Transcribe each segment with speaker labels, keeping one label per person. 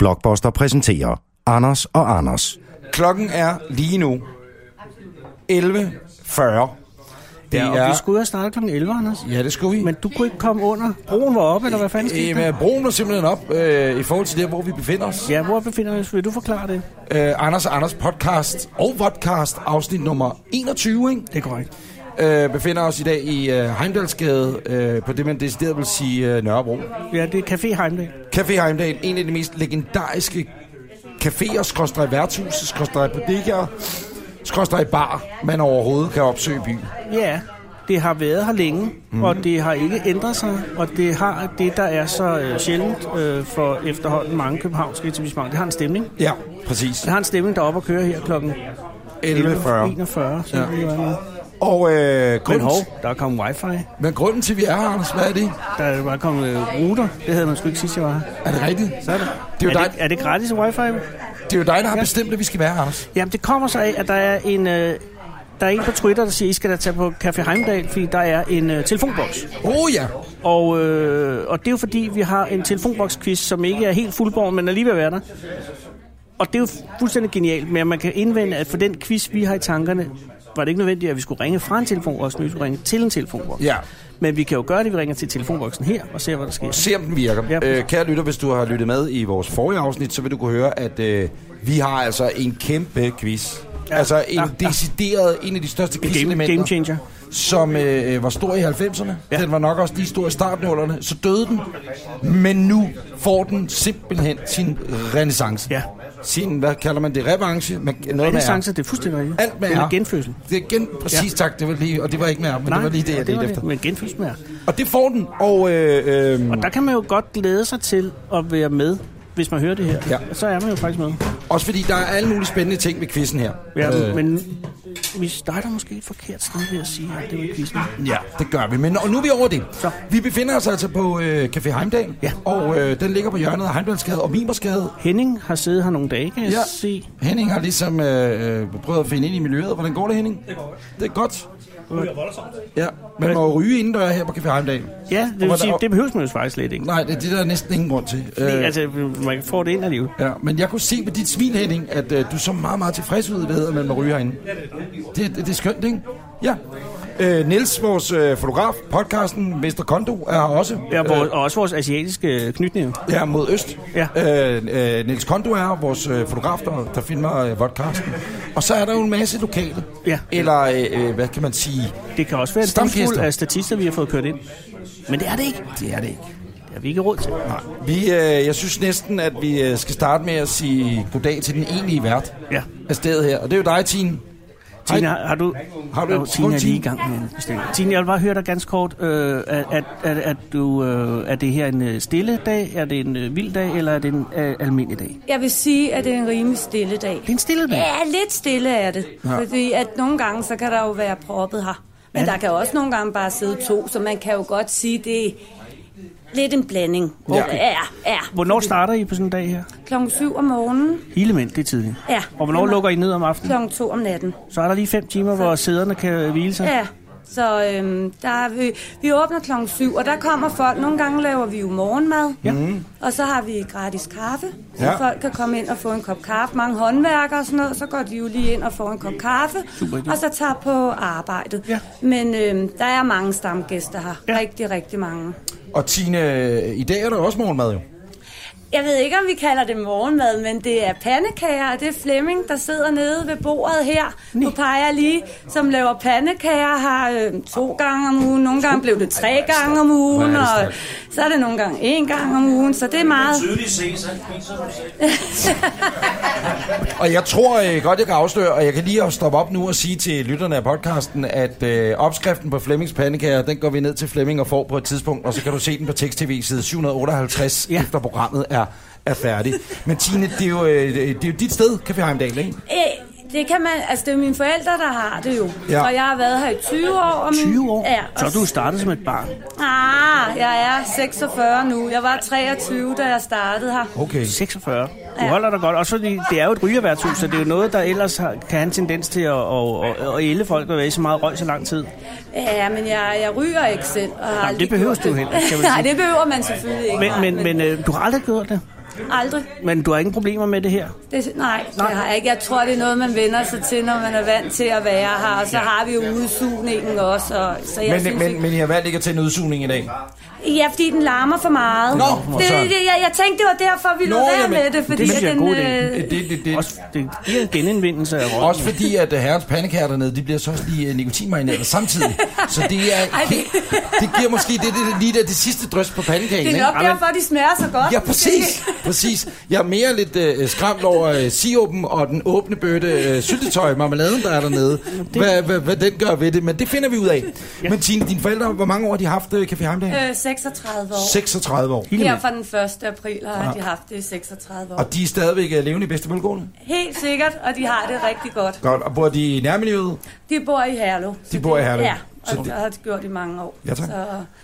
Speaker 1: Blockbuster præsenterer Anders og Anders.
Speaker 2: Klokken er lige nu 11.40. Det
Speaker 3: Ja, og vi skulle jo starte kl. 11, Anders.
Speaker 2: Ja, det skulle vi.
Speaker 3: Men du kunne ikke komme under. Broen var oppe, eller hvad fanden skete
Speaker 2: Jamen,
Speaker 3: der?
Speaker 2: broen er simpelthen op øh, i forhold til der, hvor vi befinder os.
Speaker 3: Ja, hvor befinder vi os? Vil du forklare det?
Speaker 2: Øh, Anders og Anders podcast og vodcast, afsnit nummer 21, ikke?
Speaker 3: Det er korrekt.
Speaker 2: Øh, befinder os i dag i øh, Heimdalsgade, øh, på det, man decideret vil sige øh, Nørrebro.
Speaker 3: Ja, det er Café Heimdal.
Speaker 2: Café Heimdal, en af de mest legendariske caféer, skråstrej værtshuse, skråstrej bodegaer, skråstrej bar, man overhovedet kan opsøge i byen.
Speaker 3: Ja, det har været her længe, mm. og det har ikke ændret sig, og det har det, der er så øh, sjældent øh, for efterhånden mange københavnske etablissementer. Det har en stemning.
Speaker 2: Ja, præcis.
Speaker 3: Det har en stemning, der er oppe at køre her kl.
Speaker 2: 11.40.
Speaker 3: 41, så
Speaker 2: Ja.
Speaker 3: ja. det er noget.
Speaker 2: Og øh,
Speaker 3: Men
Speaker 2: grunden,
Speaker 3: hov, der er kommet wifi.
Speaker 2: men grunden til, at vi er her, Anders, hvad er det?
Speaker 3: Der er bare kommet øh, router. Det havde man sgu ikke sidst, jeg var her.
Speaker 2: Er det rigtigt?
Speaker 3: Så er det.
Speaker 2: Det er jo
Speaker 3: er,
Speaker 2: dig-
Speaker 3: det, er det gratis wifi?
Speaker 2: Det er jo dig, der har bestemt, at vi skal være her, Anders.
Speaker 3: Jamen, det kommer så af, at der er en... Øh, der er en på Twitter, der siger, I skal da tage på Café Heimdal, fordi der er en øh, telefonboks.
Speaker 2: Åh oh, ja!
Speaker 3: Og, øh, og det er jo fordi, vi har en telefonboks-quiz, som ikke er helt fuldborn, men alligevel er der. Og det er jo fuldstændig genialt, men man kan indvende, at for den quiz, vi har i tankerne, var det ikke nødvendigt, at vi skulle ringe fra en telefonboks, men vi skulle ringe til en telefonboks.
Speaker 2: Ja.
Speaker 3: Men vi kan jo gøre det, vi ringer til telefonboksen her og ser, hvad der sker.
Speaker 2: Se om den virker.
Speaker 3: Ja, præcis.
Speaker 2: øh, kære lytter, hvis du har lyttet med i vores forrige afsnit, så vil du kunne høre, at øh, vi har altså en kæmpe quiz. Ja.
Speaker 3: Ja.
Speaker 2: Altså en
Speaker 3: Ja,
Speaker 2: ja.
Speaker 3: ja.
Speaker 2: decideret, en af de største
Speaker 3: Game, game
Speaker 2: quiz-elementer,
Speaker 3: changer.
Speaker 2: som øh, var stor i 90'erne. Ja.
Speaker 3: Ja.
Speaker 2: Den var nok også lige stor i startnullerne. Så døde den. Men nu får den simpelthen sin øh, renaissance.
Speaker 3: Ja.
Speaker 2: Sin, hvad kalder man det? Revanche? Man, noget med R.
Speaker 3: Renaissance, det er fuldstændig rigtigt.
Speaker 2: Alt med
Speaker 3: Det er
Speaker 2: R.
Speaker 3: en genfødsel.
Speaker 2: Det er igen, præcis ja. tak, det var lige, og det var ikke mere, men Nej, det var lige det, jeg
Speaker 3: var
Speaker 2: ledte efter.
Speaker 3: Men genfødsel med R.
Speaker 2: Og det får den, og... Øh, øh,
Speaker 3: Og der kan man jo godt glæde sig til at være med, hvis man hører det her.
Speaker 2: Ja.
Speaker 3: Så er man jo faktisk med.
Speaker 2: Også fordi der er alle mulige spændende ting ved quizzen her.
Speaker 3: Ja, øh. Men vi starter måske et forkert sted ved at sige, at det var quizzen.
Speaker 2: ja, det gør vi. Men og nu er vi over det.
Speaker 3: Så.
Speaker 2: Vi befinder os altså på øh, Café Heimdal,
Speaker 3: Ja.
Speaker 2: og øh, den ligger på hjørnet af Heimdalsgade og Vimersgade.
Speaker 3: Henning har siddet her nogle dage, kan jeg
Speaker 2: Ja.
Speaker 3: se.
Speaker 2: Henning har ligesom øh, øh, prøvet at finde ind i miljøet. Hvordan går det, Henning? Det går Det er godt. Ja, man må jo ryge indendør her på Café Heimdal.
Speaker 3: Ja, det
Speaker 2: Hvordan-
Speaker 3: vil sige, det behøves man jo faktisk slet ikke.
Speaker 2: Nej, det, det er der næsten ingen grund til.
Speaker 3: Fordi,
Speaker 2: Øh,
Speaker 3: altså, man får det ind alligevel.
Speaker 2: Ja, men jeg kunne se på dit svin, Henning, at øh, du så meget, meget tilfreds ud, ved, at man må ryge herinde. Det, det, det er skønt, ikke? Ja. Øh, Niels, vores øh, fotograf, podcasten Mester Kondo, er her også.
Speaker 3: Ja,
Speaker 2: Øh,
Speaker 3: vores, og også vores asiatiske knytnæve.
Speaker 2: Ja, mod øst.
Speaker 3: Ja.
Speaker 2: Øh, øh, Niels Kondo er vores øh, fotograf, der, der filmer øh, podcasten. Og så er der jo en masse lokale.
Speaker 3: Ja.
Speaker 2: Eller, øh, øh, hvad kan man sige?
Speaker 3: Det kan også være en
Speaker 2: Stamgæster.
Speaker 3: busfuld af statister, vi har fået kørt ind. Men det er det ikke.
Speaker 2: Det er det ikke.
Speaker 3: Det har vi ikke råd til.
Speaker 2: Nej. Vi, øh, jeg synes næsten, at vi øh, skal starte med at sige goddag til den egentlige vært
Speaker 3: Ja.
Speaker 2: af stedet her. Og det er jo dig, Tine. Hej.
Speaker 3: Tina, har du...
Speaker 2: Har du-
Speaker 3: Nå, Tina er
Speaker 2: Tina?
Speaker 3: lige i gang med en bestilling. Tina, jeg vil bare høre dig ganske kort. Øh, at, at, at, at du, øh, er det her en øh, stille dag, er det en øh, vild dag, eller er det en øh, almindelig dag? Det
Speaker 4: Jeg vil sige, at det er en rimelig stille dag.
Speaker 3: er en stille dag.
Speaker 4: Ja, lidt stille er det. Ja. Fordi at nogle gange, så kan der jo være proppet her. Men
Speaker 3: Ja.
Speaker 4: ja. der kan også nogle gange bare sidde to, så man kan jo godt sige, det er lidt en blanding.
Speaker 2: Okay.
Speaker 4: Ja, ja.
Speaker 3: Hvornår starter I på sådan en dag her?
Speaker 4: Klokken syv om morgenen,
Speaker 3: Hele mænd, det er tidligt.
Speaker 4: Ja.
Speaker 3: Og hvornår lukker I ned om aftenen?
Speaker 4: klokken to om natten.
Speaker 3: Så er der lige fem timer, hvor sæderne kan hvile sig.
Speaker 4: Ja, så øhm, der er vi, vi åbner klokken syv, og der kommer folk. Nogle gange laver vi jo morgenmad, ja.
Speaker 3: Mm.
Speaker 4: og så har vi gratis kaffe, så
Speaker 2: Ja.
Speaker 4: ja. folk kan komme ind og få en kop kaffe. Mange håndværkere og sådan noget, så går de jo lige ind og får en kop kaffe,
Speaker 3: Super idé.
Speaker 4: og så tager på arbejdet.
Speaker 3: Ja.
Speaker 4: Men øhm, der er mange stamgæster her.
Speaker 3: Ja.
Speaker 4: Ja. Rigtig, rigtig mange.
Speaker 2: Og Tine, øh, i dag er der også morgenmad jo.
Speaker 4: Jeg ved ikke, om vi kalder det morgenmad, men det er pandekager, og det er Flemming, der sidder nede ved bordet her. Nu peger jeg lige, som laver pandekager her øh, to gange om ugen. Nogle gange blev det tre gange om ugen,
Speaker 2: Hvor er det
Speaker 4: og så er det nogle gange en gang om ugen, så det er meget.
Speaker 2: Og jeg tror øh, godt, jeg kan afsløre, og jeg kan lige stoppe op nu og sige til lytterne af podcasten, at øh, opskriften på Flemmings pandekager, den går vi ned til Flemming og får på et tidspunkt, og så kan du se den på tekst-tv side 758, ja.
Speaker 3: Ja.
Speaker 2: efter programmet er, er færdigt. Men Tine, det er jo, øh, det er jo dit sted, Café Heimdal, ikke?
Speaker 4: Øh, det kan man, altså det er mine forældre, der har det jo.
Speaker 2: Ja.
Speaker 4: Og jeg har været her i 20 år. Og min,
Speaker 3: 20 år?
Speaker 4: Ja,
Speaker 3: Så
Speaker 4: og
Speaker 3: er du startet som et barn.
Speaker 4: Ah, jeg er 46 nu. Jeg var 23, da jeg startede her.
Speaker 2: Okay.
Speaker 3: 46. Du holder dig godt. Også fordi det er jo et rygerværtshus, så det er jo noget, der ellers har, kan have en tendens til at, at, at, at ælde folk, der være i så meget røg så lang tid.
Speaker 4: Ja, men jeg, jeg ryger ikke selv. Og har
Speaker 3: det
Speaker 4: aldrig
Speaker 3: behøver
Speaker 4: gjort
Speaker 3: du heller ikke, kan man
Speaker 4: Nej,
Speaker 3: sige.
Speaker 4: det behøver man selvfølgelig ikke.
Speaker 3: Men,
Speaker 4: nej,
Speaker 3: men, men øh, du har aldrig gjort det.
Speaker 4: Aldrig.
Speaker 3: Men du har ingen problemer med det her?
Speaker 4: Det, nej, nej, det har jeg ikke. Jeg tror, det er noget, man vender sig til, når man er vant til at være her. Og så har vi jo udsugningen også. Og, så jeg
Speaker 2: Men,
Speaker 4: synes,
Speaker 2: men,
Speaker 4: ikke-
Speaker 2: men I har valgt ikke at tage en udsugning i dag.
Speaker 4: Ja, fordi den larmer for meget.
Speaker 2: Nå,
Speaker 4: det,
Speaker 2: så-
Speaker 4: det, jeg, jeg tænkte, det var derfor, vi lå
Speaker 2: Nå,
Speaker 4: være
Speaker 2: jamen,
Speaker 4: med det. Fordi
Speaker 3: det synes jeg er
Speaker 4: at
Speaker 3: en
Speaker 4: den,
Speaker 3: god idé.
Speaker 2: Det, det, det, det. Også,
Speaker 3: Også, det giver en genindvindelse af rollen.
Speaker 2: også fordi, at øh, herrens pandekager dernede, de bliver så også lige øh, nikotinmarineret samtidig. Så det er...
Speaker 4: Ej,
Speaker 2: det,
Speaker 4: det-
Speaker 2: det giver måske det, det, lige der det sidste drys på pandekagen,
Speaker 4: det
Speaker 2: ikke?
Speaker 4: er nok
Speaker 3: Jamen-
Speaker 4: derfor, de smager så godt.
Speaker 2: Ja, præcis. præcis. Jeg er mere lidt øh, skræmt over øh, sirupen og den åbne bøtte øh, syltetøj, marmeladen, der er dernede. Hvad, hvad, hvad den gør ved det, men det finder vi ud af. Men Tine, dine forældre, hvor mange år har de haft øh, Café Heimdagen?
Speaker 4: Øh, 36 år.
Speaker 2: 36 år.
Speaker 4: Her fra den 1. april har de haft det i 36 år.
Speaker 2: Og de er stadigvæk øh, levende i bedste velgående.
Speaker 4: Helt sikkert, og de har det rigtig godt.
Speaker 2: Godt, og bor de i nærmiljøet?
Speaker 4: De bor i Herlev. så
Speaker 2: bor i
Speaker 4: det-
Speaker 2: Herlev.
Speaker 4: Ja, og
Speaker 2: Så
Speaker 4: så det har de gjort i mange år.
Speaker 2: Ja, tak.
Speaker 4: Så,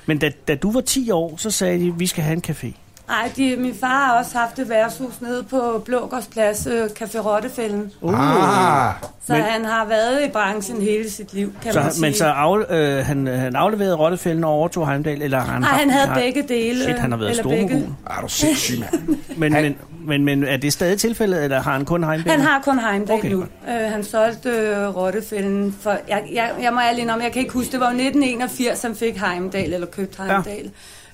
Speaker 3: Men da, da du var 10 år, så sagde de, vi skal have en café.
Speaker 4: ej, de, min far har også haft et værtshus nede på Blågårdsplads, øh, Café Rottefælden.
Speaker 2: Ah,
Speaker 4: Så
Speaker 3: Men-
Speaker 4: men, han har været i branchen hele sit liv, kan man
Speaker 3: Så,
Speaker 4: sige.
Speaker 3: men så af, øh, han, han afleverede Rottefælden og overtog Heimdal, eller han,
Speaker 4: Ej,
Speaker 3: har-
Speaker 4: han havde
Speaker 3: har-
Speaker 4: begge dele.
Speaker 3: Shit, han har været
Speaker 4: eller
Speaker 3: stormogul.
Speaker 4: begge.
Speaker 2: ah, du er sindssyg, mand.
Speaker 3: Men, men, men, men er det stadig tilfældet, eller har han kun Heimdal?
Speaker 4: Han har kun Heimdall
Speaker 3: Okay,
Speaker 4: okay. nu.
Speaker 3: godt.
Speaker 4: Øh, han solgte øh, Rottefælden for... Jeg, jeg, jeg må ærlig om, jeg kan ikke huske, det var jo 1981, han fik Heimdall, eller købte Heimdall. Ja.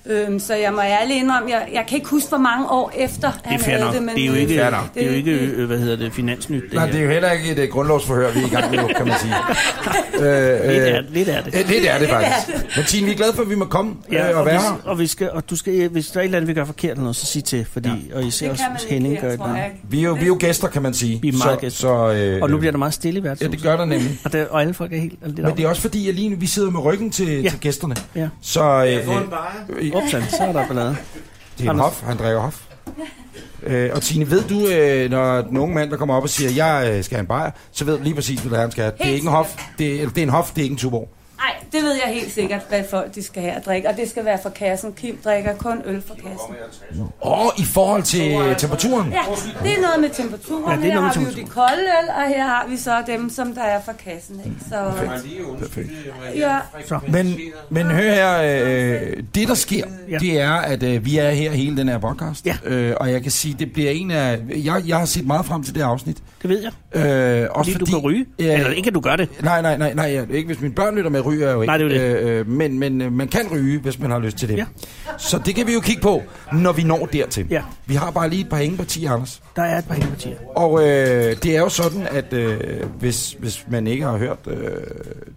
Speaker 4: Øhm, så jeg må ærlig indrømme, jeg, jeg kan ikke huske, hvor mange år efter
Speaker 3: det
Speaker 4: han
Speaker 3: er fair
Speaker 4: havde
Speaker 3: nok.
Speaker 4: det. Men
Speaker 3: Det er jo ikke,
Speaker 2: Fair nok.
Speaker 3: det er jo ikke øh, hvad hedder det, finansnyt. Det
Speaker 2: Nej,
Speaker 3: her.
Speaker 2: det er jo heller ikke et øh, grundlovsforhør, vi er i gang med, nu, kan man sige. Øh,
Speaker 3: lidt,
Speaker 2: øh,
Speaker 3: er, lidt er det.
Speaker 2: øh, lidt er det faktisk. Men Tine, vi er glade for, at vi må komme øh, og
Speaker 3: og,
Speaker 2: være her.
Speaker 3: hvis, og, vi skal, og du skal, hvis der er et eller andet, vi gør forkert eller noget, så sig til, fordi, ja. og især
Speaker 4: Det
Speaker 3: også,
Speaker 4: kan
Speaker 3: hvis
Speaker 4: man
Speaker 3: Henning
Speaker 4: ikke,
Speaker 3: gør
Speaker 4: her,
Speaker 3: et
Speaker 4: tror
Speaker 3: eller
Speaker 4: jeg.
Speaker 3: andet.
Speaker 4: ikke.
Speaker 2: Vi er jo, vi er jo gæster, kan man sige.
Speaker 3: Vi er meget
Speaker 2: så,
Speaker 3: gæster.
Speaker 2: Så, øh,
Speaker 3: Og nu bliver der meget stille i
Speaker 2: Ja,
Speaker 3: værtshuset.
Speaker 2: det gør der nemlig.
Speaker 3: og, der, og alle folk er helt lidt
Speaker 2: Men det er også fordi, at lige nu, vi sidder med ryggen til,
Speaker 3: Ja.
Speaker 2: ja. til gæsterne.
Speaker 3: Ja.
Speaker 2: Så øh, øh,
Speaker 3: Upsan, så er der ballade.
Speaker 2: det er en hof, han drikker hof. Øh, og Tine, ved du, øh, når den unge mand, der kommer op og siger, jeg øh, skal have en bajer, så ved du lige præcis, hvad det er, han skal have. Det er
Speaker 4: Helt
Speaker 2: ikke en hof, det er, eller det er en hof, det er ikke en tuborg.
Speaker 4: Nej, det ved jeg helt sikkert, hvad folk de skal have at drikke. Og det skal være fra kassen. Kim drikker kun øl fra kassen.
Speaker 2: Og i forhold til øh, temperaturen.
Speaker 4: Ja, det er noget med temperaturen.
Speaker 3: Ja, det er
Speaker 4: her
Speaker 3: noget med
Speaker 4: har vi jo de kolde øl, og her har vi så dem, som der er fra kassen. Ikke? Så, ja,
Speaker 2: Men, men hør her, øh, det der sker,
Speaker 3: Ja.
Speaker 2: ja. det er, at øh, vi er her hele den her podcast.
Speaker 3: Ja.
Speaker 2: Øh, og jeg kan sige, det bliver en af... Jeg, jeg har set meget frem til det her afsnit.
Speaker 3: Det ved jeg.
Speaker 2: Øh, også
Speaker 3: Fordi, du kan ryge.
Speaker 2: Ja,
Speaker 3: Eller ikke, at du gør det.
Speaker 2: Nej, nej, nej, nej, ja, ikke hvis mine børn lytter med, ryger jeg jo ikke.
Speaker 3: Nej, det er jo
Speaker 2: Øh, øh, men men øh, man kan ryge, hvis man har lyst til det.
Speaker 3: Ja.
Speaker 2: Så det kan vi jo kigge på, når vi når dertil.
Speaker 3: Ja.
Speaker 2: Vi har bare lige et par hængepartier, Anders.
Speaker 3: Der er et par hængepartier.
Speaker 2: Og øh, det er jo sådan, at øh, hvis, hvis man ikke har hørt øh,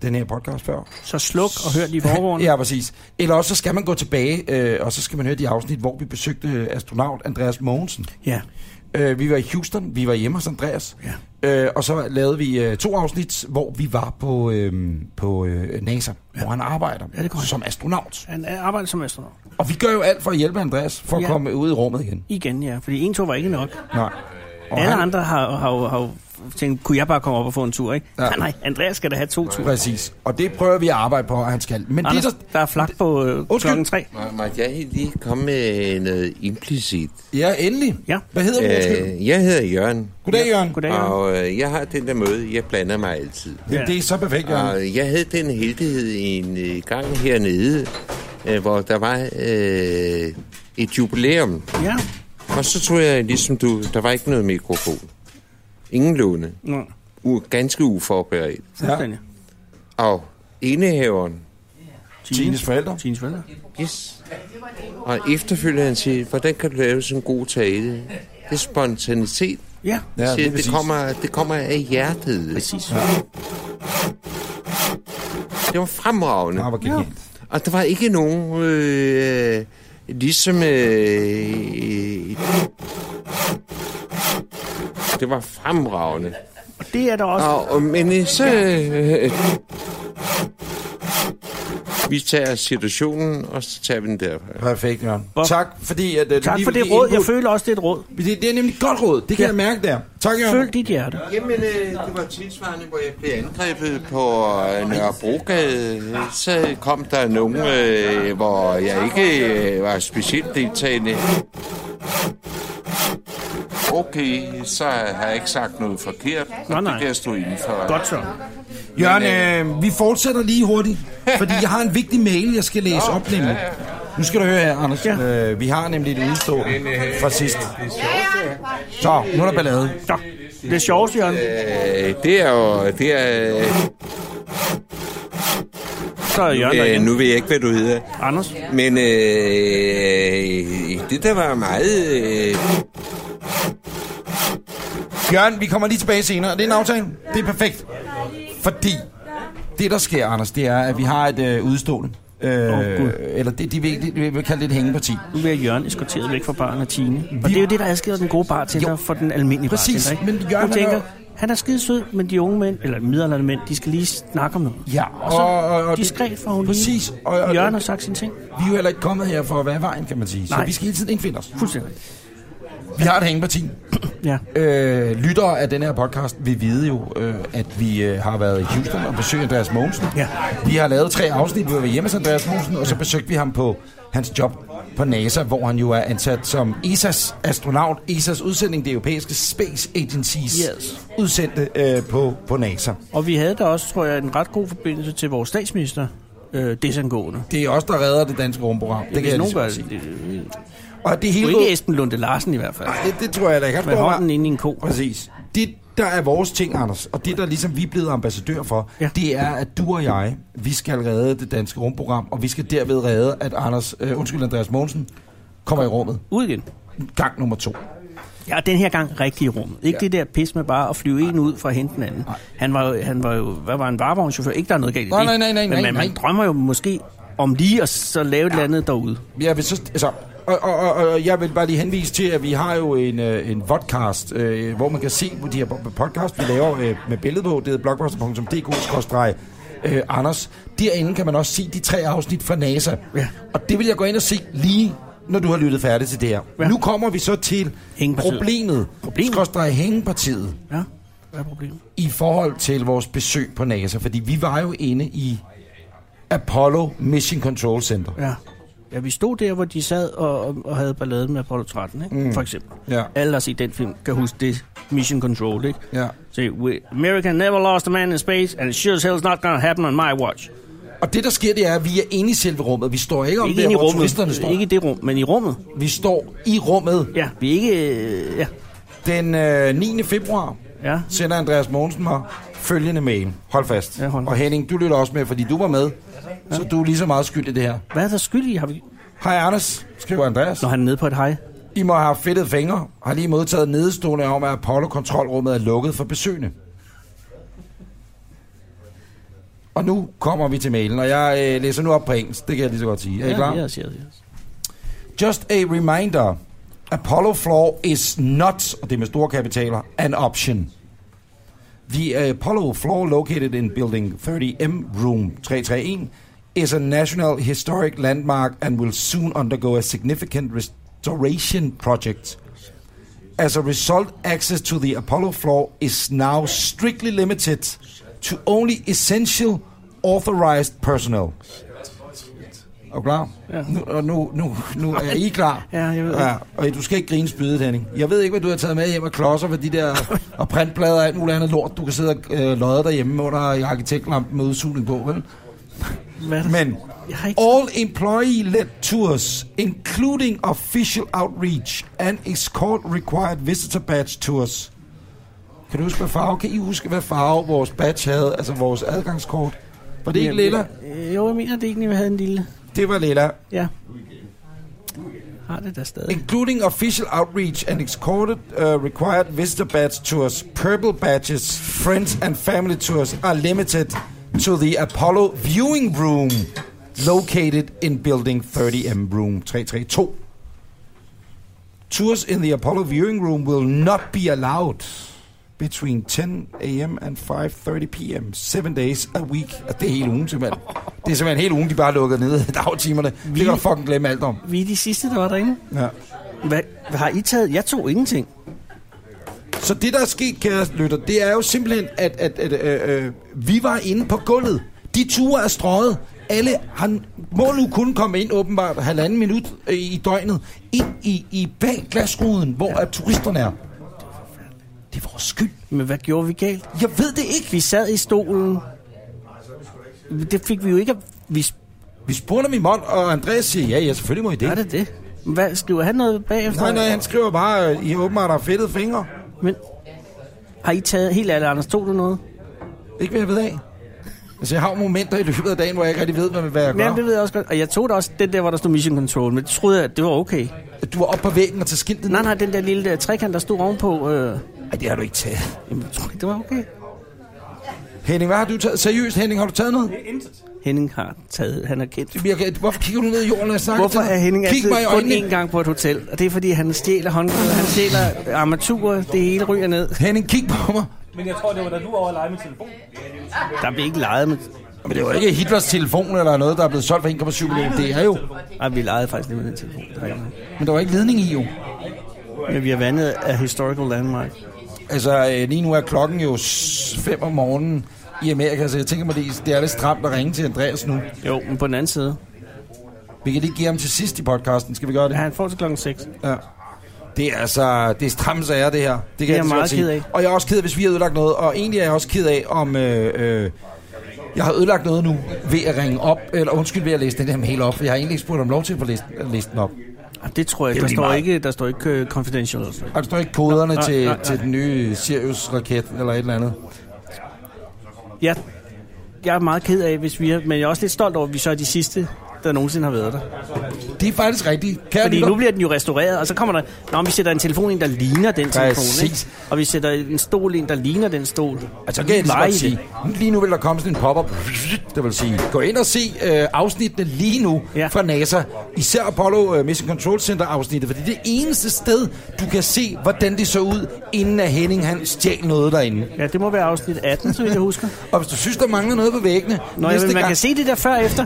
Speaker 2: den her podcast før,
Speaker 3: Så sluk og hør de foregående.
Speaker 2: Ja, præcis. Eller også så skal man gå tilbage, øh, og så skal man høre de afsnit, hvor vi besøgte øh, astronaut Andreas Mogensen.
Speaker 3: ja.
Speaker 2: Øh, vi var i Houston, vi var hjemme hos Andreas, ja. øh, og så lavede vi øh, to afsnit, hvor vi var på, øh, på øh, NASA, ja. hvor han arbejder
Speaker 3: Ja, det går
Speaker 2: som astronaut.
Speaker 3: Han er- arbejder som astronaut.
Speaker 2: Og vi gør jo alt for at hjælpe Andreas for at
Speaker 3: Ja.
Speaker 2: komme ud i rummet igen.
Speaker 3: Igen, ja. Fordi en tur var ikke nok.
Speaker 2: Nej. Og
Speaker 3: Alle
Speaker 2: han-
Speaker 3: andre har, har, har, har tænkt, kunne jeg bare komme op og få en tur, ikke?
Speaker 2: Ja.
Speaker 3: Nej, nej, Andreas skal da have to ture.
Speaker 2: Præcis. Og det prøver vi at arbejde på, at han skal. Men
Speaker 3: Anders,
Speaker 2: det
Speaker 3: der er flak på øh,
Speaker 2: Undskyld.
Speaker 3: klokken tre.
Speaker 5: Må, må jeg lige komme med noget implicit?
Speaker 2: der... Ja, endelig.
Speaker 3: Ja.
Speaker 2: Hvad hedder du? undskyld?
Speaker 5: Øh, jeg hedder Jørgen,
Speaker 2: Goddag, Jørgen.
Speaker 3: Goddag, Jørgen.
Speaker 5: og øh, jeg har den der møde, jeg blander mig altid.
Speaker 2: Ja. Det er så perfekt, Jørgen.
Speaker 5: Og jeg havde den heldighed en øh, gang hernede, øh, hvor der var øh, et jubilæum.
Speaker 3: Ja.
Speaker 5: Og så tror jeg, ligesom du, der var ikke noget mikrofon. Ingen låne.
Speaker 3: Nå,
Speaker 5: U- ganske uforberedt.
Speaker 3: fuldstændig.
Speaker 5: Og indehaveren,
Speaker 2: Tines forældre.
Speaker 3: Tines forældre.
Speaker 5: yes. Og efterfølgende han siger, hvordan kan du lave sådan en god tale? Det er spontanitet.
Speaker 3: Ja,
Speaker 5: Ja, siger, det,
Speaker 2: præcis.
Speaker 5: det, kommer, det kommer af hjertet.
Speaker 3: præcis.
Speaker 5: Det var fremragende.
Speaker 2: Ah, hvor genialt.
Speaker 5: Og der var ikke nogen, øh, ligesom... Øh, det var fremragende.
Speaker 3: Og det er der også.
Speaker 5: Og, og, men øh, så... Øh, vi tager situationen, og så tager vi den derfra.
Speaker 2: Perfekt, Jørgen.
Speaker 3: Hvor-
Speaker 2: Tak, fordi at, at
Speaker 3: Tak
Speaker 2: lige
Speaker 3: for
Speaker 2: vil
Speaker 3: det
Speaker 2: give
Speaker 3: råd. Jeg
Speaker 2: input.
Speaker 3: føler også, det er et råd.
Speaker 2: det, det er nemlig et godt råd. Det kan
Speaker 3: Ja.
Speaker 2: ja. jeg mærke der. Tak, Jørgen.
Speaker 3: Følg dit hjerte.
Speaker 5: Jamen, øh, det var tilsvarende, hvor jeg blev angrebet på øh, Nørrebrogade. Så kom der nogen, øh, hvor jeg ikke øh, var specielt deltagende. Okay, så har jeg ikke sagt noget forkert, og
Speaker 3: Nå, nej.
Speaker 5: det kan jeg stå indenfor.
Speaker 3: Godt så.
Speaker 2: øh, Jørgen, øh, vi fortsætter lige hurtigt, fordi jeg har en vigtig mail, jeg skal læse op nemlig. Nu skal du høre her, Anders. Ja. Øh, vi har nemlig et udstå fra sidst. Så, nu er der ballade.
Speaker 3: Nå, det er sjovt, Jørgen.
Speaker 5: Øh, det er jo... Det er,
Speaker 3: Så er Jørgen der
Speaker 5: øh,
Speaker 3: igen.
Speaker 5: nu ved jeg ikke, hvad du hedder.
Speaker 3: Anders.
Speaker 5: Men øh, det der var meget... Øh,
Speaker 2: Jørgen, vi kommer lige tilbage senere. Det er en aftale. Det er perfekt. Fordi det, der sker, Anders, det er, at vi har et øh, udstående. Øh,
Speaker 3: Åh, Gud.
Speaker 2: eller det, de, vil, de, de vil kalde det et hængeparti.
Speaker 3: Nu bliver Jørgen eskorteret væk fra baren af Tine. Og det er jo det, der adskiller den gode bartender
Speaker 2: Jo.
Speaker 3: fra den almindelige
Speaker 2: Præcis,
Speaker 3: bartender. Ikke?
Speaker 2: men Jørgen
Speaker 3: Hun tænker,
Speaker 2: er-
Speaker 3: han er skide sød, men de unge mænd, eller middelalderne mænd, de skal lige snakke om noget.
Speaker 2: Ja,
Speaker 3: Og så diskret får hun
Speaker 2: Præcis.
Speaker 3: lige,
Speaker 2: Og, og,
Speaker 3: Jørgen har
Speaker 2: og,
Speaker 3: sagt sine ting.
Speaker 2: vi er jo heller ikke kommet her for at være i vejen, kan man sige. Så
Speaker 3: Nej.
Speaker 2: vi skal hele tiden indfinde os.
Speaker 3: Fuldstændig.
Speaker 2: Vi har et hængeparti.
Speaker 3: Ja.
Speaker 2: Øh, lyttere af den her podcast vil vide jo, øh, at vi øh, har været i Houston og besøgt Andreas Mogensen.
Speaker 3: Ja.
Speaker 2: Vi har lavet tre afsnit, hvor vi var hjemme hos Andreas Mogensen, og så besøgte vi ham på hans job på NASA, hvor han jo er ansat som ESA's astronaut. ESA's udsending, det europæiske Space Agency's
Speaker 3: Yes.
Speaker 2: udsendte øh, på, på NASA.
Speaker 3: Og vi havde da også, tror jeg, en ret god forbindelse til vores statsminister, øh, desangående.
Speaker 2: Det er os, der redder det danske rumprogram. Det kan jeg
Speaker 3: nogen
Speaker 2: lige
Speaker 3: gør
Speaker 2: sige.
Speaker 3: det. Det
Speaker 2: Og det
Speaker 3: er
Speaker 2: hele...
Speaker 3: ikke Esben Lunde Larsen i hvert fald.
Speaker 2: Nej, det, det tror jeg da ikke. Han
Speaker 3: Med
Speaker 2: står bare-
Speaker 3: hånden inde i en ko.
Speaker 2: Præcis. Det, der er vores ting, Anders, og det, der ligesom vi er blevet ambassadør for, ja.
Speaker 3: Ja.
Speaker 2: det er, at du og jeg, vi skal redde det danske rumprogram, og vi skal derved redde, at Anders, øh, undskyld, Andreas Mogensen kommer i rummet.
Speaker 3: Ud igen.
Speaker 2: Gang nummer to.
Speaker 3: Ja, og den her gang rigtig i rummet. Ikke ja. det der pis med bare at flyve en ud for at hente den anden. Han var, jo, han var jo, hvad var en varevognschauffør? Ikke der er noget galt i
Speaker 2: Nej,
Speaker 3: det.
Speaker 2: nej, nej, nej,
Speaker 3: men
Speaker 2: nej,
Speaker 3: man,
Speaker 2: nej.
Speaker 3: man drømmer jo måske om lige at så lave et eller andet derude.
Speaker 2: Jeg vil så, altså, og, og, og, og jeg vil bare lige henvise til, at vi har jo en, øh, en vodcast, øh, hvor man kan se på de her po- podcast, vi laver øh, med billede på. Det er blogposter.dk øh, Anders. Derinde kan man også se de tre afsnit fra NASA.
Speaker 3: Ja.
Speaker 2: Og det vil jeg gå ind og se lige når du har lyttet færdigt til det her. Ja.
Speaker 3: Ja.
Speaker 2: Nu kommer vi så til
Speaker 3: Hængepartiet.
Speaker 2: problemet,
Speaker 3: Problemet.
Speaker 2: problemet. hængepartiet,
Speaker 3: Ja, hvad er problemet?
Speaker 2: i forhold til vores besøg på NASA. Fordi vi var jo inde i Apollo Mission Control Center.
Speaker 3: Ja. Ja, vi stod der, hvor de sad og, og- og havde balladen med Apollo 13, ikke? Mm. for eksempel.
Speaker 2: Ja.
Speaker 3: Alle, der har set den film, kan huske det. Mission Control, ikke?
Speaker 2: Ja.
Speaker 3: Se, we, America never lost a man in space, and it sure as hell is not gonna happen on my watch.
Speaker 2: Og det, der sker, det er, at vi er inde i selve rummet. Vi står ikke om
Speaker 3: Ikke
Speaker 2: der,
Speaker 3: inde i
Speaker 2: hvor turisterne
Speaker 3: rummet.
Speaker 2: står.
Speaker 3: Ikke i det rum, men i rummet.
Speaker 2: Vi står i rummet.
Speaker 3: Ja, vi er ikke... øh, Ja.
Speaker 2: Den øh, 9. februar
Speaker 3: Ja.
Speaker 2: sender Andreas Mogensen mig følgende mail. Hold fast.
Speaker 3: Ja, hold
Speaker 2: Og Henning, du lytter også med, fordi du var med. Så du er lige så meget skyld i det her.
Speaker 3: Hvad er der skyld i? Har vi...
Speaker 2: Hej Anders, skriver Andreas.
Speaker 3: Når han er nede på et hej.
Speaker 2: I må have fedtet fingre. Har lige modtaget nedestående om, at Apollo-kontrolrummet er lukket for besøgende. Og nu kommer vi til mailen, og jeg øh, læser nu op på engelsk. Det kan jeg lige så godt sige. Er I klar?
Speaker 3: Yes, yes, yes.
Speaker 2: Just a reminder. Apollo floor is not, og det er med store kapitaler, an option. The Apollo floor located in building 30M, room 331, is a national historic landmark and will soon undergo a significant restoration project. As a result, access to the Apollo floor is now strictly limited to only essential authorized personnel. Er du klar?
Speaker 3: Ja.
Speaker 2: Nu, og nu, nu, nu er I klar.
Speaker 3: Ja, jeg ved
Speaker 2: ja, Og du skal ikke grine spydet, Henning. Jeg ved ikke, hvad du har taget med hjem af klodser for de der og printplader og alt muligt andet lort, du kan sidde og øh, lodde derhjemme under arkitektlampen med udsugning på, vel?
Speaker 3: Hvad er der...
Speaker 2: Men
Speaker 3: Jeg har ikke...
Speaker 2: all employee-led tours, including official outreach and escort-required visitor badge tours. Kan du huske, hvad farve? Kan I huske, hvad farve vores badge havde, altså vores adgangskort? Var det ikke lilla?
Speaker 3: Øh, Jo, jeg mener, det er ikke, vi havde en lille...
Speaker 2: Det var lilla.
Speaker 3: Ja. Har det der stadig.
Speaker 2: including official outreach and escorted uh, required visitor badge tours, purple badges, friends and family tours are limited to the Apollo viewing room located in building 30M room 332. Tours in the Apollo viewing room will not be allowed between 10 a.m. and 5.30 p.m. Seven days a week. Det er hele ugen, simpelthen. Det er simpelthen hele ugen, de bare er lukket ned i dagtimerne. Det kan du fucking glemme alt om.
Speaker 3: Vi er de sidste, der var derinde.
Speaker 2: Ja.
Speaker 3: Hvad, hvad har I taget? Jeg tog ingenting.
Speaker 2: Så det, der er sket, kære lytter, det er jo simpelthen, at, at, at øh, øh, vi var inde på gulvet. De ture er strøget. Alle han må nu kun komme ind åbenbart halvanden minut øh, i døgnet ind i, i bag glasruden, hvor ja. at turisterne er. Det er vores skyld.
Speaker 3: Men hvad gjorde vi galt?
Speaker 2: Jeg ved det ikke.
Speaker 3: Vi sad i stolen. Det fik vi jo ikke... at- Vi,
Speaker 2: Vi spurgte min mand, og Andreas siger, ja, ja, selvfølgelig må I
Speaker 3: Er
Speaker 2: det.
Speaker 3: det det? Hvad, skriver han noget bagefter?
Speaker 2: Nej, nej, han skriver bare, øh, I åbenbart har fedtede fingre.
Speaker 3: Men, har I taget helt alle Anders? Tog du noget?
Speaker 2: Ikke hvad jeg ved af. Altså, jeg har jo momenter i løbet af dagen, hvor jeg ikke rigtig ved, hvad, hvad jeg gør.
Speaker 3: Ja, det ved jeg også godt. Og jeg tog da også den der, hvor der stod Mission Control, men det troede jeg, at det var okay.
Speaker 2: Du var oppe på væggen og til skiltet.
Speaker 3: Nej, nej, den der lille der trekant, der stod ovenpå, øh,
Speaker 2: nej. det har du ikke taget.
Speaker 3: jamen, jeg tror ikke, det var okay.
Speaker 2: Henning, hvad har du taget? Seriøst, Henning, har du taget noget?
Speaker 3: Henning har taget, han er kendt.
Speaker 2: Jeg, hvorfor kigger du ned i jorden, når jeg snakker
Speaker 3: Hvorfor
Speaker 2: til dig?
Speaker 3: er Henning
Speaker 2: Kig
Speaker 3: altid
Speaker 2: mig i
Speaker 3: kun
Speaker 2: øjnene.
Speaker 3: én gang på et hotel? Og det er, fordi han stjæler håndklæder, han stjæler armaturer, det hele ryger ned.
Speaker 2: Henning, kig på mig.
Speaker 6: Men jeg tror, det var da du var over at lege med telefon.
Speaker 3: Der bliver ikke leget med...
Speaker 2: Men det er jo ikke Hitlers telefon eller noget, der er blevet solgt for 1,7 millioner. Det er jo.
Speaker 3: Ej, vi legede faktisk lige med den telefon. det er rigtigt.
Speaker 2: Men der var ikke ledning i jo.
Speaker 3: Men vi har vandet af Historical Landmark.
Speaker 2: Altså, øh, lige nu er klokken jo 5 om morgenen i Amerika, så jeg tænker mig, det det er lidt stramt at ringe til Andreas nu.
Speaker 3: Jo, men på den anden side.
Speaker 2: Vi kan lige give ham til sidst i podcasten. Skal vi gøre det?
Speaker 3: Ja, han får til klokken 6.
Speaker 2: Ja. Det er altså, det er stramme sager, det her. Det kan
Speaker 3: er
Speaker 2: jeg, lige så
Speaker 3: meget
Speaker 2: godt sige.
Speaker 3: ked af.
Speaker 2: Og jeg er også ked af, hvis vi har ødelagt noget. Og egentlig er jeg også ked af, om øh, øh, jeg har ødelagt noget nu ved at ringe op. Eller undskyld, ved at læse den her mail op. For jeg har egentlig ikke spurgt om lov til at få læst, at læse den op.
Speaker 3: Ej, Det tror jeg ikke. Der står ikke, der står ikke øh, confidential.
Speaker 2: Og der står ikke koderne
Speaker 3: nej,
Speaker 2: til,
Speaker 3: nej, nej.
Speaker 2: til den nye Sirius-raket eller et eller andet.
Speaker 3: Jeg, jeg er meget ked af, hvis vi er, men jeg er også lidt stolt over, at vi så er de sidste, der nogensinde har været der.
Speaker 2: Det er faktisk rigtigt. Kære
Speaker 3: Fordi
Speaker 2: lytter,
Speaker 3: nu bliver den jo restaureret, og så kommer der... Nå, men vi sætter en telefon ind, der ligner den telefon, ikke?
Speaker 2: Præcis.
Speaker 3: Og vi sætter en stol ind, der ligner den stol.
Speaker 2: Altså, kan jeg lige så
Speaker 3: Leje
Speaker 2: godt
Speaker 3: det.
Speaker 2: sige, lige nu vil der komme sådan en pop-up, det vil sige, gå ind og se øh, afsnittene lige nu ja.
Speaker 3: Ja.
Speaker 2: fra NASA, især Apollo øh, Mission Control Center afsnittet, for det er det eneste sted, du kan se, hvordan det så ud, inden at Henning han stjal noget derinde.
Speaker 3: Ja, det må være afsnit 18, så vidt jeg husker.
Speaker 2: Og hvis du synes, der mangler noget på væggene,
Speaker 3: Nå, jeg,
Speaker 2: næste
Speaker 3: men man
Speaker 2: gang,
Speaker 3: kan se det der før og efter.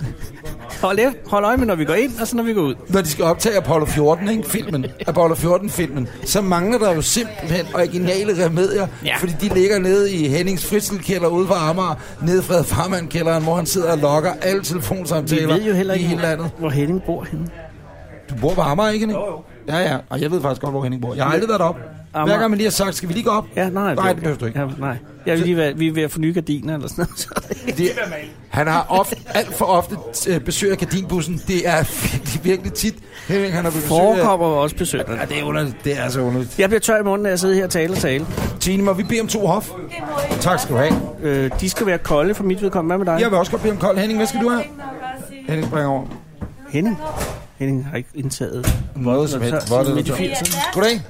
Speaker 3: Hold, ef- hold øje med, når vi går ind, og så når vi går ud.
Speaker 2: når de skal optage Apollo 14, ikke, filmen, Apollo 14 filmen, så mangler der jo simpelthen originale remedier, ja.
Speaker 3: Ja.
Speaker 2: fordi de ligger nede i Hennings fritzelkælder ude for Amager, nede i Fred Farman kælderen, hvor han sidder og lokker alle
Speaker 3: Vi
Speaker 2: telefonsamtaler
Speaker 3: ved jo heller
Speaker 2: i
Speaker 3: ikke,
Speaker 2: hele landet.
Speaker 3: hvor, hvor Henning bor henne.
Speaker 2: Du bor på Amager, ikke? Jo, jo. Ja, ja. Og jeg ved faktisk godt, hvor Henning bor. Jeg har aldrig været op. Hver
Speaker 3: Amager.
Speaker 2: gang man lige har sagt, skal vi lige gå op?
Speaker 3: Ja, nej.
Speaker 2: Nej, det behøver du ikke.
Speaker 3: Ja, nej. Jeg vil lige være, vi er ved at forny gardiner eller sådan noget. Så er det-
Speaker 2: Det, han har ofte, alt for ofte øh, besøger kardinbussen. Det er virkelig, virkelig tit. Henning, han har besøg af-
Speaker 3: Forekommer også besøg.
Speaker 2: Ja, det er underligt. Det er så underligt.
Speaker 3: Jeg bliver tør i munden, når jeg sidder her og taler og taler.
Speaker 2: Tine, må vi bede om to hof? Tak skal du have.
Speaker 3: Øh, de skal være kolde for mit vedkommende. Hvad med dig?
Speaker 2: Jeg vil også godt bede om kold. Henning, hvad skal du have?
Speaker 4: Jeg tænkte nok også sige,
Speaker 2: Henning, spring over.
Speaker 3: Henning. Henning har ikke indtaget.
Speaker 2: Noget som helst. Hvor er det, du
Speaker 4: at det er-
Speaker 2: Goddag.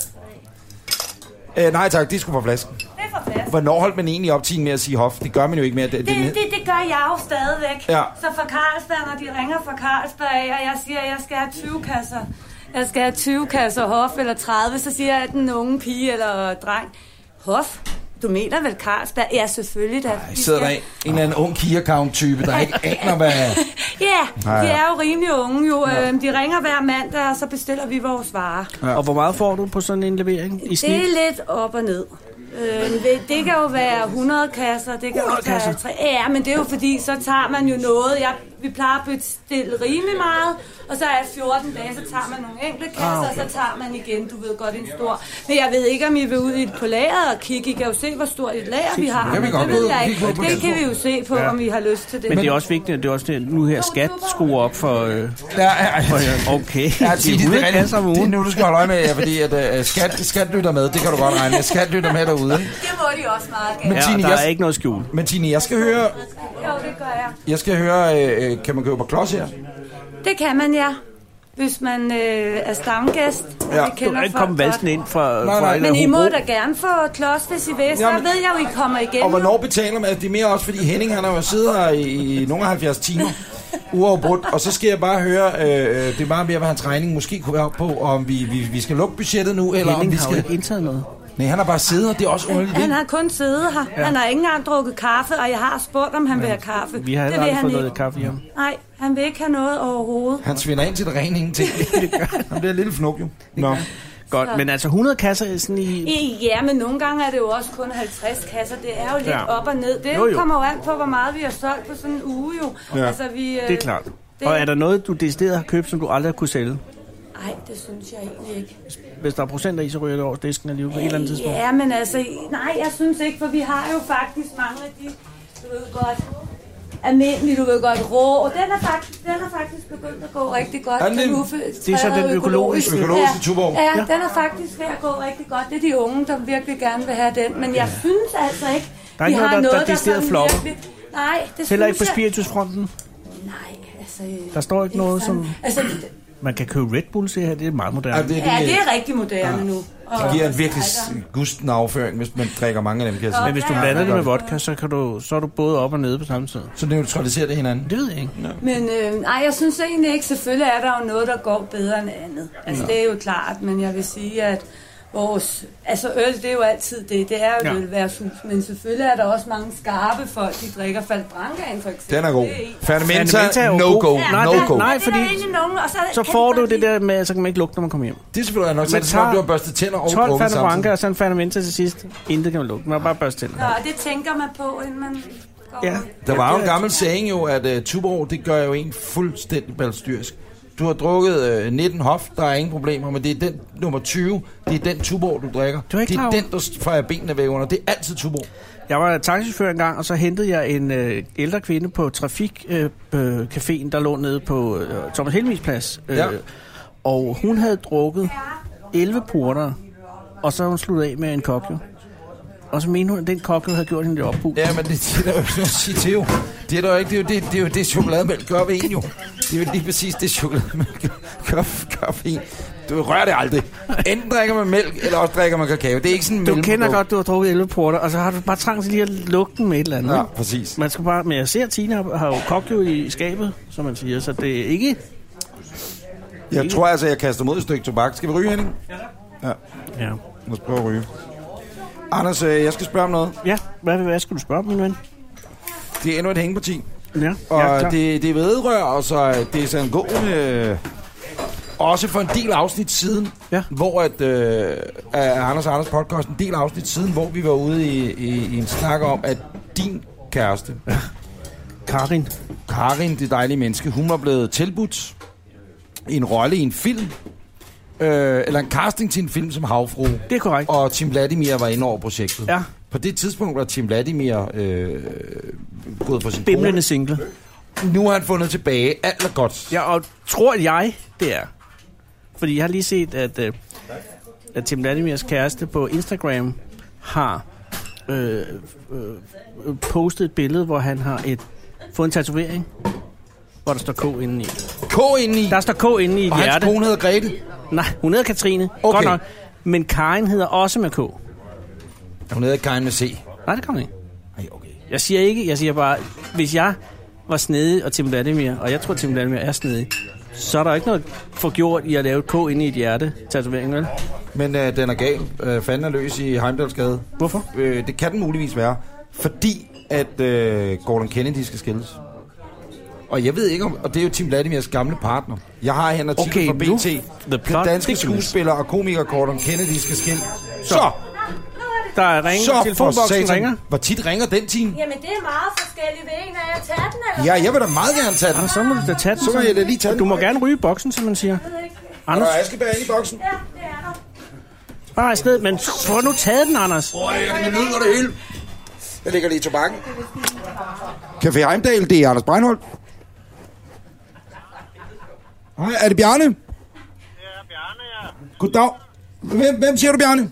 Speaker 2: Øh, nej tak, det skulle på flasken.
Speaker 4: det er for plads.
Speaker 2: Hvornår holdt man egentlig op tiden med at sige hof? Det gør man jo ikke mere. Det,
Speaker 4: Det,
Speaker 2: det,
Speaker 4: det, det gør jeg jo stadigvæk.
Speaker 2: Ja.
Speaker 4: Så fra Carlsberg, når de ringer fra Carlsberg, af, og jeg siger, at jeg skal have 20 kasser. Jeg skal have 20 kasser hof eller 30, så siger jeg at den unge pige eller dreng, hof, du mener vel Carlsberg? Ja, selvfølgelig da.
Speaker 2: Jeg
Speaker 4: Vi
Speaker 2: sidder der
Speaker 4: skal-
Speaker 2: en en eller anden ung key account type der ikke aner, hvad...
Speaker 4: Ja,
Speaker 2: Ja,
Speaker 4: de
Speaker 2: ja.
Speaker 4: er jo rimelig unge jo. Øhm, De ringer hver mandag, og så bestiller vi vores varer.
Speaker 3: Ja. Og hvor meget får du på sådan en levering i
Speaker 4: Det
Speaker 3: snit?
Speaker 4: er lidt op og ned. Øhm, det- det kan jo være 100 kasser, det kan
Speaker 3: 100
Speaker 4: jo være
Speaker 3: kasser?
Speaker 4: tre. Ja, men det er jo fordi, så tager man jo noget. Jeg, vi plejer at bestille rimelig meget, og så er 14 dage, så tager man nogle enkelte kasser, ah, okay. og så tager man igen, du ved godt, en stor. Men jeg ved ikke, om I vil ud i et på lageret og kigge. I kan jo se, hvor stort et lager vi har.
Speaker 2: kan vi
Speaker 4: men
Speaker 2: godt
Speaker 4: det ved
Speaker 2: ud og
Speaker 4: jeg
Speaker 2: kigge
Speaker 4: ikke.
Speaker 2: på.
Speaker 4: Det kan vi jo se på, om I har lyst til det.
Speaker 3: Men det er også vigtigt, at det er også det, nu her skat skruer op for... Øh,
Speaker 2: Ja, ja, ja.
Speaker 3: okay,
Speaker 2: Ja,
Speaker 3: det
Speaker 2: Tine,
Speaker 3: er 100
Speaker 2: rigtigt.
Speaker 3: kasser om
Speaker 2: Det er
Speaker 3: ugen.
Speaker 2: nu, du skal holde øje med, ja, fordi at, uh, skat, skat lytter med. Det kan du godt regne med. Skat lytter med derude. ikke?
Speaker 4: det må de også meget
Speaker 2: Men,
Speaker 4: gerne.
Speaker 3: Ja,
Speaker 2: Tine,
Speaker 3: der er
Speaker 2: jeg,
Speaker 3: ikke noget skjul.
Speaker 2: men Tine, jeg skal høre,
Speaker 4: Jo, det gør jeg.
Speaker 2: jeg skal høre øh, øh, kan man købe på klods her?
Speaker 4: Det kan man, ja. Hvis man øh, er stamgæst, og
Speaker 2: Ja.
Speaker 4: det
Speaker 3: Du
Speaker 4: kender
Speaker 3: kan ikke
Speaker 4: folk
Speaker 3: komme
Speaker 4: godt.
Speaker 3: valsen ind fra,
Speaker 2: Nej, nej.
Speaker 3: fra
Speaker 4: Men I må
Speaker 3: Hobro.
Speaker 4: da gerne få klods, hvis I vil. Så
Speaker 2: Jamen-
Speaker 4: ved jeg jo, I kommer igen.
Speaker 2: Og hvornår betaler man? Det er mere også, fordi Henning han har jo siddet her i, i nogle af 70 timer uafbrudt, og så skal jeg bare høre, øh, øh, det er meget mere, hvad hans regning måske kunne være op på, om vi, vi, vi skal lukke budgettet nu, eller om
Speaker 3: Henning
Speaker 2: vi
Speaker 3: har jo
Speaker 2: skal...
Speaker 3: ikke indtaget noget.
Speaker 2: Nej, han har bare siddet, og det er også underligt.
Speaker 4: Han
Speaker 2: ikke?
Speaker 4: har kun siddet her. Ja. Han har ikke engang drukket kaffe, og jeg har spurgt, om han vil have kaffe.
Speaker 3: Vi har
Speaker 4: det
Speaker 3: heller
Speaker 4: vil
Speaker 3: aldrig
Speaker 4: han
Speaker 3: fået
Speaker 4: ikke.
Speaker 3: noget kaffe hjem.
Speaker 4: Nej, han vil ikke have noget overhovedet.
Speaker 2: Han svinder ind til det rene ingenting. Han bliver en lille fnuk, jo. Nå.
Speaker 3: Godt, men altså 100 kasser er sådan i...
Speaker 4: I- Ja, men nogle gange er det jo også kun 50 kasser. Det er jo lidt
Speaker 3: Ja.
Speaker 4: op og ned. Det
Speaker 3: Jo, jo.
Speaker 4: kommer jo an på, hvor meget vi har solgt på sådan en uge jo.
Speaker 2: Ja.
Speaker 4: Altså, vi, øh,
Speaker 3: Det er klart. Og er der noget, du decideret har købt, som du aldrig har kunne sælge?
Speaker 4: Nej, øh, det synes jeg egentlig ikke.
Speaker 3: Hvis der er procenter i, så ryger det over disken alligevel på et eller andet tidspunkt.
Speaker 4: Ja, men altså, nej, jeg synes ikke, for vi har jo faktisk mange af de, du ved godt, almindelig, du ved godt, rå. Og den er faktisk, den er faktisk begyndt at gå rigtig godt.
Speaker 2: Er den det?
Speaker 4: uffe-
Speaker 3: Det er så den
Speaker 4: træet
Speaker 3: økologiske.
Speaker 2: Økologiske
Speaker 4: Ja.
Speaker 2: Tuborg.
Speaker 4: Ja, den er faktisk ved at gå rigtig godt. Det er de unge, der virkelig gerne vil have den. Men jeg synes altså ikke,
Speaker 3: Der er ikke
Speaker 4: vi
Speaker 3: noget,
Speaker 4: har
Speaker 3: der- der
Speaker 4: noget, der,
Speaker 3: decideret
Speaker 4: sådan
Speaker 3: flopper.
Speaker 4: virkelig- Nej, det
Speaker 3: Heller ikke på
Speaker 4: synes jeg-
Speaker 3: spiritusfronten.
Speaker 4: Nej, altså...
Speaker 3: Der står ikke noget, som-
Speaker 4: fandme- Altså, det-
Speaker 3: Man kan købe Red Bull, siger her. Det er meget moderne.
Speaker 2: Ja, det,
Speaker 4: ja, det
Speaker 2: det,
Speaker 4: er rigtig moderne nu. Og,
Speaker 2: det giver en virkelig s- gusten afføring, hvis man drikker mange af dem, kan jeg
Speaker 3: Men
Speaker 2: sige.
Speaker 3: hvis du
Speaker 4: Ja,
Speaker 3: blander
Speaker 4: det
Speaker 3: det
Speaker 4: gør
Speaker 3: med
Speaker 4: det.
Speaker 3: vodka, så, kan du, så er du både op og nede på samme tid.
Speaker 2: Så neutraliserer det hinanden.
Speaker 3: Det ved jeg ikke.
Speaker 4: Men øh, nej, jeg synes egentlig ikke, selvfølgelig er der jo noget, der går bedre end andet. Altså, det er jo klart, men jeg vil sige, at vores... Altså, øl, det er jo altid det. Det er jo
Speaker 3: Ja.
Speaker 4: ja. et værtshus, men selvfølgelig er der også mange skarpe folk, de drikker faldbrankaen, for eksempel.
Speaker 2: Den er god.
Speaker 4: Det en-
Speaker 2: Fermenta,
Speaker 3: Fermenta er jo god.
Speaker 2: no-go,
Speaker 3: Nej, den-
Speaker 2: no-go.
Speaker 3: nej.
Speaker 4: Men det er der
Speaker 3: fordi-
Speaker 4: egentlig nogen, og så,
Speaker 3: Så får du det der med, at så kan man ikke lugte, når man kommer hjem.
Speaker 2: Det er selvfølgelig nok, så
Speaker 3: Man
Speaker 2: det er som om,
Speaker 3: tager
Speaker 2: du har børstet tænder og
Speaker 3: 12
Speaker 2: drukket
Speaker 3: Fanta Branca
Speaker 2: samtidig.
Speaker 3: og så en Fanta Menta til sidst. Intet kan man lugte. Man har bare børste til.
Speaker 4: Nå, det tænker man på, inden man går.
Speaker 3: Ja.
Speaker 2: Der var jo en
Speaker 3: det er-
Speaker 2: gammel saying jo, at uh, Tuborg, det gør jo en fuldstændig balstyrisk. Du har drukket uh, 19 hof, der er ingen problemer, men det er den nummer 20, det er den Tuborg, du drikker.
Speaker 3: Du er ikke
Speaker 2: det
Speaker 3: klar
Speaker 2: er
Speaker 3: over-
Speaker 2: den, der s- fejrer benene væk under. Det er altid Tuborg.
Speaker 3: Jeg var taxichauffør engang, og så hentede jeg en øh, ældre kvinde på trafikcaféen, øh, caféen, der lå nede på øh, Thomas Helmis plads. Øh,
Speaker 2: Ja.
Speaker 3: Og hun havde drukket 11 porter, og så havde hun sluttet af med en kokjo. Og så mente hun, at den kokjo havde gjort hende lidt opbrug.
Speaker 2: Ja, men det, det er der jo ikke noget at sige til jo. Det er der jo ikke. Det er jo det, det, er jo det chokolademælk gør ved en jo. Det er jo lige præcis det chokolademælk gør, gør ved en. Du rører det aldrig. Enten drikker man mælk, eller også drikker man kakao. Det er ikke sådan en
Speaker 3: Du kender
Speaker 2: mellemprodukt.
Speaker 3: godt, du har drukket 11 porter, og så har du bare trang til lige at lugte den med et eller andet.
Speaker 2: Ja,
Speaker 3: ikke?
Speaker 2: præcis.
Speaker 3: Man skal bare, men jeg ser, at Tina har- har jo kokjo i skabet, som man siger, så det er ikke...
Speaker 2: Jeg tror altså, jeg kaster mod et stykke tobak. Skal vi ryge, Henning?
Speaker 3: Ja.
Speaker 2: Lad os prøve at ryge. Anders, øh, jeg skal spørge om noget.
Speaker 3: Ja, hvad, hvad skal du spørge, min ven?
Speaker 2: Det er endnu et hængeparti.
Speaker 3: Ja,
Speaker 2: Og
Speaker 3: ja,
Speaker 2: ja,
Speaker 3: klar.
Speaker 2: det, det vedrører, og så det er sådan en god... Øh, også for en del afsnit siden,
Speaker 3: Ja.
Speaker 2: hvor at, øh, af Anders og Anders podcast, en del afsnit siden, hvor vi var ude i, i, i en snak om, at din kæreste,
Speaker 3: Karin.
Speaker 2: Karin, det dejlige menneske, hun var blevet tilbudt en rolle i en film, øh, eller en casting til en film som Havfru,
Speaker 3: Det er korrekt.
Speaker 2: og Tim Vladimir var inde over projektet.
Speaker 3: Ja.
Speaker 2: På det tidspunkt var Tim Vladimir øh, gået fra sin
Speaker 3: Bimlende single.
Speaker 2: kone. Nu har han fundet tilbage. Alt er godt.
Speaker 3: Ja, og tror jeg, det er. Fordi jeg har lige set, at, øh, at Tim Vladimirs kæreste på Instagram har øh, øh, øh, postet et billede, hvor han har et, fået en tatovering, hvor der står K indeni.
Speaker 2: K indeni.
Speaker 3: Der står K indeni i et
Speaker 2: og hans
Speaker 3: hjerte.
Speaker 2: kone hedder Grete.
Speaker 3: Nej, hun hedder Katrine.
Speaker 2: Okay.
Speaker 3: Godt nok. Men Karin hedder også med K.
Speaker 2: Hun hedder Karin med C.
Speaker 3: Nej, det kommer ikke.
Speaker 2: Ej, okay.
Speaker 3: Jeg siger ikke, jeg siger bare, hvis jeg var snedig og Tim Vladimir, og jeg tror, Tim Vladimir er snedig, så er der ikke noget forgjort i at lave et K inde i et hjerte tatovering, vel?
Speaker 2: Men øh, den er gal. Øh, fanden er løs i Heimdalsgade.
Speaker 3: Hvorfor?
Speaker 2: Øh, det kan den muligvis være. Fordi at øh, Gordon Kennedy skal skilles. Og jeg ved ikke om... Og det er jo Tim Vladimirs gamle partner. Jeg har her en artikel
Speaker 3: Okay,
Speaker 2: fra
Speaker 3: nu-
Speaker 2: BT.
Speaker 3: The
Speaker 2: Den
Speaker 3: plot
Speaker 2: danske
Speaker 3: thickens.
Speaker 2: skuespiller og komiker Gordon Kennedy skal skilles. Så!
Speaker 3: Der er ring,
Speaker 2: Så for
Speaker 3: telefonboksen
Speaker 2: satan.
Speaker 3: ringer.
Speaker 2: Hvor tit ringer den time?
Speaker 4: Jamen, det er meget forskelligt ved en, når jeg tager den, eller
Speaker 2: Ja, jeg vil da meget gerne tage den.
Speaker 3: Og så må du da tage den.
Speaker 2: Så må jeg da lige tage den.
Speaker 3: Du må gerne ryge i boksen, som man siger.
Speaker 4: hvad ikke?
Speaker 3: Anders,
Speaker 2: Og Askeberg er inde i boksen.
Speaker 4: Ja, det er der.
Speaker 3: bare rejs ned, men få nu taget den, Anders.
Speaker 2: Åh, jeg nyder det hele. Jeg ligger lige i tobakken. Café Heimdal, det er Anders Breinholt. Hej, er det Bjarne? Ja, Bjarne, ja. Goddag. Hvem, hvem siger du, Bjarne?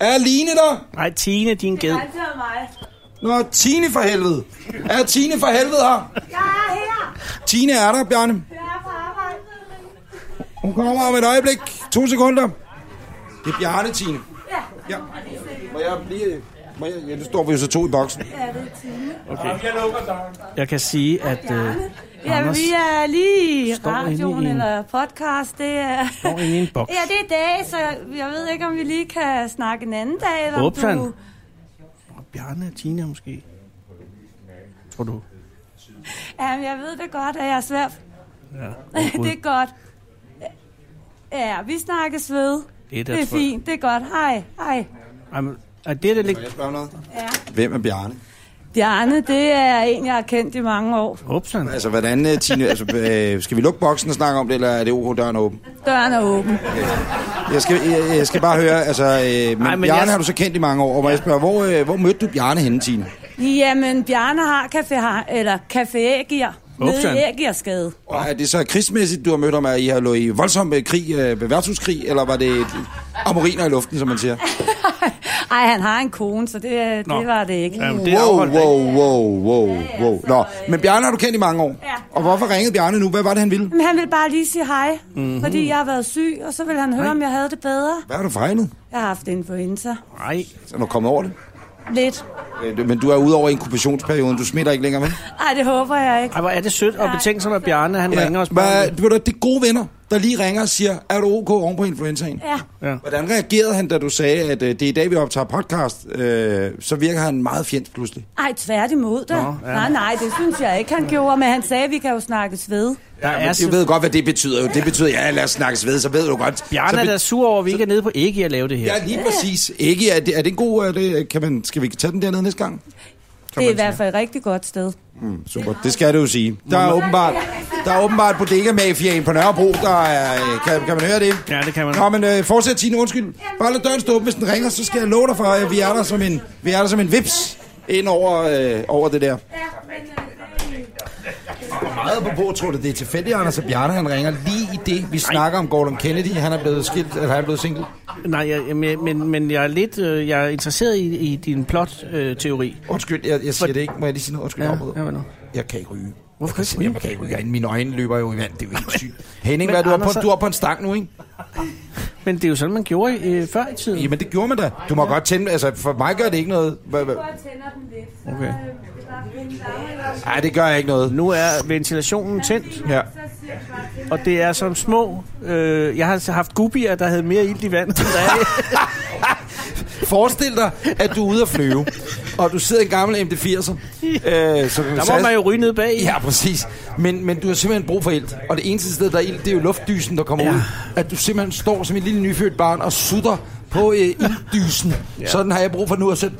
Speaker 2: Er Line der?
Speaker 3: Nej, Tine, din ged.
Speaker 4: Nej, det er mig.
Speaker 2: Nå, Tine for helvede. Er Tine for helvede her?
Speaker 4: Jeg er her.
Speaker 2: Tine er der, Bjarne.
Speaker 4: Jeg er på arbejde.
Speaker 2: Hun kommer om et øjeblik. To sekunder. Det er Bjarne, Tine.
Speaker 4: Ja,
Speaker 2: Ja. Må jeg blive... Må jeg... Ja, nu står vi jo så to i boksen.
Speaker 4: ja det er Tine.
Speaker 3: Jeg kan sige, at... Øh,
Speaker 4: Ja,
Speaker 3: Anders
Speaker 4: vi er lige i
Speaker 3: står inde
Speaker 4: radioen
Speaker 3: i en-
Speaker 4: eller podcast. Det er...
Speaker 3: står inde i en boks.
Speaker 4: Ja, det er i dag, så jeg ved ikke, om vi lige kan snakke en anden dag. Eller om
Speaker 3: Upsan.
Speaker 4: du...
Speaker 3: Bjarne og Tine måske. Tror du?
Speaker 4: Jamen, jeg ved det godt, at jeg er svær.
Speaker 3: Ja.
Speaker 4: det er godt. Ja, vi snakkes ved.
Speaker 3: Det er da
Speaker 4: det er
Speaker 3: trygt.
Speaker 4: fint, det er godt. Hej, hej.
Speaker 3: Ej, men, er det, der ligger...
Speaker 2: spørge noget?
Speaker 4: Ja.
Speaker 2: Hvem er Bjarne?
Speaker 4: Bjarne, det er en, jeg har kendt i mange år.
Speaker 3: Upsen.
Speaker 2: Altså, hvordan, øh, Tine, altså, øh, skal vi lukke boksen og snakke om det, eller er det OK, døren er åben?
Speaker 4: Døren er åben.
Speaker 2: Jeg skal, jeg, jeg skal bare høre, altså, øh, men,
Speaker 3: Ej,
Speaker 2: Ej,
Speaker 3: men
Speaker 2: men Bjarne
Speaker 3: jeg-
Speaker 2: jeg... har du så kendt i mange år, og må jeg spørge, hvor, øh, hvor mødte du Bjarne henne, Tine?
Speaker 4: Jamen, Bjarne har café, har, eller café Ægir.
Speaker 3: Upsan.
Speaker 4: Nede i Ægirskade.
Speaker 2: Og er det så krigsmæssigt, du har mødt om, at I har lå i voldsom øh, krig, øh, værtshuskrig, eller var det et amoriner i luften, som man siger?
Speaker 4: Ej, han har en kone, så det,
Speaker 3: Nå.
Speaker 4: det var det ikke.
Speaker 3: Jamen, det er
Speaker 2: Wow,
Speaker 3: afholdt. ikke?
Speaker 2: wow, wow, wow, wow. Nå, men Bjarne har du kendt i mange år.
Speaker 4: Ja.
Speaker 2: Og hvorfor ringede Bjarne nu? Hvad var det, han ville?
Speaker 4: Men han ville bare lige sige hej, mm-hmm. fordi jeg har været syg, og så ville han høre, om jeg havde det bedre.
Speaker 2: Hvad har du fejlet?
Speaker 4: Jeg har haft influenza.
Speaker 3: Nej.
Speaker 2: Så er du kommet over det.
Speaker 4: Lidt.
Speaker 2: Øh, det- Men du er ude over inkubationsperioden. Du smitter ikke længere, vel?
Speaker 4: Ej, det håber jeg ikke.
Speaker 3: Ej, hvor er det sødt og betænksomt, at Bjarne han ringer os på.
Speaker 2: Hvad, ved du, det er gode venner, der lige ringer og siger, er du ok oven på influenzaen?
Speaker 4: Ja.
Speaker 3: Ja.
Speaker 2: Hvordan reagerede han, da du sagde, at øh, det er i dag, vi optager podcast? Øh, så virker han meget fjendsk pludselig.
Speaker 4: Ej, tværtimod da.
Speaker 3: Nå,
Speaker 4: Nå,
Speaker 3: ja.
Speaker 4: ja. Nej, nej, det synes jeg ikke, han gjorde, men han sagde, at vi kan jo snakkes ved.
Speaker 3: Der er
Speaker 2: Jeg
Speaker 3: simpelthen-
Speaker 2: ved godt, hvad det betyder. Jo. Det betyder, ja, lad os snakkes ved, så ved du godt. så
Speaker 3: Bjarne er
Speaker 2: be-
Speaker 3: da sur over, at vi ikke er nede på ægge at lave det her.
Speaker 2: Ja, lige præcis. Ikke, er det, er det en god... Er det, kan man, skal vi tage den dernede næste gang?
Speaker 4: Det er i hvert fald et rigtig godt sted.
Speaker 2: Super, det skal du jo sige. Der er åbenbart, der er åbenbart bodega-mafiaen på Nørrebro, der er... øh, Kan, kan man høre det?
Speaker 3: Ja, det kan man.
Speaker 2: Nå, men øh, fortsæt, Tine, undskyld. Bare lad døren stå åben, hvis den ringer, så skal jeg love dig for, at vi er der som en, vi er der som en vips ind over, øh, over det der. Meget på på, tror du, det er tilfældigt, Anders og Bjarne, han ringer lige i det, vi snakker om Gordon Kennedy. Han er blevet skilt, eller han er blevet single.
Speaker 3: Nej, jeg, men, men, men jeg er lidt øh, jeg er interesseret i, i din plot-teori. Øh,
Speaker 2: Undskyld, jeg, jeg siger det ikke. Må jeg lige sige noget? Undskyld,
Speaker 3: Ja,
Speaker 2: afbryder.
Speaker 3: ja, hvad nu?
Speaker 2: Jeg kan ikke ryge.
Speaker 3: Hvorfor kan du ikke
Speaker 2: Jeg kan ikke ryge. Jeg- Mine øjne løber jo i vand. Det er jo helt sygt. Henning,
Speaker 3: Men
Speaker 2: hvad, er du, er
Speaker 3: Anders,
Speaker 2: på,
Speaker 3: så-
Speaker 2: du er på en stang nu, ikke?
Speaker 3: men det er jo sådan, man gjorde øh, før i tiden.
Speaker 2: Jamen, det gjorde man da. Du må godt tænde. Altså, for mig gør det ikke noget. Hva- hva-
Speaker 3: Okay.
Speaker 2: Nej, det gør jeg ikke noget.
Speaker 3: Nu er ventilationen tændt,
Speaker 2: Ja.
Speaker 3: og det er som små... Øh, jeg har altså haft gubier, der havde mere ild i vandet. end der er i-
Speaker 2: Forestil dig, at du er ude at flyve, og du sidder i en gammel MD-80'er. Øh, så
Speaker 3: der må man jo ryge ned bag.
Speaker 2: Ja, præcis. Men, men du har simpelthen brug for ilt. Og det eneste sted, der er ilt, det er jo luftdysen, der kommer
Speaker 3: Ja.
Speaker 2: ja. ud. At du simpelthen står som et lille nyfødt barn og sutter på øh, iltdysen. Ja. Sådan har jeg brug for nu. Og så,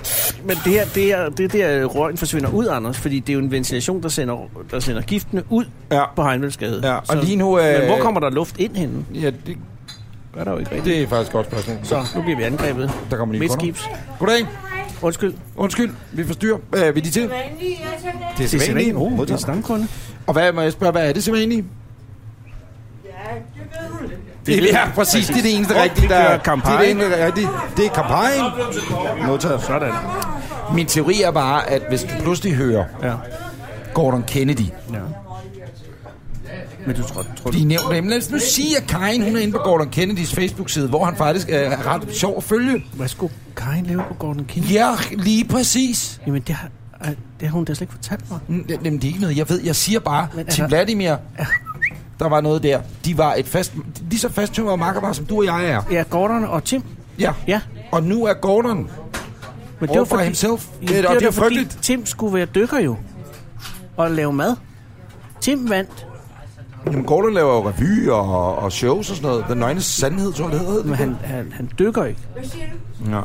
Speaker 3: Men det her, det her, det er der, øh, røgen forsvinder ud, Anders, fordi det er jo en ventilation, der sender, der sender giftene ud
Speaker 2: Ja.
Speaker 3: på Heimelsgade.
Speaker 2: Ja, og lige nu, øh,
Speaker 3: Men hvor kommer der luft ind henne?
Speaker 2: ja, det,
Speaker 3: Det er der jo ikke rigtigt.
Speaker 2: det er faktisk et godt spørgsmål. Så.
Speaker 3: Så nu bliver vi angrebet.
Speaker 2: Der kommer lige kunder.
Speaker 3: Midtskibs.
Speaker 2: Goddag.
Speaker 3: Undskyld.
Speaker 2: Undskyld, vi forstyrrer. Øh, vil de til? Det er
Speaker 3: Det er sædvanligt.
Speaker 2: sædvanligt.
Speaker 3: Oh, det er en
Speaker 2: Modtaget.
Speaker 3: stamkunde.
Speaker 2: Og hvad må jeg spørge, hvad er det sædvanligt?
Speaker 3: Det
Speaker 2: Det
Speaker 3: ved-
Speaker 2: er præcis, det er det eneste
Speaker 3: Og
Speaker 2: rigtige,
Speaker 3: vi
Speaker 2: der
Speaker 3: kører
Speaker 2: er. Det
Speaker 3: kampagne.
Speaker 2: er det eneste rigtige. Det er kampagne. Modtaget.
Speaker 3: Sådan.
Speaker 2: Min teori er bare, at hvis du pludselig hører
Speaker 3: Ja.
Speaker 2: Gordon Kennedy,
Speaker 3: ja. Men du tror, tror du...
Speaker 2: De er nævnt dem. Lad os nu sige, at Karin hun er inde på Gordon Kennedys Facebook-side, hvor han faktisk øh, er ret sjov at følge.
Speaker 3: Hvad skulle Karin lave på Gordon Kennedy?
Speaker 2: Ja, lige præcis.
Speaker 3: Jamen, det har, ej, det har hun da slet ikke fortalt mig.
Speaker 2: N- Jamen, det er ikke noget, jeg ved. Jeg siger bare
Speaker 3: Men
Speaker 2: til
Speaker 3: altså-
Speaker 2: Vladimir, der var noget der. De var et fast, lige så fasttømret makkerpar, som du og jeg er.
Speaker 3: Ja, Gordon og Tim.
Speaker 2: Ja.
Speaker 3: Ja.
Speaker 2: Og nu er Gordon.
Speaker 3: Men
Speaker 2: All by himself.
Speaker 3: Jamen,
Speaker 2: Det er-
Speaker 3: det,
Speaker 2: og
Speaker 3: var
Speaker 2: det er
Speaker 3: da fordi
Speaker 2: frygteligt.
Speaker 3: Tim skulle være dykker jo. Og lave mad. Tim vandt.
Speaker 2: Jamen, Gordon laver jo revy og, og shows og sådan noget. Den nøgne sandhed, tror jeg, det hedder.
Speaker 3: Men han, han, han dykker ikke.
Speaker 2: Ja.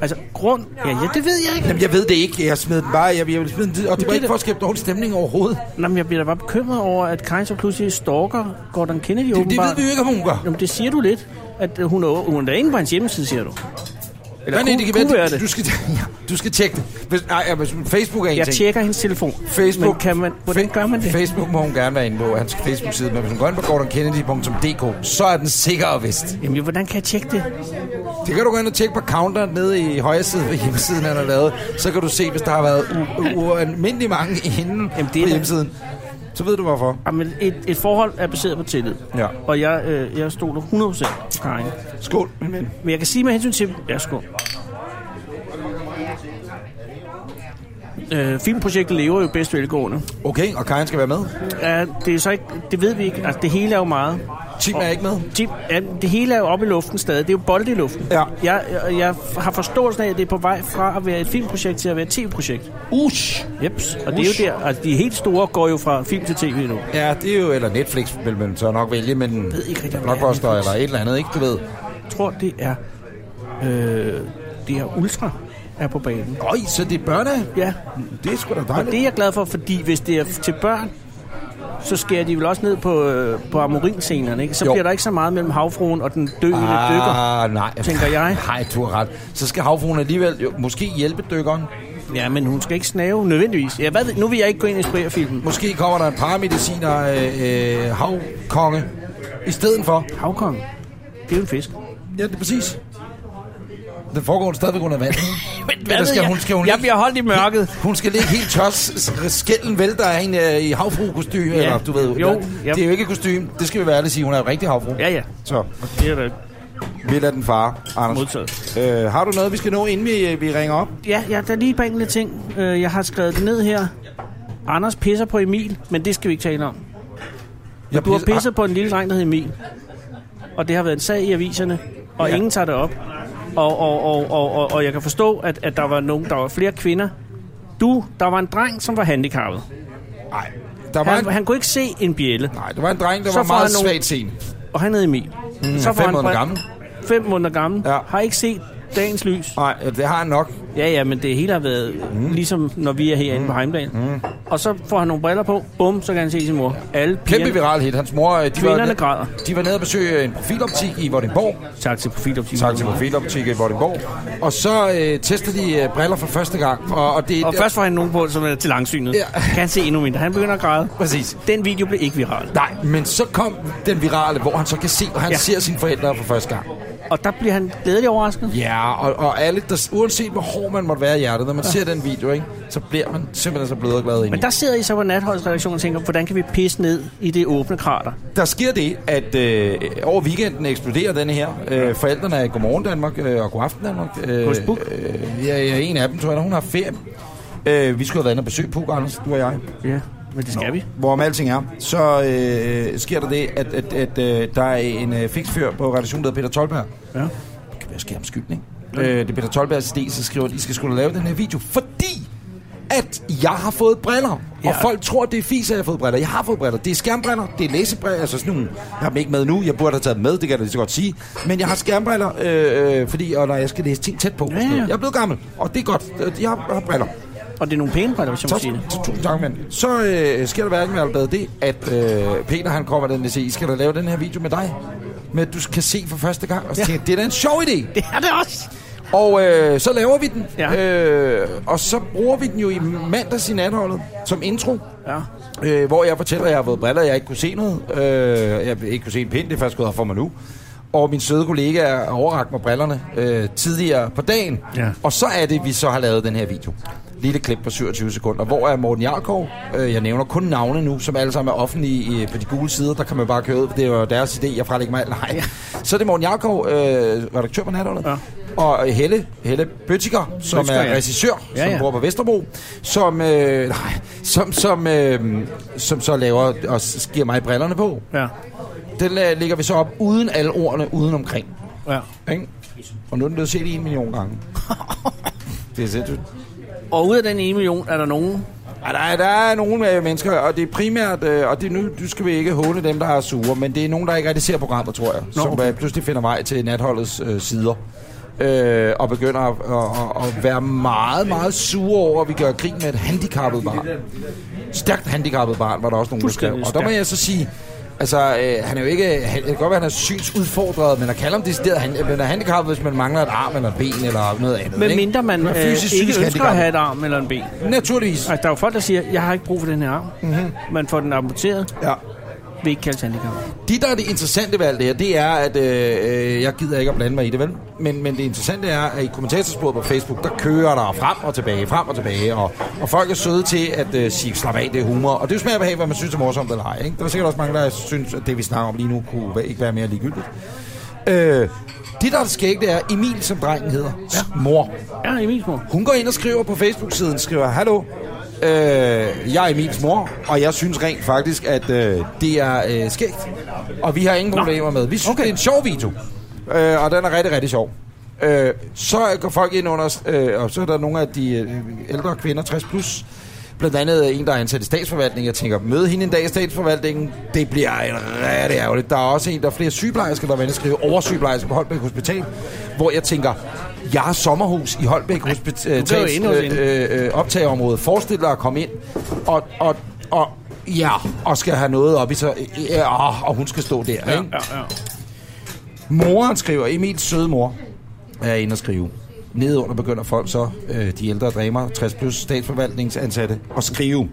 Speaker 3: Altså, grund... Ja, ja, det ved jeg ikke.
Speaker 2: Jamen, jeg ved det ikke. Jeg smed den bare. Jeg, jeg vil smide den. Og det var ikke for at skabe dårlig stemning overhovedet.
Speaker 3: Nå, men jeg bliver da bare bekymret over, at Karin så pludselig stalker Gordon Kennedy
Speaker 2: Det, det ved
Speaker 3: åbenbart.
Speaker 2: vi jo ikke, om hun gør.
Speaker 3: Jamen, det siger du lidt. At øh, hun er, hun er da inde på hans hjemmeside, siger du.
Speaker 2: Eller nej, nej, det kan
Speaker 3: kunne
Speaker 2: være,
Speaker 3: være
Speaker 2: det.
Speaker 3: det.
Speaker 2: Du skal, du skal tjekke det. Hvis, nej, ja, hvis Facebook er en
Speaker 3: Jeg
Speaker 2: ting.
Speaker 3: tjekker hendes telefon.
Speaker 2: Facebook,
Speaker 3: Men kan man, hvordan
Speaker 2: Fe-
Speaker 3: gør man det?
Speaker 2: Facebook må hun gerne være inde på, hans Facebook-side, men hvis hun går ind på gordonkennedy.dk, så er den sikker og vist.
Speaker 3: Jamen, hvordan kan jeg tjekke det?
Speaker 2: Det kan du gå ind og tjekke på counteren nede i højre side ved hjemmesiden, han har lavet. Så kan du se, hvis der har været u- ualmindelig mange inde Jamen,
Speaker 3: Jamen, det
Speaker 2: det
Speaker 3: er
Speaker 2: på
Speaker 3: da-
Speaker 2: hjemmesiden. Så ved du hvorfor.
Speaker 3: Jamen, et, et forhold er baseret på tillid.
Speaker 2: Ja.
Speaker 3: Og jeg, øh, jeg stoler 100% på Karin.
Speaker 2: Skål, min ven.
Speaker 3: Men jeg kan sige med hensyn til... Ja, skål. Øh, filmprojektet lever jo bedst velgående.
Speaker 2: Okay, og Karin skal være med.
Speaker 3: Ja, det er så ikke, det ved vi ikke. Altså, det hele er jo meget.
Speaker 2: Tim er ikke med.
Speaker 3: Tim, ja, det hele er jo oppe i luften stadig. Det er jo bolde i luften.
Speaker 2: Ja.
Speaker 3: Jeg, jeg, jeg har forståelsen af, at det er på vej fra at være et filmprojekt til at være et tv-projekt.
Speaker 2: Ush!
Speaker 3: Jeps. Og det er jo der. Altså, de helt store går jo fra film til tv nu.
Speaker 2: Ja, det er jo, eller Netflix vil man så nok vælge, men
Speaker 3: ved ikke rigtig, hvad
Speaker 2: Blockbuster
Speaker 3: det er.
Speaker 2: eller et eller andet, ikke? Du ved.
Speaker 3: Jeg tror, det er... Øh, det er Ultra er på banen.
Speaker 2: Øj, så det er børne.
Speaker 3: Ja,
Speaker 2: Det er sgu da
Speaker 3: og det er jeg glad for, fordi hvis det er til børn, så skærer de vel også ned på, øh, på amorinscenerne, ikke? Så jo.
Speaker 2: Jo.
Speaker 3: bliver der ikke så meget mellem havfruen og den døende ah. dykker.
Speaker 2: Ah, nej.
Speaker 3: tænker jeg.
Speaker 2: Nej, du har ret. Så skal havfruen alligevel jo, måske hjælpe dykkeren.
Speaker 3: Ja, men hun skal ikke snave, nødvendigvis. Ja, hvad, ved- nu vil jeg ikke gå ind i sprægerfilmen.
Speaker 2: Måske kommer der en paramediciner øh, øh, havkonge i stedet for.
Speaker 3: Havkong. Det er jo en fisk.
Speaker 2: Ja, det er præcis. Den foregår stadigvæk under vand.
Speaker 3: Men
Speaker 2: Eller skal hun- skal hun
Speaker 3: jeg
Speaker 2: lige-
Speaker 3: bliver holdt i mørket.
Speaker 2: Hun skal ligge helt tør. Skælden vælter af hende øh, i havfruekostyme.
Speaker 3: Ja.
Speaker 2: Ja. Eller, du ved,
Speaker 3: Jo, ja.
Speaker 2: Det er jo ikke kostume. Det skal vi være ærlige at sige. Hun er jo rigtig havfru.
Speaker 3: Ja, ja.
Speaker 2: Så
Speaker 3: Det er da
Speaker 2: vi lader den fare, Anders.
Speaker 3: modtaget.
Speaker 2: Øh, har du noget, vi skal nå, inden vi, øh, vi ringer op?
Speaker 3: Ja, ja, der er lige et par enkelte ting. Øh, Jeg har skrevet det ned her. Anders pisser på Emil, men det skal vi ikke tale om.
Speaker 2: Jeg
Speaker 3: Du har
Speaker 2: pisser-
Speaker 3: pisset på en lille dreng, der hedder Emil. Og det har været en sag i aviserne, og ja. ingen tager det op. Og, og, og, og, og, og jeg kan forstå, at, at der var nogen, der var flere kvinder. Du, der var en dreng, som var handicappet.
Speaker 2: Nej, der var,
Speaker 3: Han,
Speaker 2: en,
Speaker 3: han kunne ikke se en bjælle,
Speaker 2: nej, der var en dreng, der
Speaker 3: Så
Speaker 2: var
Speaker 3: får
Speaker 2: meget
Speaker 3: han nogle-
Speaker 2: svagt sen.
Speaker 3: og han hed Emil. Mm,
Speaker 2: fem måneder gammel.
Speaker 3: Fem måneder gammel.
Speaker 2: Ja.
Speaker 3: Ja. Har ikke set dagens lys.
Speaker 2: Nej, øh, det har han nok.
Speaker 3: Ja, ja, men det hele har været mm. ligesom, når vi er herinde mm. på Heimdal. Mm. Og så får han nogle briller på. Bum, så kan han se sin mor. Alle pigerne,
Speaker 2: Kæmpe viral hit. Hans mor, øh, de var,
Speaker 3: kvinderne
Speaker 2: nede-
Speaker 3: græder.
Speaker 2: de var nede og besøge en profiloptik i Vordingborg.
Speaker 3: Tak til profiloptimen.
Speaker 2: Tak til profiloptik i Vordingborg. Og så øh, tester de øh, briller for første gang. Og, og det,
Speaker 3: Og først får han nogen på, som er til langsynet.
Speaker 2: Ja.
Speaker 3: Ja. Kan han se endnu mindre. Han begynder at græde.
Speaker 2: Præcis.
Speaker 3: Den video blev ikke viral.
Speaker 2: Nej, men så kom den virale, hvor han så kan se, og han ja.
Speaker 3: Ja.
Speaker 2: ser sine forældre for første gang.
Speaker 3: Og der bliver han glædelig overrasket.
Speaker 2: Ja, og, og alle, der, uanset hvor hård man måtte være i hjertet, når man ser den video, ikke, så bliver man simpelthen så blød og glad
Speaker 3: Men
Speaker 2: ind. Der,
Speaker 3: der sidder I så på natholdsredaktionen og tænker, hvordan kan vi pisse ned i det åbne krater?
Speaker 2: der sker det, at øh, over weekenden eksploderer den her. Øh, forældrene er i Godmorgen Danmark øh, og Godaften Danmark. Øh,
Speaker 3: Hos Puk?
Speaker 2: Øh, ja, ja, en af dem, tror jeg, hun har ferie. Øh, vi skulle have været inde og besøge Puk, Anders, du og jeg.
Speaker 3: Ja, men det skal Nå. vi.
Speaker 2: Hvorom alting er, så øh, sker der det, at, at, at øh, der er en øh, fiksfyr på redaktionen, der hedder Peter Tolberg.
Speaker 3: Ja.
Speaker 2: Det kan være sker om skyldning. Øh, det er Peter Tolbergs idé, så skriver, at I skal skulle lave den her video, fordi at jeg har fået briller. Ja. Og
Speaker 3: Ja.
Speaker 2: folk tror, det er fis, at jeg har fået briller. Jeg har fået briller. Det er skærmbriller, det er læsebriller, altså sådan nogle. Jeg har dem ikke med nu, jeg burde have taget dem med, det kan jeg da lige så godt sige. Men jeg har skærmbriller, øh, øh, fordi, og når jeg skal læse ting tæt på.
Speaker 3: Ja, ja.
Speaker 2: Jeg er blevet gammel, og det er godt. Øh, Jeg har, jeg har briller.
Speaker 3: Og det er nogle pæne briller, hvis jeg må
Speaker 2: Tak,
Speaker 3: sige det.
Speaker 2: tak, tusind tak, mand. Så øh, sker der hverken med det, at øh, Peter han kommer den og siger, I skal da lave den her video med dig. Med at du kan se for første gang. Og så
Speaker 3: Ja.
Speaker 2: tænker jeg, det er da en sjov idé.
Speaker 3: Det er det også.
Speaker 2: Og øh, så laver vi den.
Speaker 3: Ja.
Speaker 2: Øh, og så bruger vi den jo i mandags i natholdet som intro.
Speaker 3: Ja.
Speaker 2: Øh, hvor jeg fortæller, at jeg har fået briller, jeg ikke kunne se noget. Øh, jeg ikke kunne se en pind, det er faktisk gået op for mig nu. Og min søde kollega overrakte mig brillerne øh, tidligere på dagen.
Speaker 3: Ja.
Speaker 2: Og så er det, vi så har lavet den her video. Lille klip på 27 sekunder. Hvor er Morten Jarkov? Øh, jeg nævner kun navne nu, som alle sammen er offentlige øh, på de gule sider. Der kan man bare køre ud, for det er jo deres idé. Jeg frelægger mig alt. Nej. Så er det Morten Jarkov, øh, redaktør på Natholdet.
Speaker 3: Ja.
Speaker 2: Og Helle, Helle Bøttiger, som
Speaker 3: Bøttiger,
Speaker 2: er
Speaker 3: ja.
Speaker 2: regissør,
Speaker 3: Ja,
Speaker 2: som
Speaker 3: ja.
Speaker 2: bor på Vesterbro, som, øh, nej, som, som, øh, som så laver og s- giver mig brillerne på.
Speaker 3: Ja.
Speaker 2: Den øh, lægger vi så op uden alle ordene uden omkring.
Speaker 3: ja.
Speaker 2: Ikke? Og nu er den blevet set en million gange. det er sindssygt.
Speaker 3: Og ud af den ene million er der nogen.
Speaker 2: Ja, der, er, der er nogle øh, mennesker, og det er primært, øh, og det er nu, nu skal vi ikke håne dem, der er sure, men det er nogen, der ikke rigtig ser programmet, tror jeg, Nå, som okay. pludselig finder vej til natholdets øh, sider. Øh, og begynder at, at, at, at være meget, meget sure over, at vi gør grin med et handicappet barn. Stærkt handicappet barn, var der også nogen, der skrev.
Speaker 3: Fuldstændig
Speaker 2: Og der må
Speaker 3: stærkt.
Speaker 2: jeg så sige, altså, øh, han er jo ikke, han, det kan godt være, han er synsudfordret, men at kalde ham decideret, han, øh, men er handicappet, hvis man mangler et arm eller et ben eller noget andet.
Speaker 3: Men
Speaker 2: ikke?
Speaker 3: mindre man
Speaker 2: er
Speaker 3: øh, ikke
Speaker 2: psykisk
Speaker 3: ønsker at have
Speaker 2: handicappet.
Speaker 3: et arm eller en ben.
Speaker 2: Naturligvis.
Speaker 3: Altså, der er jo folk, der siger, jeg har ikke brug for den her arm. Mm-hmm. Man får den amputeret,
Speaker 2: Ja.
Speaker 3: vil ikke kaldes handicap.
Speaker 2: Det, der er det interessante ved alt det her, det er, at øh, øh, jeg gider ikke at blande mig i det, vel? Men, men det interessante er, at i kommentatorsporet på Facebook, der kører der frem og tilbage, frem og tilbage, og, og folk er søde til at øh, sige, slap af, det er humor. Og det er jo smag og behag, hvad man synes er morsomt eller ej, ikke? Der er sikkert også mange, der synes, at det, vi snakker om lige nu, kunne væ- ikke være mere ligegyldigt. Øh, det, der er skægt, det er Emil, som drengen hedder, ja. mor.
Speaker 3: Ja, Emils mor.
Speaker 2: Hun går ind og skriver på Facebook-siden, skriver, Hallo, øh, jeg er Emils mor, og jeg synes rent faktisk, at øh, det er øh, skægt. Og vi har ingen problemer med. Vi synes, okay. det er en sjov video. Øh, og den er rigtig, rigtig sjov. Øh, så går folk ind under, øh, og så er der nogle af de øh, ældre kvinder, 60 plus, blandt andet en, der er ansat i statsforvaltningen. Jeg tænker, møde hende en dag i statsforvaltningen. Det bliver en rigtig ærgerligt. Der er også en, der er flere sygeplejersker, der vil skrive oversygeplejersker på Holbæk Hospital, hvor jeg tænker, jeg har sommerhus i Holbæk
Speaker 3: du kan jo
Speaker 2: Hospital
Speaker 3: inde hos hende.
Speaker 2: øh, øh, optageområde. Forestil dig at komme ind og, og, og, ja, og skal have noget op i sig. Ja, og hun skal stå der. Ja, ikke?
Speaker 3: Ja, ja.
Speaker 2: Moren skriver, Emils søde mor, er inde og skrive. Nedunder begynder folk så, øh, de ældre damer, 60 plus statsforvaltningsansatte, at skrive.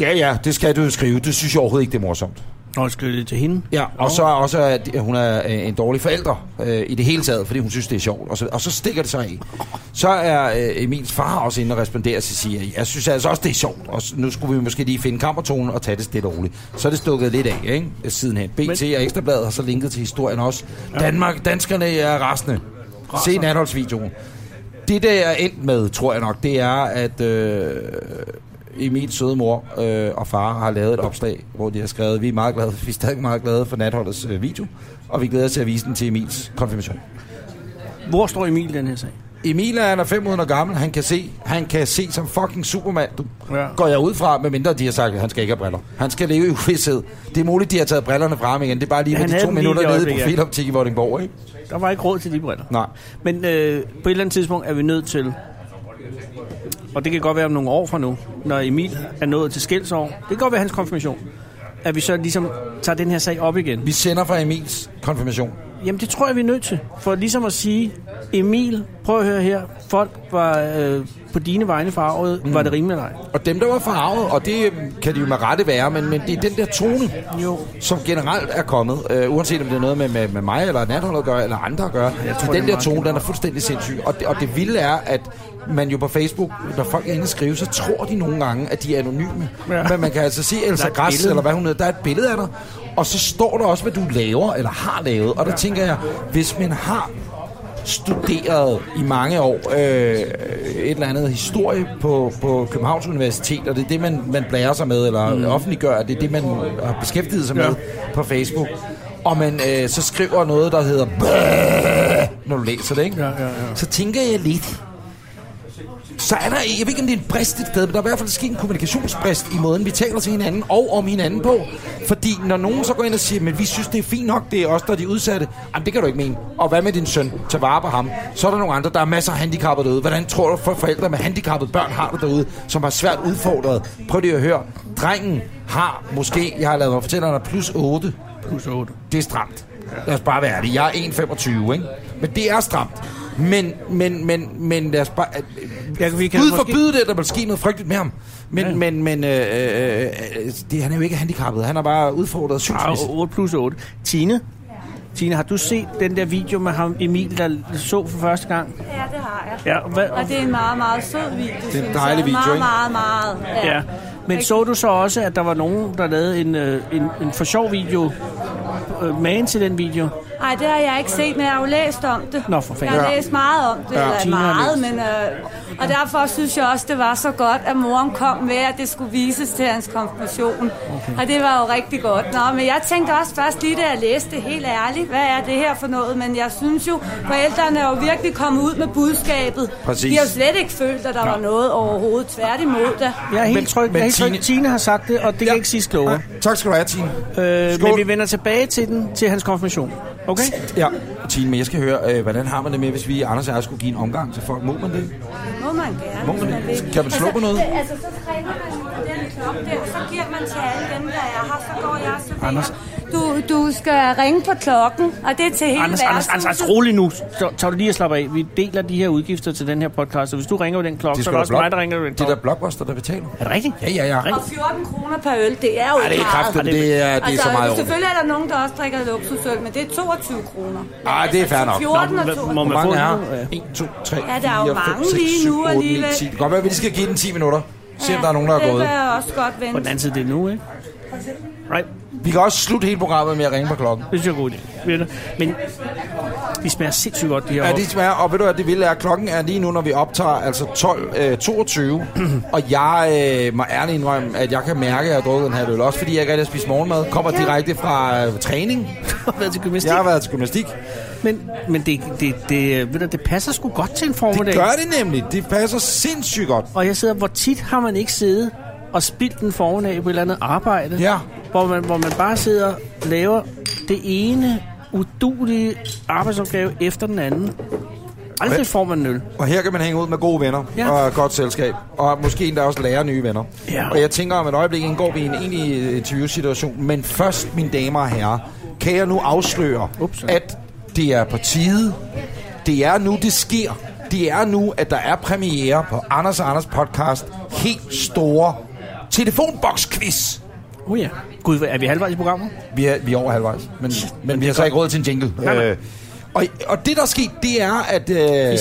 Speaker 2: Ja, ja, det skal du jo skrive. Det synes jeg overhovedet ikke, det er morsomt.
Speaker 3: Nå, skriv det til hende.
Speaker 2: Ja, og så er også, at hun er øh, en dårlig forælder øh, i det hele taget, fordi hun synes, det er sjovt. Og så, og så stikker det sig i. Så er øh, Emils far også inde og responderer og siger, jeg synes altså også, det er sjovt. Og s- nu skulle vi måske lige finde kammertonen og tage det stille og roligt. Så er det stukket lidt af, ikke? Sidenhen. BT og Ekstrabladet har så linket til historien også. Danmark, danskerne er rasende. Se natholdsvideoen. Det, der er endt med, tror jeg nok, det er, at... Øh, Emils søde mor øh, og far har lavet et opslag, hvor de har skrevet, vi er, meget glade, vi er stadig meget glade for natholdets øh, video, og vi glæder os til at vise den til Emils konfirmation.
Speaker 3: Hvor står Emil i den her sag?
Speaker 2: Emil er, han er 500 år gammel, han kan se, han kan se som fucking supermand, du.
Speaker 3: Ja.
Speaker 2: Ja. Går jeg ud fra, medmindre de har sagt, at han skal ikke have briller. Han skal leve i uvidshed. Det er muligt, de har taget brillerne frem igen. Det er bare lige
Speaker 3: Han
Speaker 2: med de
Speaker 3: havde
Speaker 2: to
Speaker 3: dem lige i
Speaker 2: minutter
Speaker 3: det
Speaker 2: nede i
Speaker 3: øjeblik, ja.
Speaker 2: profiloptik i Vordingborg, ikke?
Speaker 3: Der var ikke råd til de briller.
Speaker 2: Nej.
Speaker 3: Men øh, på et eller andet tidspunkt er vi nødt til, og det kan godt være om nogle år fra nu, når Emil er nået til skældsår, det kan godt være hans konfirmation, at vi så ligesom tager den her sag op igen.
Speaker 2: Vi sender fra Emils konfirmation.
Speaker 3: Jamen det tror jeg, vi er nødt til. For ligesom at sige, Emil, prøv at høre her, folk var øh, på dine vegne fra året, mm. var det rimeligt eller ej?
Speaker 2: Og dem, der var farvet, og det øhm, kan de jo med rette være, men, men det er den der tone, jo. som generelt er kommet, øh, uanset om det er noget med, med, med mig eller natholdet at gøre, eller andre at gøre. Jeg tror, den der tone, den er fuldstændig sindssyg. Og det, og det vilde er, at man jo på Facebook, når folk er inde og skrive, så tror de nogle gange, at de er anonyme.
Speaker 3: Ja.
Speaker 2: Ja. Men man kan altså se Elsa
Speaker 3: et
Speaker 2: Græs,
Speaker 3: billede.
Speaker 2: eller hvad hun hedder, der er et billede af dig, og så står der også, hvad du laver, eller har lavet. Og der tænker jeg, hvis man har studeret i mange år øh, et eller andet historie på, på Københavns Universitet, og det er det, man, man blærer sig med, eller mm. offentliggør, at det er det, man har beskæftiget sig ja. med på Facebook. Og man øh, så skriver noget, der hedder "Bæh", når du læser det, ikke? Ja, ja, ja. Så tænker jeg lidt, så er der, jeg ved ikke, om det er en brist et sted, men der er i hvert fald sket en kommunikationsbrist i måden, vi taler til hinanden og om hinanden på. Fordi når nogen så går ind og siger, men vi synes, det er fint nok, det er os, der er de udsatte. Jamen, det kan du ikke mene. Og hvad med din søn? Tag vare på ham. Så er der nogle andre, der er masser af handicappede derude. Hvordan tror du, for forældre med handicappede børn har det derude, som har svært udfordret? Prøv lige at høre. Drengen har måske, jeg har lavet mig fortælle, han er plus 8.
Speaker 3: Plus 8.
Speaker 2: Det er stramt. Lad os bare være ærlige. Jeg er 1,25, ikke? Men det er stramt. Men, men, men, men lad os bare...
Speaker 3: Jeg, vi kan
Speaker 2: Gud
Speaker 3: måske-
Speaker 2: forbyde det, at der vil ske noget frygteligt med ham. Men, ja. men, men øh, øh, øh, det, han er jo ikke handicappet. Han er bare udfordret
Speaker 3: Ah,
Speaker 2: synsmæssigt.
Speaker 3: 8 plus 8. Tine? Tine, har du set den der video med ham, Emil, der så for første gang?
Speaker 4: Ja, det har jeg.
Speaker 3: Ja, hvad,
Speaker 4: Og det er en meget, meget sød video. Det
Speaker 2: en dejlig video, ikke?
Speaker 4: Meget, meget, meget. Ja.
Speaker 3: Ja.
Speaker 4: ja.
Speaker 3: Men så du så også, at der var nogen, der lavede en, øh, en, en for sjov video, øh, magen til den video?
Speaker 4: Ej, det har jeg ikke set, men jeg har jo læst om det.
Speaker 3: Nå, for fanden.
Speaker 4: Jeg har
Speaker 3: Ja.
Speaker 4: læst meget om det, ja. eller
Speaker 3: Tina har
Speaker 4: meget,
Speaker 3: læst.
Speaker 4: men... Øh, og derfor synes jeg også, det var så godt, at moren kom med, at det skulle vises til hans konfirmation. Okay. Og det var jo rigtig godt. Nå, men jeg tænkte også først lige, da jeg læste det, helt ærligt, hvad er det her for noget? Men jeg synes jo, forældrene er jo virkelig kommet ud med budskabet.
Speaker 2: Præcis.
Speaker 4: De har jo slet ikke følt, at der var noget overhovedet. Tværtimod da.
Speaker 3: Jeg er helt
Speaker 2: Men-
Speaker 3: tryg. Jeg
Speaker 2: men
Speaker 3: er helt tryg. Tine...
Speaker 2: Tine-
Speaker 3: har sagt det, og det ja. kan ikke siges klogere.
Speaker 2: Ja. Tak skal du have, Tine.
Speaker 3: Øh, men
Speaker 2: Skål.
Speaker 3: vi vender tilbage til den, til hans konfirmation. Okay?
Speaker 2: Ja, Tine, men jeg skal høre, øh, hvordan har man det med, hvis vi, Anders og jeg, skulle give en omgang til folk? Må man det?
Speaker 4: Må man gerne.
Speaker 2: Må man
Speaker 4: hvis
Speaker 2: det?
Speaker 4: vil.
Speaker 2: Kan man slå
Speaker 4: altså,
Speaker 2: på noget?
Speaker 4: det- Altså, så træner man jo på den knop der, og så giver man til alle dem, der er her, så går jeg og serverer.
Speaker 3: Anders.
Speaker 4: Du, du skal ringe på klokken, og det er til hele
Speaker 3: Anders, Anders, Anders, Anders, rolig nu. Så tager du lige og slapper af. Vi deler de her udgifter til den her podcast, og hvis du ringer på den klokke, så er det også mig, der ringer på den
Speaker 2: det er
Speaker 3: klokke.
Speaker 2: der blockbuster, der betaler.
Speaker 3: Er det rigtigt?
Speaker 2: Ja, ja, ja.
Speaker 4: Og 14 kroner per øl, det er jo
Speaker 2: Ej, det er kraftigt.
Speaker 4: meget.
Speaker 2: Det er, det er
Speaker 4: altså,
Speaker 2: så meget over.
Speaker 4: Selvfølgelig er der nogen, der også drikker luksusøl, men det er 22 kroner.
Speaker 2: Ej, det er fair nok.
Speaker 4: 14 og
Speaker 3: hvad-
Speaker 4: 22.
Speaker 3: må
Speaker 2: Hvor
Speaker 3: man
Speaker 2: mange
Speaker 3: få
Speaker 2: er
Speaker 3: den nu? Ja.
Speaker 2: her? 1, 2, 3,
Speaker 4: Ja, der er jo
Speaker 2: 4, 5,
Speaker 4: mange
Speaker 2: 6,
Speaker 4: lige
Speaker 2: 7,
Speaker 4: nu
Speaker 2: 8, 9,
Speaker 4: alligevel.
Speaker 2: 10. Det kan godt være, at vi lige skal give den 10 minutter. Se om der er nogen, der er gået.
Speaker 4: Det er også godt
Speaker 3: På den anden
Speaker 4: vente.
Speaker 3: side, det er nu, ikke? Right.
Speaker 2: Vi kan også slutte hele programmet med at ringe på klokken.
Speaker 3: Det synes jeg er en god idé. Ved du? Men de smager sindssygt godt, de her
Speaker 2: Ja,
Speaker 3: ja,
Speaker 2: det smager, og ved du hvad det vilde er, klokken er lige nu, når vi optager, altså 12.22, og jeg øh, må ærligt indrømme, at jeg kan mærke, at jeg har drukket en halv øl, også fordi jeg ikke rigtig har spist morgenmad, kommer direkte fra øh, træning,
Speaker 3: været til gymnastik.
Speaker 2: jeg har været til gymnastik.
Speaker 3: Men, men det, det, det, ved du, det passer sgu godt til en formiddag.
Speaker 2: Det gør det nemlig, det passer sindssygt godt.
Speaker 3: Og jeg sidder, hvor tit har man ikke siddet og spildt en formiddag på et eller andet arbejde?
Speaker 2: Ja.
Speaker 3: Hvor man, hvor man bare sidder og laver det ene udulige arbejdsopgave efter den anden. Aldrig får man en øl.
Speaker 2: Og her kan man hænge ud med gode venner
Speaker 3: Ja.
Speaker 2: ja. og et godt selskab. Og måske endda også lære nye venner.
Speaker 3: Ja.
Speaker 2: Og jeg tænker om et øjeblik indgår vi i en egentlig øh, interviewsituation. Men først, mine damer og herrer, kan jeg nu afsløre,
Speaker 3: Ups.
Speaker 2: at det er på tide. Det er nu, det sker. det er nu, at der er premiere på Anders og Anders podcast helt store telefonboks-quiz.
Speaker 3: Oh ja. Gud, er vi halvvejs i programmet?
Speaker 2: Vi er, vi er over halvvejs, men, men vi har så ikke råd til en jingle.
Speaker 3: Nej, nej.
Speaker 2: Øh, og, og det, der er sket, det er, at øh,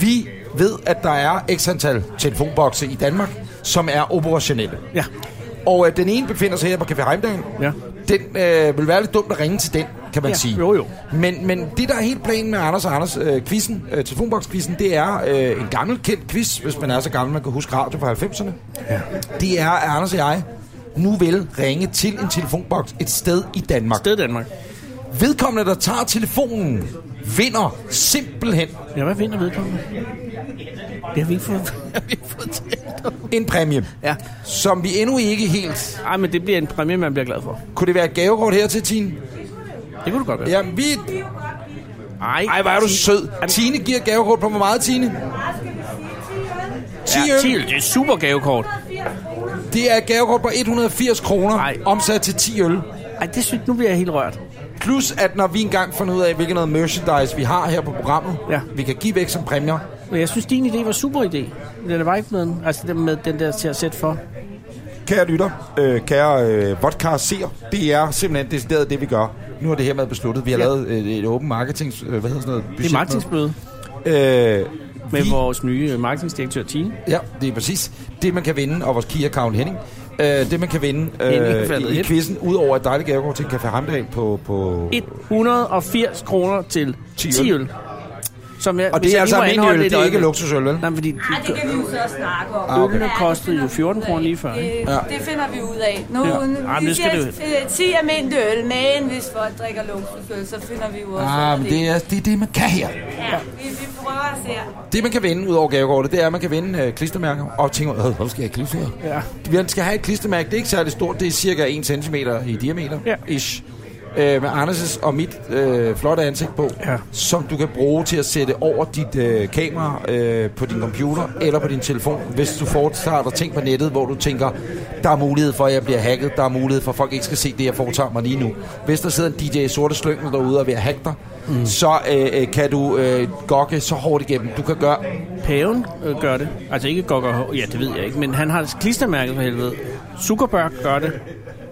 Speaker 2: vi ved, at der er x antal telefonbokse i Danmark, som er operationelle.
Speaker 3: Ja.
Speaker 2: Og øh, den ene befinder sig her på Café Heimdal.
Speaker 3: Ja.
Speaker 2: Den øh, vil være lidt dumt at ringe til den, kan man
Speaker 3: Ja,
Speaker 2: sige.
Speaker 3: jo, jo.
Speaker 2: Men, men det, der er helt planen med Anders og Anders øh, quizzen, øh, telefonboks-quizzen, det er øh, en gammel kendt quiz, hvis man er så gammel, man kan huske radio fra 90'erne. Ja. Det er, at Anders og jeg nu vil ringe til en telefonboks et sted i Danmark.
Speaker 3: Det er Danmark.
Speaker 2: Vedkommende, der tager telefonen, vinder simpelthen
Speaker 3: Ja, hvad vinder vedkommende? Det har vi ikke fået.
Speaker 2: en præmie,
Speaker 3: ja.
Speaker 2: som vi endnu ikke helt...
Speaker 3: Ej, men det bliver en præmie, man bliver glad for.
Speaker 2: Kunne det være et gavekort her til Tine?
Speaker 3: Det kunne du godt være.
Speaker 2: Ja, vi...
Speaker 3: Ej,
Speaker 2: Ej, hvor er du sød.
Speaker 3: Jamen-
Speaker 2: Tine giver et gavekort på hvor meget, Tine? 10
Speaker 3: Ja, 10
Speaker 2: øl.
Speaker 3: øl. Det er super gavekort.
Speaker 2: Det er et gavekort på 180 kroner,
Speaker 3: Nej.
Speaker 2: omsat til 10 øl.
Speaker 3: Ej, det synes nu bliver jeg helt rørt.
Speaker 2: Plus, at når vi engang finder ud af, hvilken noget merchandise vi har her på programmet,
Speaker 3: Ja.
Speaker 2: vi kan give væk som præmier.
Speaker 3: Men jeg synes, din idé var super idé. Den er bare ikke med, altså den med den der til at sætte for.
Speaker 2: Kære lytter, øh, kære øh, vodcast seer, det er simpelthen decideret det, vi gør. Nu er det hermed besluttet. Vi har ja.
Speaker 3: Ja.
Speaker 2: lavet øh, et åbent marketing... Øh, hvad hedder sådan noget?
Speaker 3: Det er marketingsmøde
Speaker 2: Øh,
Speaker 3: med
Speaker 2: vi,
Speaker 3: vores nye øh, marketingsdirektør Tine.
Speaker 2: Ja, det er præcis. Det, man kan vinde, og vores key account Henning, øh, det, man kan vinde
Speaker 3: Henning
Speaker 2: øh,
Speaker 3: faldet
Speaker 2: i, i
Speaker 3: ind.
Speaker 2: quizzen, udover et dejligt gavekort til en Café Hamdal på... på
Speaker 3: 180 kroner til
Speaker 2: 10
Speaker 3: 10
Speaker 2: øl.
Speaker 3: øl. Som jeg,
Speaker 2: og
Speaker 3: hvis
Speaker 2: det er
Speaker 3: jeg
Speaker 2: altså
Speaker 3: lige
Speaker 2: almindelig
Speaker 3: må anholde
Speaker 2: øl,
Speaker 3: et
Speaker 2: det er ikke
Speaker 3: øjeblik.
Speaker 2: luksusøl, vel?
Speaker 3: Nej, fordi
Speaker 4: Nej, det kan vi jo så snakke om.
Speaker 2: Ah, okay.
Speaker 4: Ja,
Speaker 3: Ølene
Speaker 4: det
Speaker 3: kostede
Speaker 4: finder
Speaker 3: jo
Speaker 4: vi
Speaker 3: 14
Speaker 4: ud af.
Speaker 3: kroner lige før, ikke?
Speaker 4: Det,
Speaker 2: Ja.
Speaker 4: det finder vi ud af. Nu,
Speaker 3: Ja.
Speaker 4: ja.
Speaker 3: Ah,
Speaker 4: vi
Speaker 3: men det skal
Speaker 4: siger øh, 10 almindelige øl, men hvis folk drikker luksusøl, så finder vi jo også
Speaker 2: Ah, men det er, det er det, man kan her.
Speaker 4: Ja, vi, vi prøver at se her.
Speaker 2: Det, man kan vinde ud over gavekortet, det er, at man kan vinde øh, klistermærker. Og tænker, "Øh, hvorfor skal jeg klistermærke?
Speaker 3: Ja.
Speaker 2: Man skal have et klistermærke. Det er ikke særlig stort. Det er cirka 1 cm i diameter.
Speaker 3: Ja.
Speaker 2: Ish. Øh, med Anders' og mit øh, flotte ansigt på,
Speaker 3: Ja.
Speaker 2: som du kan bruge til at sætte over dit øh, kamera øh, på din computer eller på din telefon, hvis du foretager dig ting på nettet, hvor du tænker, der er mulighed for, at jeg bliver hacket, der er mulighed for, at folk ikke skal se det, jeg foretager mig lige nu. Hvis der sidder en DJ i sorte slyngel derude og er ved at hacke dig, mm. så øh, øh, kan du øh, gokke så hårdt igennem. Du kan gøre
Speaker 3: Paven øh, gør det. Altså ikke Gokker Ja, det ved jeg ikke. Men han har klistermærket for helvede. Zuckerberg gør det.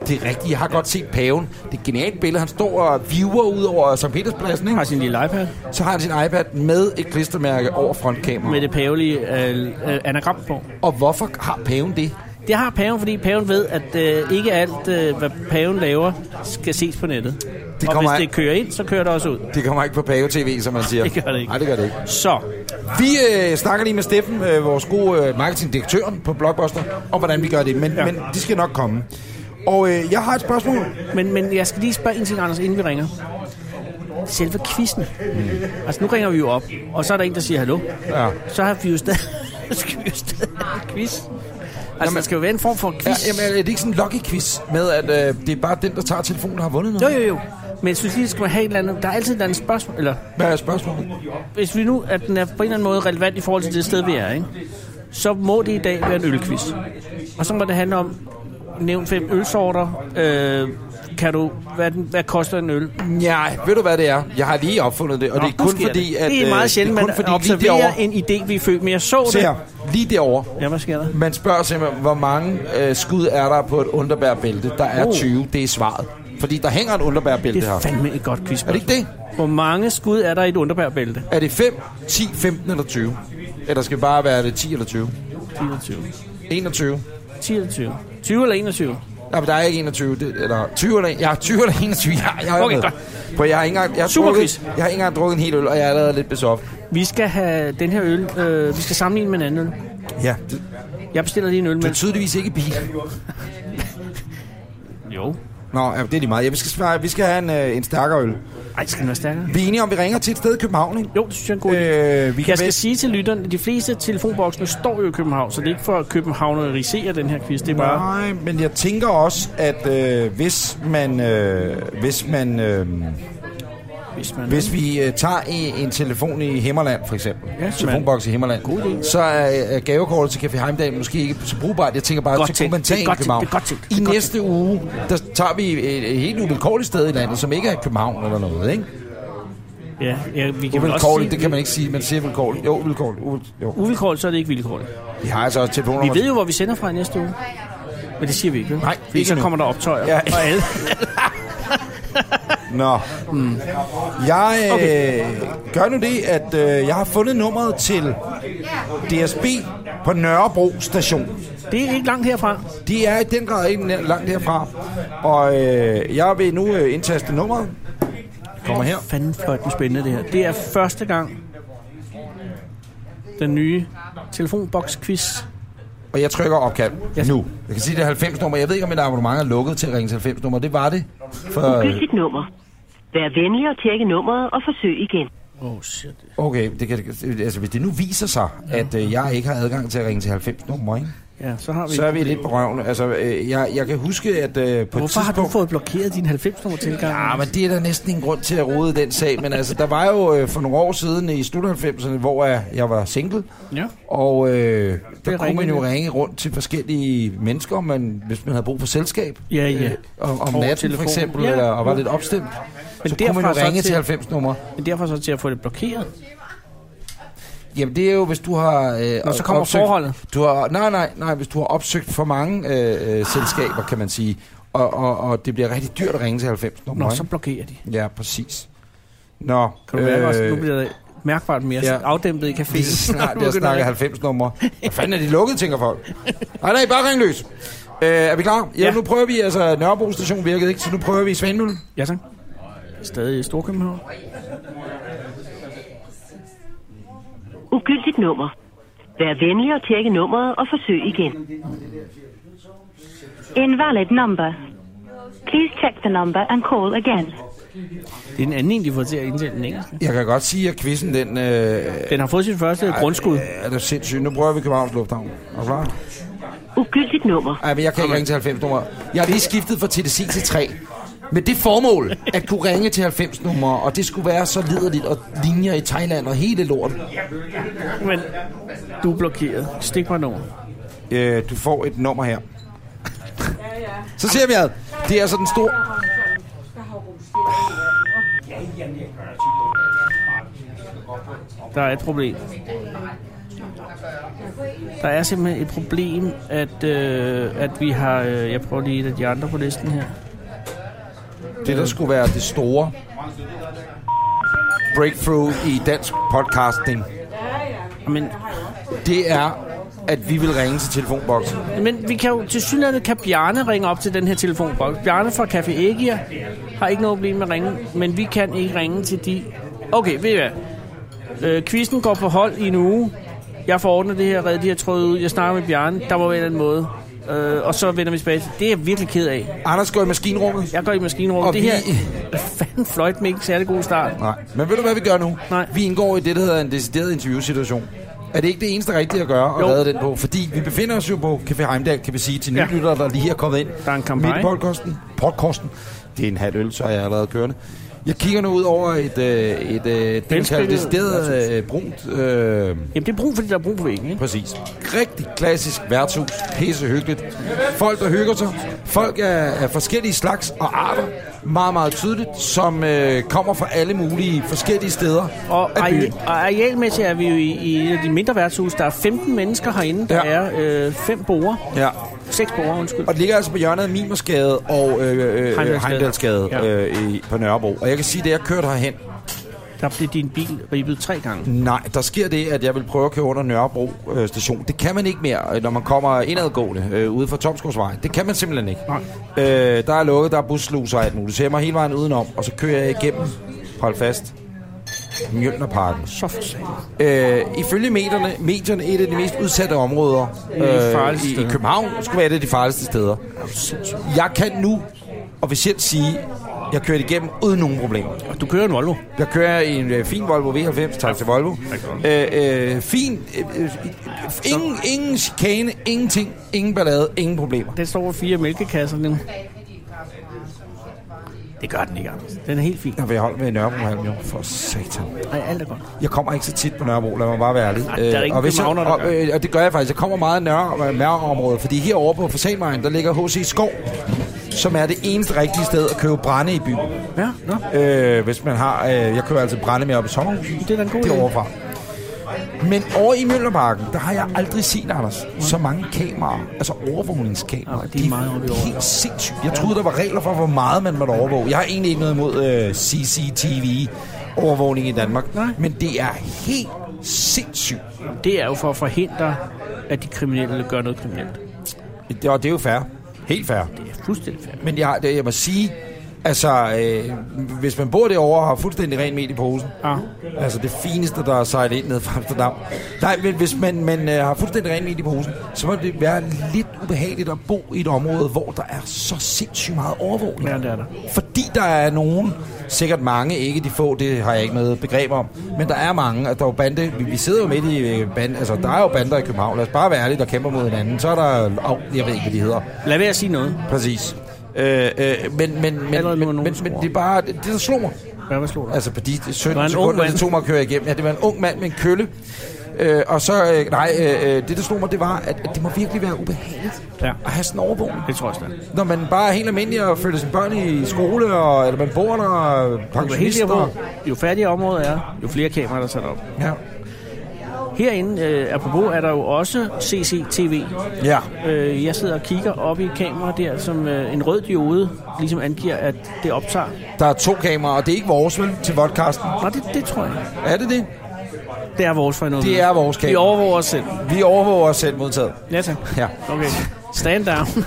Speaker 2: Det er rigtigt. Jeg har godt set paven. Det er et genialt billede. Han står og viewer ud over St. Peterspladsen,
Speaker 3: Har
Speaker 2: ikke?
Speaker 3: sin lille iPad
Speaker 2: Så har han sin iPad med et klistermærke over frontkameraet.
Speaker 3: med det pavelige øh, øh, anagram på.
Speaker 2: Og hvorfor har paven det?
Speaker 3: Det har paven, fordi paven ved, at øh, ikke alt, øh, hvad paven laver, skal ses på nettet. Det og
Speaker 2: kommer
Speaker 3: hvis
Speaker 2: af-
Speaker 3: det kører ind, så kører det også ud.
Speaker 2: Det kommer ikke på pave-tv, som man siger.
Speaker 3: Det gør det ikke.
Speaker 2: Nej, det gør det ikke.
Speaker 3: Så,
Speaker 2: Vi øh, snakker lige med Steffen, øh, vores gode øh, marketingdirektør på Blockbuster, om hvordan vi gør det. Men, ja.
Speaker 3: Ja.
Speaker 2: men de skal nok komme. Og øh, jeg har et spørgsmål.
Speaker 3: men, men jeg skal lige spørge en ting, Anders, inden vi ringer. Selve quizzen.
Speaker 2: Mm.
Speaker 3: Altså, nu ringer vi jo op, og så er der en, der siger hallo.
Speaker 2: Ja.
Speaker 3: Så har vi jo stadig, skal vi jo stadig have en quiz. Altså, der skal jo være en form for
Speaker 2: Ja,
Speaker 3: quiz.
Speaker 2: jamen, er det ikke sådan en lucky-quiz med, at øh, det er bare den, der tager telefonen, der har vundet
Speaker 3: Jo,
Speaker 2: noget?
Speaker 3: jo, jo. Men jeg synes lige, skal man have et eller andet... Der er altid et eller andet spørgsmål, eller
Speaker 2: Hvad er spørgsmålet?
Speaker 3: hvis vi nu, at den er på en eller anden måde relevant i forhold til det sted, vi er, ikke? så må det i dag være en ølquiz. Og så må det handle om, nævn fem ølsorter, øh, kan du, hvad, den, hvad koster en øl?
Speaker 2: Nej, ved du hvad det er? Jeg har lige opfundet det, og Nå, det er
Speaker 3: nu
Speaker 2: kun
Speaker 3: sker
Speaker 2: fordi,
Speaker 3: det.
Speaker 2: at...
Speaker 3: Det er
Speaker 2: øh,
Speaker 3: meget sjældent,
Speaker 2: det er kun
Speaker 3: man
Speaker 2: fordi, lige
Speaker 3: observerer
Speaker 2: derovre-
Speaker 3: en idé, vi er født med. Jeg så
Speaker 2: Se
Speaker 3: det.
Speaker 2: her, lige derovre.
Speaker 3: Ja, hvad sker der?
Speaker 2: Man spørger simpelthen, hvor mange øh, skud er der på et underbærbælte? Der er
Speaker 3: Oh.
Speaker 2: 20, det er svaret. Fordi der hænger et underbærbælte
Speaker 3: Det
Speaker 2: her.
Speaker 3: er fandme et godt quiz.
Speaker 2: Er det ikke det?
Speaker 3: Hvor mange skud er der i et underbærbælte?
Speaker 2: Er det 5, 10, 15 eller 20? Eller skal det bare være det 10 eller 20?
Speaker 3: 21.
Speaker 2: 21.
Speaker 3: 10 eller 20. 20 eller 21?
Speaker 2: Nej, men der er ikke 21. Det, eller 20 eller, ja, 20 eller 21. Jeg, jeg,
Speaker 3: Okay,
Speaker 2: jeg,
Speaker 3: godt.
Speaker 2: Prøv, jeg har ikke engang, jeg har
Speaker 3: Superquiz.
Speaker 2: drukket, jeg har ikke engang drukket en hel øl, og jeg er allerede lidt besoft.
Speaker 3: Vi skal have den her øl, øh, vi skal sammenligne med en anden øl.
Speaker 2: Ja, det,
Speaker 3: Jeg bestiller lige en øl
Speaker 2: du
Speaker 3: med.
Speaker 2: er tydeligvis ikke i bil.
Speaker 3: Jo.
Speaker 2: Nå, ja, det er lige meget. Ja, vi, skal, svare- vi skal have en, øh, en stærkere øl.
Speaker 3: Ej, skal den være stærkere?
Speaker 2: Vi er enige om, vi ringer til et sted i København, ikke?
Speaker 3: Jo, det synes jeg er en god idé.
Speaker 2: Øh, vi kan
Speaker 3: Jeg skal
Speaker 2: vælge-
Speaker 3: sige til lytterne, at de fleste telefonboksene står jo i København, så det er ikke for at københavnerisere den her quiz. Det er bare...
Speaker 2: Nej, men jeg tænker også, at øh, hvis man, øh, hvis man, øh,
Speaker 3: Hvis man...
Speaker 2: hvis vi øh, tager en, en telefon i Himmerland for eksempel, ja,
Speaker 3: Ja,
Speaker 2: telefonboks i Himmerland, så er øh, gavekortet til Café Heimdal måske ikke så brugbart. Jeg tænker bare,
Speaker 3: Godt
Speaker 2: så kunne
Speaker 3: tænkt.
Speaker 2: man tage
Speaker 3: Det
Speaker 2: en
Speaker 3: er
Speaker 2: i
Speaker 3: godt tænkt.
Speaker 2: København.
Speaker 3: Det er godt tænkt. Det
Speaker 2: I
Speaker 3: er godt
Speaker 2: næste uge, der tager vi et, et helt uvilkårligt sted i landet, som ikke er København eller noget, ikke?
Speaker 3: Ja, ja vi kan vel også
Speaker 2: Uvilkårligt, det
Speaker 3: sige,
Speaker 2: kan man ikke sige. Man siger vilkårligt. Jo, uvilkårligt. Uvil- Jo.
Speaker 3: uvilkårligt, så er det ikke vilkårligt.
Speaker 2: Vi har altså også
Speaker 3: Vi
Speaker 2: telefonnummer.
Speaker 3: ved jo, hvor vi sender fra i næste uge. Men det siger vi ikke, vel?
Speaker 2: Nej,
Speaker 3: Fordi
Speaker 2: ikke
Speaker 3: så
Speaker 2: nu.
Speaker 3: kommer der optøjer.
Speaker 2: Ja.
Speaker 3: Ja. Og alle.
Speaker 2: Nå. Mm. Jeg øh, gør nu det, at øh, jeg har fundet nummeret til DSB på Nørrebro Station.
Speaker 3: Det er ikke langt herfra.
Speaker 2: De er i den grad ikke nær- langt herfra. Og øh, jeg vil nu øh, indtaste nummeret. Kommer her.
Speaker 3: Fanden for den spændende, det her. Det er første gang, den nye telefonboks-quiz.
Speaker 2: Og jeg trykker opkald
Speaker 3: Ja.
Speaker 2: nu. Jeg kan sige, det er 90 nummer. Jeg ved ikke, om mit abonnement er lukket til at ringe til 90 nummer. Det var det. For, øh,
Speaker 7: Husk dit nummer. Vær venlig at tjekke nummeret og forsøg igen.
Speaker 3: Åh, oh, shit.
Speaker 2: okay, det kan, altså, hvis det nu viser sig, at øh, jeg ikke har adgang til at ringe til 90 nummer, ikke?
Speaker 3: Ja, så har vi...
Speaker 2: så er vi lidt på røven. Altså, øh, jeg, jeg kan huske, at øh, på et
Speaker 3: Hvorfor har
Speaker 2: tidspunkt...
Speaker 3: du fået blokeret din 90-nummer tilgang?
Speaker 2: Ja, men det er der næsten ingen grund til at rode i den sag, men altså, der var jo øh, for nogle år siden i slut 90'erne, hvor jeg, jeg var single,
Speaker 3: Ja.
Speaker 2: og øh, der kunne
Speaker 3: ringede
Speaker 2: man jo
Speaker 3: lidt.
Speaker 2: ringe rundt til forskellige mennesker, men, hvis man havde brug for selskab,
Speaker 3: Ja, ja.
Speaker 2: og, om
Speaker 3: Over
Speaker 2: natten for
Speaker 3: telefonen.
Speaker 2: eksempel,
Speaker 3: Ja.
Speaker 2: eller, og var lidt opstemt, men
Speaker 3: Men
Speaker 2: så kunne man
Speaker 3: derfra
Speaker 2: jo
Speaker 3: så
Speaker 2: ringe til
Speaker 3: til-
Speaker 2: 90 numre.
Speaker 3: Men derfor så til at få det blokeret.
Speaker 2: Jamen det er jo, hvis du har... Øh,
Speaker 3: Nå, så kommer forholdet.
Speaker 2: Du har, nej, nej, nej, hvis du har opsøgt for mange øh, øh, selskaber, kan man sige, og, og, og det bliver rigtig dyrt at ringe til 90 numre.
Speaker 3: Nå, så blokerer de.
Speaker 2: Ja, præcis. Nå, øh,
Speaker 3: Kan du mærke også, nu bliver det mærkbart mere
Speaker 2: ja.
Speaker 3: ja. afdæmpet i
Speaker 2: vi
Speaker 3: caféen.
Speaker 2: snart
Speaker 3: Nu
Speaker 2: jeg
Speaker 3: begynder
Speaker 2: snakker
Speaker 3: jeg-
Speaker 2: 90 numre. Hvad fanden er de lukket, tænker folk. Nej, nej, bare ring løs. Øh, er vi klar? Ja, ja,
Speaker 3: Ja.
Speaker 2: nu prøver vi, altså Nørrebro station virkede ikke, så nu prøver vi Svanemølle.
Speaker 3: Ja, tak. Stadig i Storkøbenhavn.
Speaker 7: Ugyldigt nummer. Vær venlig at tjekke nummeret og forsøg igen.
Speaker 8: Invalid number. Please check the number and call again.
Speaker 3: Det er den anden, en, de får til at indtale den engelske.
Speaker 2: Jeg kan godt sige, at quizzen den... Øh,
Speaker 3: Den har fået sit første grundskud.
Speaker 2: er det sindssygt. Nu prøver vi Københavns Lufthavn. Er du klar?
Speaker 7: Ugyldigt nummer.
Speaker 2: Ej, men jeg kan ikke ringe til 90 numre. Jeg har lige skiftet fra TDC til 3. Med det formål at kunne ringe til 90 numre, og det skulle være så liderligt, og linjer i Thailand og hele lort.
Speaker 3: Men du er blokeret. Stik mig et nummer.
Speaker 2: Øh, du får et nummer her. Så ser vi ad. Det er altså den store...
Speaker 3: Der er et problem. Der er simpelthen et problem, at, øh, at vi har... Øh, jeg prøver lige et af de andre på listen her.
Speaker 2: Det, der skulle være det store breakthrough i dansk podcasting,
Speaker 3: Men,
Speaker 2: det er, at vi vil ringe til telefonboksen.
Speaker 3: men vi kan jo til synligheden kan Bjarne ringe op til den her telefonboks. Bjarne fra Café Ægir har ikke noget problem med at ringe, men vi kan ikke ringe til de... Okay, ved I hvad? Øh, quizzen går på hold i en uge. Jeg får ordnet det her, reddet de her tråde ud. Jeg snakker med Bjarne. Der må være en eller anden måde. Øh, og så vender vi tilbage. til- Det er jeg virkelig ked af.
Speaker 2: Anders går i maskinrummet.
Speaker 3: Jeg går i maskinrummet.
Speaker 2: Og
Speaker 3: Og det
Speaker 2: vi-
Speaker 3: vi... her fanden fløjt med ikke særlig god start.
Speaker 2: Nej. Men ved du, hvad vi gør nu?
Speaker 3: Nej.
Speaker 2: Vi indgår i det, der hedder en decideret interviewsituation. Er det ikke det eneste rigtige at gøre at
Speaker 3: Jo.
Speaker 2: redde den på? Fordi vi befinder os jo på Café Heimdal, kan vi sige, til nye
Speaker 3: Ja.
Speaker 2: lyttere, der lige er kommet ind.
Speaker 3: Der er en kampagne.
Speaker 2: Midt i podcasten. Podcasten. Det er en halv øl, så er jeg allerede kørende. Jeg kigger nu ud over et, øh, et øh, det, man kalder
Speaker 3: Velspillet.
Speaker 2: decideret øh, brunt... Øh,
Speaker 3: Jamen det er brug, fordi der er brug på væggen, ikke?
Speaker 2: Præcis. Rigtig klassisk værtshus. Pisse hyggeligt. Folk, der hygger sig. Folk af, af forskellige slags og arter. Meget, meget tydeligt. Som øh, kommer fra alle mulige forskellige steder.
Speaker 3: Og,
Speaker 2: af byen.
Speaker 3: are- og arealmæssigt er vi jo i, i et af de mindre værtshus. Der er 15 mennesker herinde. Der
Speaker 2: Ja.
Speaker 3: er øh, fem borger.
Speaker 2: Ja.
Speaker 3: Seks borger, undskyld.
Speaker 2: Og det ligger altså på hjørnet af Mimersgade og øh, øh, øh,
Speaker 3: Heimdalsgade.
Speaker 2: Heimdalsgade
Speaker 3: Ja.
Speaker 2: øh, i, på Nørrebro. Og jeg kan sige, at jeg kørte herhen,
Speaker 3: Der blev din bil ribbet tre gange.
Speaker 2: Nej, der sker det, at jeg vil prøve at køre under Nørrebro øh, station. Det kan man ikke mere, øh, når man kommer indadgående øh, ude fra Tomskovsvej. Det kan man simpelthen ikke. Øh, der er lukket, der er bussluser og alt muligt. Så jeg må hele vejen udenom, og så kører jeg igennem. Hold fast. Mjølnerparken.
Speaker 3: Så for satan.
Speaker 2: Øh, ifølge medierne, medierne et af de mest udsatte områder øh,
Speaker 3: farligste
Speaker 2: i, i
Speaker 3: steder.
Speaker 2: København, skulle være det af de farligste steder. Jeg kan nu officielt sige, jeg kørte igennem uden nogen problemer.
Speaker 3: Og du kører en Volvo.
Speaker 2: Der kører i en øh, fin Volvo V90, tak til Volvo. Øh, øh, fin, øh, øh, ingen, ingen chikane, ingenting, ingen ballade, ingen problemer.
Speaker 3: Den står over fire mælkekasser nu. Det gør den ikke, Anders. Den er helt fin.
Speaker 2: Jeg vil holde med i Nørrebro halv jo, for satan.
Speaker 3: Nej, alt er godt.
Speaker 2: Jeg kommer ikke så tit på Nørrebro, lad mig bare være ærlig.
Speaker 3: Ej, der er
Speaker 2: Øh,
Speaker 3: ingen
Speaker 2: og, hvis jeg,
Speaker 3: københavnere,
Speaker 2: og,
Speaker 3: der gør
Speaker 2: øh, og det gør jeg faktisk. Jeg kommer meget nær nærområdet, fordi herovre på Fasanvejen, der ligger H.C. Skov. som er det eneste rigtige sted at købe brænde i byen.
Speaker 3: Ja, nå.
Speaker 2: Øh, hvis man har... Øh, jeg køber altid brænde med op i sommerhuset.
Speaker 3: Det er da en god
Speaker 2: Det
Speaker 3: idé.
Speaker 2: er overfra. Men over i Møllerparken, der har jeg aldrig set, Anders, så mange kameraer. Altså overvågningskameraer.
Speaker 3: Ja, de er meget oppe i overvågning.
Speaker 2: helt sindssygt. Jeg troede, der var regler for, hvor meget man måtte overvåge. Jeg har egentlig ikke noget imod øh, CCTV-overvågning i Danmark.
Speaker 3: Nej.
Speaker 2: Men det er helt sindssygt.
Speaker 3: Det er jo for at forhindre, at de kriminelle gør noget kriminelt.
Speaker 2: Det, og det er jo fair. Helt fair.
Speaker 3: Det er fuldstændig fair.
Speaker 2: Men jeg, det, jeg må sige, altså, øh, hvis man bor derovre og har fuldstændig ren med i posen,
Speaker 3: Ja.
Speaker 2: altså det fineste, der er sejlet ind ned fra Amsterdam. Nej, men hvis man, man øh, har fuldstændig ren med i posen, så må det være lidt ubehageligt at bo i et område, hvor der er så sindssygt meget overvågning.
Speaker 3: Ja, det er der.
Speaker 2: Fordi der er nogen, sikkert mange, ikke de få, det har jeg ikke noget begreb om, men der er mange, og der er jo bande, vi, vi sidder jo midt i øh, bande, altså der er jo bander i København, lad os bare være ærlige, der kæmper mod hinanden, så er der, oh, jeg ved ikke, hvad de hedder,
Speaker 3: Lad være at sige noget.
Speaker 2: Præcis. Øh, øh, men, men, men,
Speaker 3: Allerede
Speaker 2: men,
Speaker 3: nu er
Speaker 2: men,
Speaker 3: nogen
Speaker 2: men,
Speaker 3: sure.
Speaker 2: det er bare, det, det der slog mig.
Speaker 3: Hvad var slog dig?
Speaker 2: Altså på de 17
Speaker 3: var en
Speaker 2: det
Speaker 3: ung
Speaker 2: sekunder,
Speaker 3: mand.
Speaker 2: det tog mig at køre igennem. Ja, det var en ung mand med en kølle. Øh, og så, øh, nej, øh, øh, det der slog mig, det var, at, at det må virkelig være ubehageligt
Speaker 3: Ja.
Speaker 2: at have sådan en overvågning.
Speaker 3: Det tror jeg snart.
Speaker 2: Når man bare er helt almindelig og følger sine børn i skole, og, eller man bor der, og
Speaker 3: Du er helt sikker
Speaker 2: pensionister.
Speaker 3: på, jo fattigere området er, jo flere kameraer, der er sat op.
Speaker 2: Ja.
Speaker 3: Herinde, øh, apropos, er der jo også CCTV.
Speaker 2: ja.
Speaker 3: Øh, jeg sidder og kigger op i et kamera der, som øh, en rød diode ligesom angiver, at det optager.
Speaker 2: Der er to kameraer, og det er ikke vores, vel, til vodcasten.
Speaker 3: Nå, det, det tror jeg.
Speaker 2: Er det det?
Speaker 3: Det er vores for noget.
Speaker 2: Det er vores kamera.
Speaker 3: Vi overvåger os selv.
Speaker 2: Vi overvåger os selv modtaget.
Speaker 3: Ja, tak.
Speaker 2: Ja.
Speaker 3: Okay. Stand down.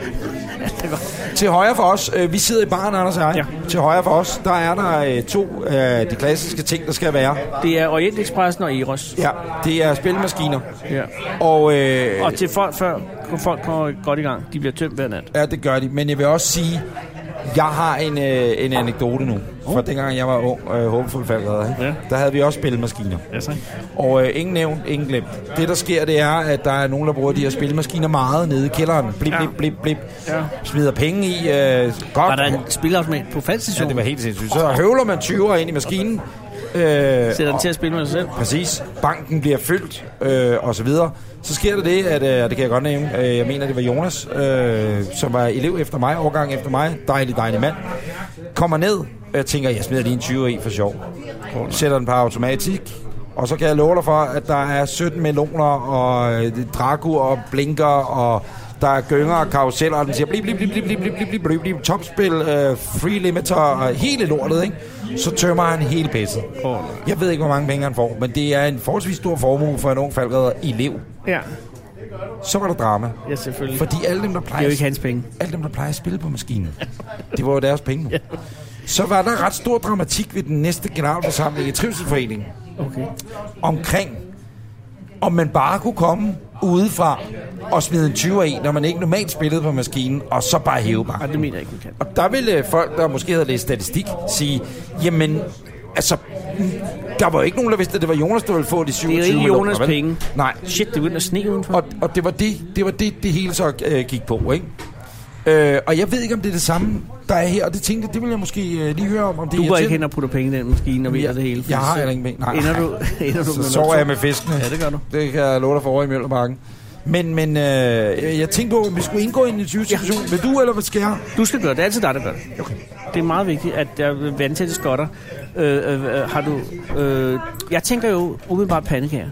Speaker 3: ja, det er godt.
Speaker 2: Til højre for os, øh, vi sidder i baren, Anders og jeg.
Speaker 3: Ja.
Speaker 2: Ja. Til højre for os, der er der øh, to af øh, de klassiske ting, der skal være.
Speaker 3: Det er Orientexpressen og Eros.
Speaker 2: Ja, det er spilmaskiner.
Speaker 3: Ja.
Speaker 2: Og, øh,
Speaker 3: Og til folk før, folk kommer godt i gang. De bliver tømt hver nat.
Speaker 2: ja, det gør de. Men jeg vil også sige, jeg har en, øh, en anekdote nu. Fra dengang jeg var ung, øh, håbefuld faldet,
Speaker 3: Oh. Ja.
Speaker 2: ja. der havde vi også spilmaskiner.
Speaker 3: Ja, tak.
Speaker 2: Og øh, ingen nævnt, ingen glemt. Det, der sker, det er, at der er nogen, der bruger de her spilmaskiner meget nede i kælderen. Blip,
Speaker 3: Ja.
Speaker 2: blip, blip, blip.
Speaker 3: Ja.
Speaker 2: Smider penge i. Øh, godt.
Speaker 3: Var der en spilautomat på
Speaker 2: Ja,
Speaker 3: faldstationen?
Speaker 2: det var helt sindssygt. Så høvler man 20'er ind i maskinen. Øh,
Speaker 3: Sætter den til at spille med sig selv?
Speaker 2: Præcis. Banken bliver fyldt, øh, og så videre. Så sker der det, at, øh, og det kan jeg godt nævne, øh, jeg mener, det var Jonas, øh, som var elev efter mig, årgang efter mig, dejlig, dejlig mand, kommer ned, og jeg tænker, jeg smider lige en 20 i for sjov. Sætter den på automatik, og så kan jeg love dig for, at der er 17 meloner, og øh, draguer, og blinker, og der er gynger og karuseller, og den siger blip, blip, blip, blip, blip, blip, blip, blip, blip, blip, topspil, øh, free limiter, og hele lortet, ikke? Så tømmer han hele pisset. Jeg ved ikke, hvor mange penge han får, men det er en forholdsvis stor formue for en ung falkreder i liv.
Speaker 3: Ja,
Speaker 2: Så var der drama.
Speaker 3: ja selvfølgelig.
Speaker 2: Fordi alle dem, der
Speaker 3: det er
Speaker 2: plejer,
Speaker 3: jo ikke hans penge.
Speaker 2: alle dem, der plejer at spille på maskinen, det var jo deres penge nu. Så var der ret stor dramatik ved den næste generalforsamling i Trivselforeningen
Speaker 3: Okay.
Speaker 2: omkring, om man bare kunne komme udefra og smide en 20'er i, når man ikke normalt spillede på maskinen, og så bare hæve banken.
Speaker 3: Ej, det mener jeg ikke, man kan.
Speaker 2: Og der ville øh, folk, der måske havde læst statistik, sige, jamen, altså, der var jo ikke nogen, der vidste, at det var Jonas, der ville få de 27
Speaker 3: Det er jo ikke
Speaker 2: millioner,
Speaker 3: Jonas
Speaker 2: vel?
Speaker 3: penge.
Speaker 2: Nej,
Speaker 3: Shit, det begynder at sne udenfor.
Speaker 2: og, og det var det, det, var det, det hele så øh, gik på, ikke? Øh, og jeg ved ikke, om det er det samme, der er her, og det tænkte jeg, det vil jeg måske øh, lige høre om, om det
Speaker 3: du går ikke hen
Speaker 2: irriterende.
Speaker 3: og putter penge i den maskine og ved
Speaker 2: Jeg-
Speaker 3: det hele. fordi
Speaker 2: jeg har
Speaker 3: så
Speaker 2: heller ingen penge. Nej.
Speaker 3: Ender du, ender du
Speaker 2: Så
Speaker 3: noget
Speaker 2: sover
Speaker 3: sort.
Speaker 2: jeg med fiskene.
Speaker 3: Ja, det gør du.
Speaker 2: Det kan jeg love dig for over i Mjølnerparken. Men, men øh, jeg jeg tænkte på, om vi skulle indgå i en interviewsituation. Ja. Vil du, eller hvad skal jeg?
Speaker 3: Du skal gøre det. Det er altid dig, der gør det. Okay. Det er meget vigtigt, at der er vandtætte skotter. Øh, øh, øh, har du... Øh, jeg tænker jo umiddelbart pandekager.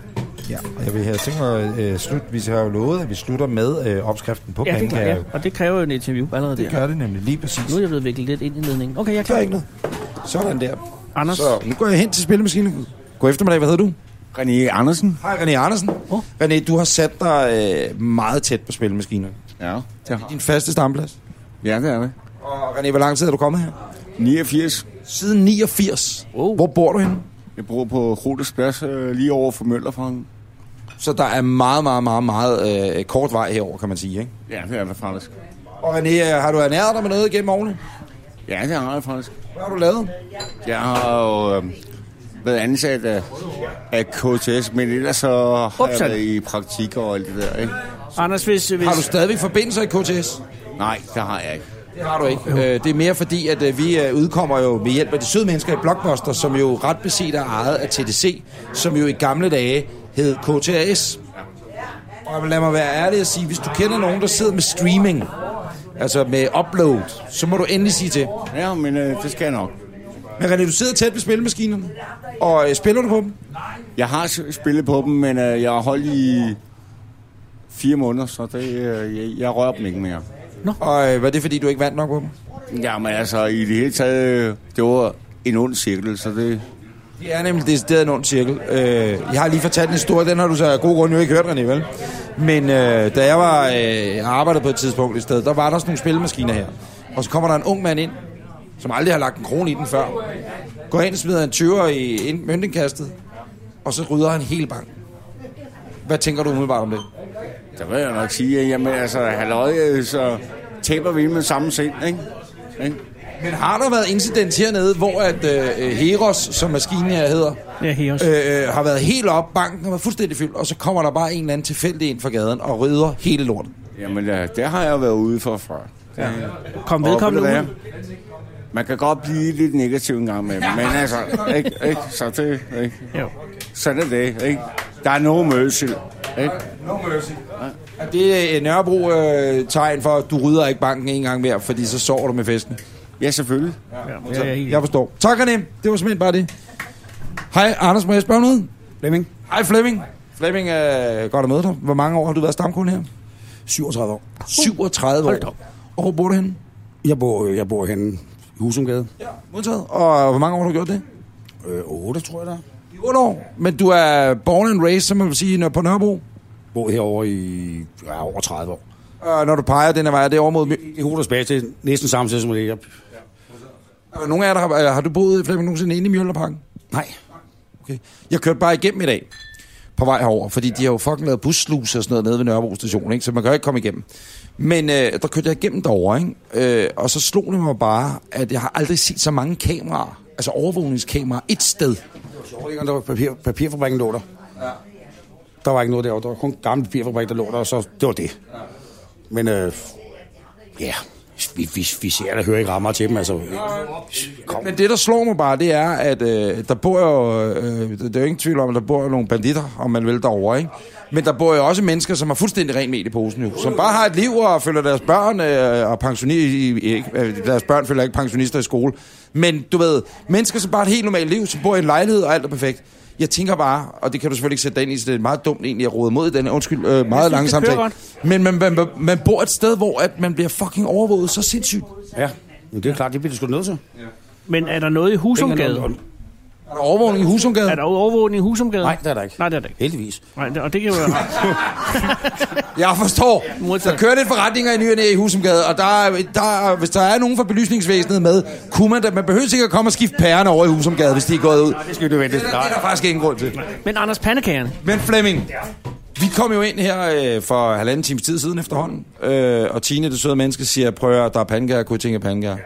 Speaker 2: Ja, og jeg vil have tænkt mig øh, slut. Vi har jo lovet, at vi slutter med øh, opskriften på
Speaker 3: Ja, det gør
Speaker 2: pandekager.
Speaker 3: jeg. Og det kræver jo en interview allerede
Speaker 2: Det
Speaker 3: der.
Speaker 2: gør det nemlig lige præcis.
Speaker 3: Nu er jeg blevet viklet lidt ind i ledningen. Okay, jeg er
Speaker 2: gør
Speaker 3: klar.
Speaker 2: ikke noget. Sådan der.
Speaker 3: Anders.
Speaker 2: Så nu går jeg hen til spillemaskinen. God eftermiddag, hvad hedder du?
Speaker 9: René Andersen.
Speaker 2: Hej, René Andersen.
Speaker 3: Åh.
Speaker 2: Oh. René, du har sat dig øh, meget tæt på spillemaskiner.
Speaker 9: Ja, det har.
Speaker 2: Din faste stamplads.
Speaker 9: Ja, det er det.
Speaker 2: Og René, hvor lang tid er du kommet her?
Speaker 9: 89.
Speaker 2: Siden 89.
Speaker 3: Wow.
Speaker 2: Hvor bor du henne?
Speaker 9: Jeg bor på Rotes Plads, øh, lige over for Møllerfangen.
Speaker 2: Så der er meget, meget, meget, meget øh, kort vej herover, kan man sige, ikke?
Speaker 9: Ja, det er det faktisk.
Speaker 2: Og René, øh, har du ernæret dig med noget igennem årene?
Speaker 9: Ja, det har jeg faktisk.
Speaker 2: Hvad har du lavet?
Speaker 9: Jeg har jo øh, været ansat af, af KTS, men ellers så har jeg
Speaker 3: Upsal.
Speaker 9: været i praktik og alt det der, ikke?
Speaker 3: Anders, hvis... hvis
Speaker 2: Har du stadigvæk forbindelser i KTS?
Speaker 9: Nej, det har jeg ikke.
Speaker 2: Det har du ikke. Øh, det er mere fordi, at øh, vi øh, udkommer jo med hjælp af de søde mennesker i Blockbuster, som jo ret beset er ejet af TDC, som jo i gamle dage hed KTAS. Og lad mig være ærlig og sige, hvis du kender nogen, der sidder med streaming, altså med upload, så må du endelig sige til.
Speaker 9: Ja, men øh, det skal jeg nok.
Speaker 2: Men René, du sidder tæt ved spillemaskinerne, og øh, spiller du på dem?
Speaker 9: Jeg har s- spillet på dem, men øh, jeg har holdt i fire måneder, så det, øh, jeg, jeg rører dem ikke mere.
Speaker 2: Og øh, var det, fordi du ikke vandt nok på dem?
Speaker 9: Jamen altså, i det hele taget, øh, det var en ond cirkel, så det...
Speaker 2: Det er nemlig decideret en ond cirkel. Øh, jeg har lige fortalt en historie, den har du så af god grund jo ikke hørt, René, vel? Men øh, da jeg var øh, jeg arbejdede på et tidspunkt et sted, der var der sådan nogle spillemaskiner her. Og så kommer der en ung mand ind, som aldrig har lagt en krone i den før. Går ind og smider en 20'er i ind- møntenkastet, og så rydder han hele banken. Hvad tænker du umiddelbart om det?
Speaker 9: Der vil jeg nok sige, at jamen, altså, halløj, øh, så taber vi med samme sind, ikke? ikke?
Speaker 2: Men har der været incident hernede, hvor at øh, Heros, som maskinen her hedder,
Speaker 3: Ja, Heros.
Speaker 2: øh, har været helt op, banken har været fuldstændig fyldt, og så kommer der bare en eller anden tilfældig ind fra gaden og rydder hele lortet.
Speaker 9: Jamen, øh, der har jeg været ude for før.
Speaker 3: Kom
Speaker 9: Og
Speaker 3: velkommen
Speaker 9: ved du
Speaker 3: ud.
Speaker 9: hvad? Man kan godt blive lidt negativ en gang med dem, men altså, ikke, ikke, så det, ikke.
Speaker 3: Jo.
Speaker 9: Sådan er det, ikke? Der er nogen mødsel, ikke?
Speaker 2: No mercy. Er det øh, Nørrebro øh, tegn for, at du rydder ikke banken en gang mere, fordi så sover du med festen?
Speaker 9: Ja, selvfølgelig.
Speaker 3: Ja, ja,
Speaker 2: Jeg forstår. Tak, René. Det var simpelthen bare det. Hej, Anders, må jeg spørge om noget?
Speaker 10: Flemming,
Speaker 2: Hej, Flemming. Flemming, øh, godt at møde dig. Hvor mange år har du været stamkunde her?
Speaker 10: 37 år.
Speaker 2: 37 år. Og hvor bor du henne?
Speaker 10: Jeg bor, øh, jeg bor henne i Husumgade.
Speaker 2: Ja, modtaget. Og hvor mange år har du gjort det?
Speaker 10: Øh, 8, tror jeg der.
Speaker 2: I 8 år. Men du er born and raised, som man vil sige, når- på Nørrebro.
Speaker 10: Bor herovre i ja, over 30 år.
Speaker 2: Og når du peger den her vej, er det over mod... Mø-
Speaker 10: Det hovedet tilbage til næsten samme sted, som det er.
Speaker 2: Er der Nogle af jer, der har, øh, har du boet Flemming nogensinde inde i Mjølnerparken?
Speaker 10: Nej.
Speaker 2: Okay. Jeg kørte bare igennem i dag på vej herover, fordi de har jo fucking lavet bussluser og sådan noget nede ved Nørrebro station, ikke? så man kan jo ikke komme igennem. Men øh, der kørte jeg igennem derovre, ikke? Øh, og så slog det mig bare, at jeg har aldrig set så mange kameraer, altså overvågningskameraer, et sted.
Speaker 10: Sjovt, der var papir, papirfabrikken lå der. Ja. Der var ikke noget derovre. Der var kun gamle papirfabrik, der lå der, og så det var det. Men øh, ja, vi, vi, vi ser og hører ikke rammer til dem, altså. Kom.
Speaker 2: Men det, der slår mig bare, det er, at øh, der bor jo... Øh, det er jo ingen tvivl om, at der bor jo nogle banditter, om man vil, derovre, ikke? Men der bor jo også mennesker, som har fuldstændig rent mel i posen nu. Som bare har et liv og følger deres børn øh, og pensionister... Ikke, øh, deres børn følger ikke pensionister i skole. Men du ved, mennesker, som bare har et helt normalt liv, som bor i en lejlighed, og alt er perfekt. Jeg tænker bare, og det kan du selvfølgelig ikke sætte dig ind i, så det er meget dumt egentlig at råde mod i den, her- undskyld, øh, meget lange
Speaker 3: det
Speaker 2: samtale.
Speaker 3: kører
Speaker 2: Men man, man, man, man, bor et sted, hvor at man bliver fucking overvåget så sindssygt.
Speaker 10: Ja, men det er klart, det bliver du sgu nødt til.
Speaker 3: Men er der noget i Husumgade?
Speaker 2: Er der overvågning i Husumgade?
Speaker 3: Er der overvågning i Husumgade?
Speaker 10: Nej, det er der ikke.
Speaker 3: Nej, det er der ikke.
Speaker 10: Heldigvis.
Speaker 3: Nej, det- og det kan jo være...
Speaker 2: Jeg forstår.
Speaker 3: Modtaget.
Speaker 2: Der kører lidt forretninger i nyerne i Husumgade, og der, er- der, er- hvis der er nogen fra belysningsvæsenet med, kunne man da, man behøver sikkert komme og skifte pærerne over i Husumgade, hvis de er gået ud. Det
Speaker 10: Det skal du vente.
Speaker 2: er, der- det er der faktisk ingen grund til.
Speaker 3: Men Anders Pandekagerne,
Speaker 2: Men Flemming, vi kom jo ind her øh, for halvanden times tid siden efterhånden, øh, og Tine, det søde menneske, siger, prøv at høre, der er pandekager, kunne I tænke pandekager.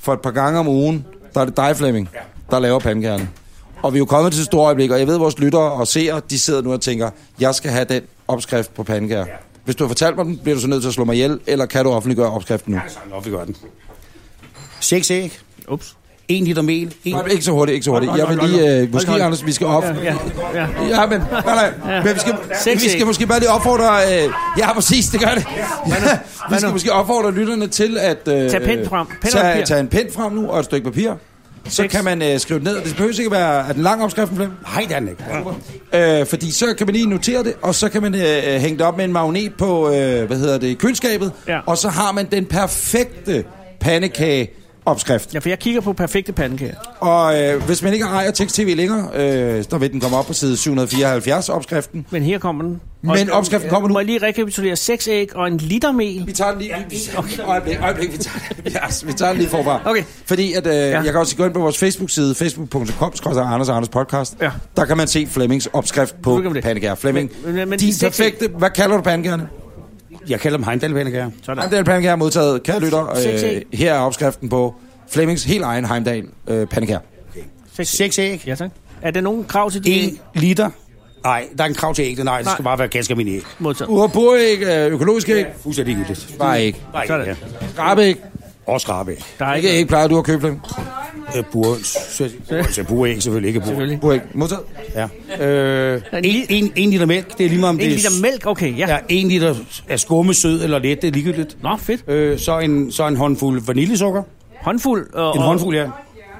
Speaker 2: For et par gange om ugen, der er det dig, Flemming, der laver pandekagerne. Og vi er jo kommet til et stort øjeblik, og jeg ved, at vores lyttere og seere, de sidder nu og tænker, jeg skal have den opskrift på pandekager. Hvis du har fortalt mig den, bliver du så nødt til at slå mig ihjel, eller kan du offentliggøre opskriften nu?
Speaker 10: Nå, vi gør den. Seks æg,
Speaker 3: ups.
Speaker 10: 1 liter mel, 1
Speaker 2: Nej, ikke så hurtigt, ikke så hurtigt. Jeg vil lige, øh, måske, Anders, vi skal op.
Speaker 3: Ja, ja.
Speaker 2: Ja, men, nej, nej, men vi, skal,
Speaker 3: Sexy.
Speaker 2: vi skal måske bare lige opfordre... Øh, ja, præcis, det gør det. Ja, vi skal måske opfordre lytterne til at... Øh,
Speaker 3: Tag pind frem. Pind og
Speaker 2: tage,
Speaker 3: papir.
Speaker 2: tage en pind frem nu og et stykke papir. Så
Speaker 3: Seks.
Speaker 2: kan man øh, skrive det ned. Det behøver ikke være... Er den lang opskriften, Flem?
Speaker 10: Nej, det er den ikke.
Speaker 2: Øh, fordi så kan man lige notere det, og så kan man øh, øh, hænge det op med en magnet på, øh, hvad hedder det, køleskabet.
Speaker 3: Ja.
Speaker 2: Og så har man den perfekte pandekage opskrift.
Speaker 3: ja, for jeg kigger på perfekte pandekager.
Speaker 2: Og øh, hvis man ikke ejer tekst-tv længere, øh, så vil den komme op på side 774, opskriften.
Speaker 3: Men her kommer den.
Speaker 2: Men opskriften kommer nu.
Speaker 3: Må jeg lige rekapitulere? Seks æg og en liter mel.
Speaker 2: Vi tager den lige. Vi, vi, okay. øjeblik, øjeblik, vi tager, den. yes, vi tager den lige forfra.
Speaker 3: Okay.
Speaker 2: Fordi at, øh, ja. jeg kan også gå ind på vores Facebook-side, facebook.com, Anders Anders podcast.
Speaker 3: Ja.
Speaker 2: Der kan man se Flemmings opskrift på
Speaker 3: Nu kan man det.
Speaker 2: pandekager. Flemming,
Speaker 3: Men- men- men
Speaker 2: din
Speaker 3: de seks-
Speaker 2: perfekte, hvad kalder du pandekagerne?
Speaker 10: Jeg kalder dem Heimdall-pandekager.
Speaker 3: Sådan.
Speaker 2: Heimdal pandekager er modtaget. Kære
Speaker 3: Seks
Speaker 2: lytter, øh,
Speaker 3: æg.
Speaker 2: her er opskriften på Flemmings helt egen Heimdal øh, pandekager.
Speaker 10: Seks æg,
Speaker 3: Ja, tak. Er der nogen krav til de æg?
Speaker 10: 1 liter. Nej, der er en krav til ægte. Nej, det skal
Speaker 3: Nej.
Speaker 10: bare være ganske almindelige æg.
Speaker 3: Modtaget.
Speaker 2: Urbur ikke, øh, økologisk ikke,
Speaker 10: Fuldstændig hyggeligt.
Speaker 2: bare ikke.
Speaker 10: Nej,
Speaker 3: Sådan.
Speaker 10: ja.
Speaker 2: Rabe ikke,
Speaker 10: Og skrabe æg.
Speaker 3: Der er
Speaker 2: ikke,
Speaker 3: ikke
Speaker 2: ikke plejer du at købe Flemming.
Speaker 4: Nøj, må
Speaker 10: Øh, burhøns. Altså, buræg selvfølgelig ikke. Selvfølgelig.
Speaker 2: Buræg. Modtaget.
Speaker 10: Ja. Øh, en, en, en liter mælk, det er lige meget om
Speaker 3: En
Speaker 10: det er
Speaker 3: liter mælk, okay, ja.
Speaker 10: Ja, en liter af skumme, sød eller let, det er ligegyldigt.
Speaker 3: Nå, fedt.
Speaker 10: Øh, så, en, så en håndfuld vaniljesukker.
Speaker 3: Håndfuld? Og,
Speaker 10: En håndfuld, ja.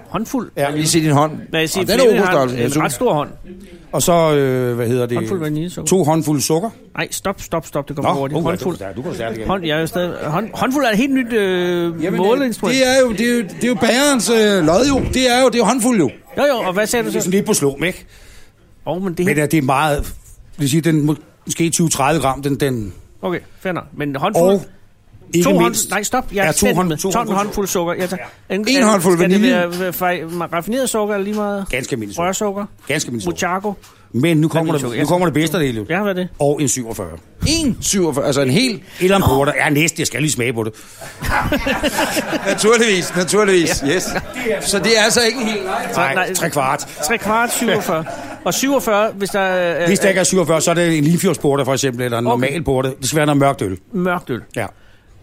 Speaker 3: Håndfuld?
Speaker 10: Ja,
Speaker 2: Lige se din hånd.
Speaker 3: Hvad jeg siger,
Speaker 2: Nå, den er
Speaker 3: Flemming
Speaker 2: Aarhus
Speaker 3: har en,
Speaker 2: størrelse, jeg
Speaker 3: en
Speaker 2: synes.
Speaker 3: ret stor hånd.
Speaker 10: Og så, øh, hvad hedder det?
Speaker 3: Håndfuld vaniljesukker.
Speaker 10: To håndfulde sukker.
Speaker 3: Nej, stop, stop, stop. Det kommer hurtigt.
Speaker 10: uh,
Speaker 3: Håndfuld.
Speaker 10: Du, du går stærkt igen.
Speaker 3: Hånd, jeg er jo stadig, hånd, håndfuld er et helt nyt øh, måleinstrument.
Speaker 2: Det er jo, det er jo, det er jo bærens øh, lod jo. Det er jo, det er jo håndfuld jo.
Speaker 3: Jo, jo, og hvad sagde du
Speaker 10: Det er
Speaker 3: så?
Speaker 10: sådan lidt på slum, ikke?
Speaker 3: Åh, oh, men det er
Speaker 10: Men
Speaker 3: helt...
Speaker 10: ja, det er meget... Det vil sige, den må- måske 20-30 gram, den... den
Speaker 3: Okay, fair nok. Men
Speaker 10: og
Speaker 3: håndfuld...
Speaker 10: ikke
Speaker 3: to
Speaker 10: mindst...
Speaker 3: hånd, nej, stop. Jeg er
Speaker 10: Ja, to
Speaker 3: slet
Speaker 10: hånd-
Speaker 3: med.
Speaker 10: to
Speaker 3: Ton
Speaker 10: håndfuld
Speaker 3: håndfuld sukker. Ja, tak. En,
Speaker 2: håndfuld vanilje.
Speaker 3: Skal det være fej- raffineret sukker eller lige meget?
Speaker 10: Ganske almindelig sukker.
Speaker 3: Rørsukker?
Speaker 10: Ganske almindelig sukker.
Speaker 3: Muchaco?
Speaker 10: Men nu kommer,
Speaker 3: Vaniljesukker,
Speaker 10: der, nu kommer det bedste af det hele. jo.
Speaker 3: Ja, hvad er det?
Speaker 10: Og en 47.
Speaker 2: 1,47, altså en hel.
Speaker 10: Eller en porter. Ja, næste. Jeg skal lige smage på det.
Speaker 2: Naturligvis, naturligvis, yes. Så det er altså ikke en hel.
Speaker 10: Nej, tre kvart.
Speaker 3: 3 kvart, 47. Og 47, hvis der er øh,
Speaker 10: Hvis der ikke er 47, så er det en limfjordsporter for eksempel, eller en
Speaker 3: Okay.
Speaker 10: normal porter. Det skal være noget mørkt øl.
Speaker 3: er mørkt øl.
Speaker 10: Ja.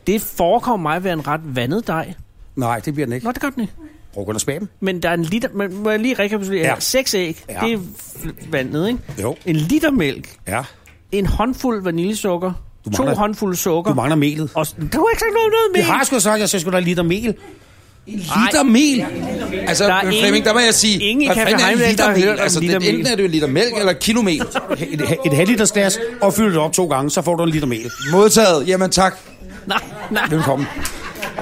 Speaker 3: Det forekommer mig at være en ret vandet dej.
Speaker 10: Nej, det bliver den ikke.
Speaker 3: Nå, det gør den ikke.
Speaker 10: Prøv kun at smage dem.
Speaker 3: Men der er en liter... Men må jeg lige rekapitulere? Ja.
Speaker 10: Ja.
Speaker 3: Seks æg, ja.
Speaker 10: Ja.
Speaker 3: det er f- vandet, ikke?
Speaker 10: Jo.
Speaker 3: En liter mælk,
Speaker 10: Ja.
Speaker 3: en håndfuld vaniljesukker,
Speaker 10: Du
Speaker 3: to
Speaker 10: mangler-
Speaker 3: håndfulde sukker...
Speaker 10: Du mangler melet.
Speaker 3: og, s- du har ikke sagt noget, om noget
Speaker 10: Det
Speaker 3: mel.
Speaker 10: har jeg sgu sagt, jeg sagde sgu da en liter mel.
Speaker 2: Liter mel. Altså,
Speaker 3: Der er
Speaker 2: der
Speaker 3: ingen-
Speaker 2: Flemming, der må jeg sige,
Speaker 3: ingen i
Speaker 2: hvad
Speaker 3: Café
Speaker 2: fanden er en
Speaker 3: Heimdall, der har
Speaker 2: liter
Speaker 3: hørt
Speaker 2: mel?
Speaker 3: om
Speaker 2: Altså,
Speaker 3: liter
Speaker 2: det,
Speaker 3: mel.
Speaker 2: enten er det jo en liter mælk eller et kilo mel.
Speaker 10: Et, et halvliters glas, og fylde det op to gange, så får du en liter mel.
Speaker 2: Modtaget, jamen tak.
Speaker 3: Nej, nej,
Speaker 10: Velkommen.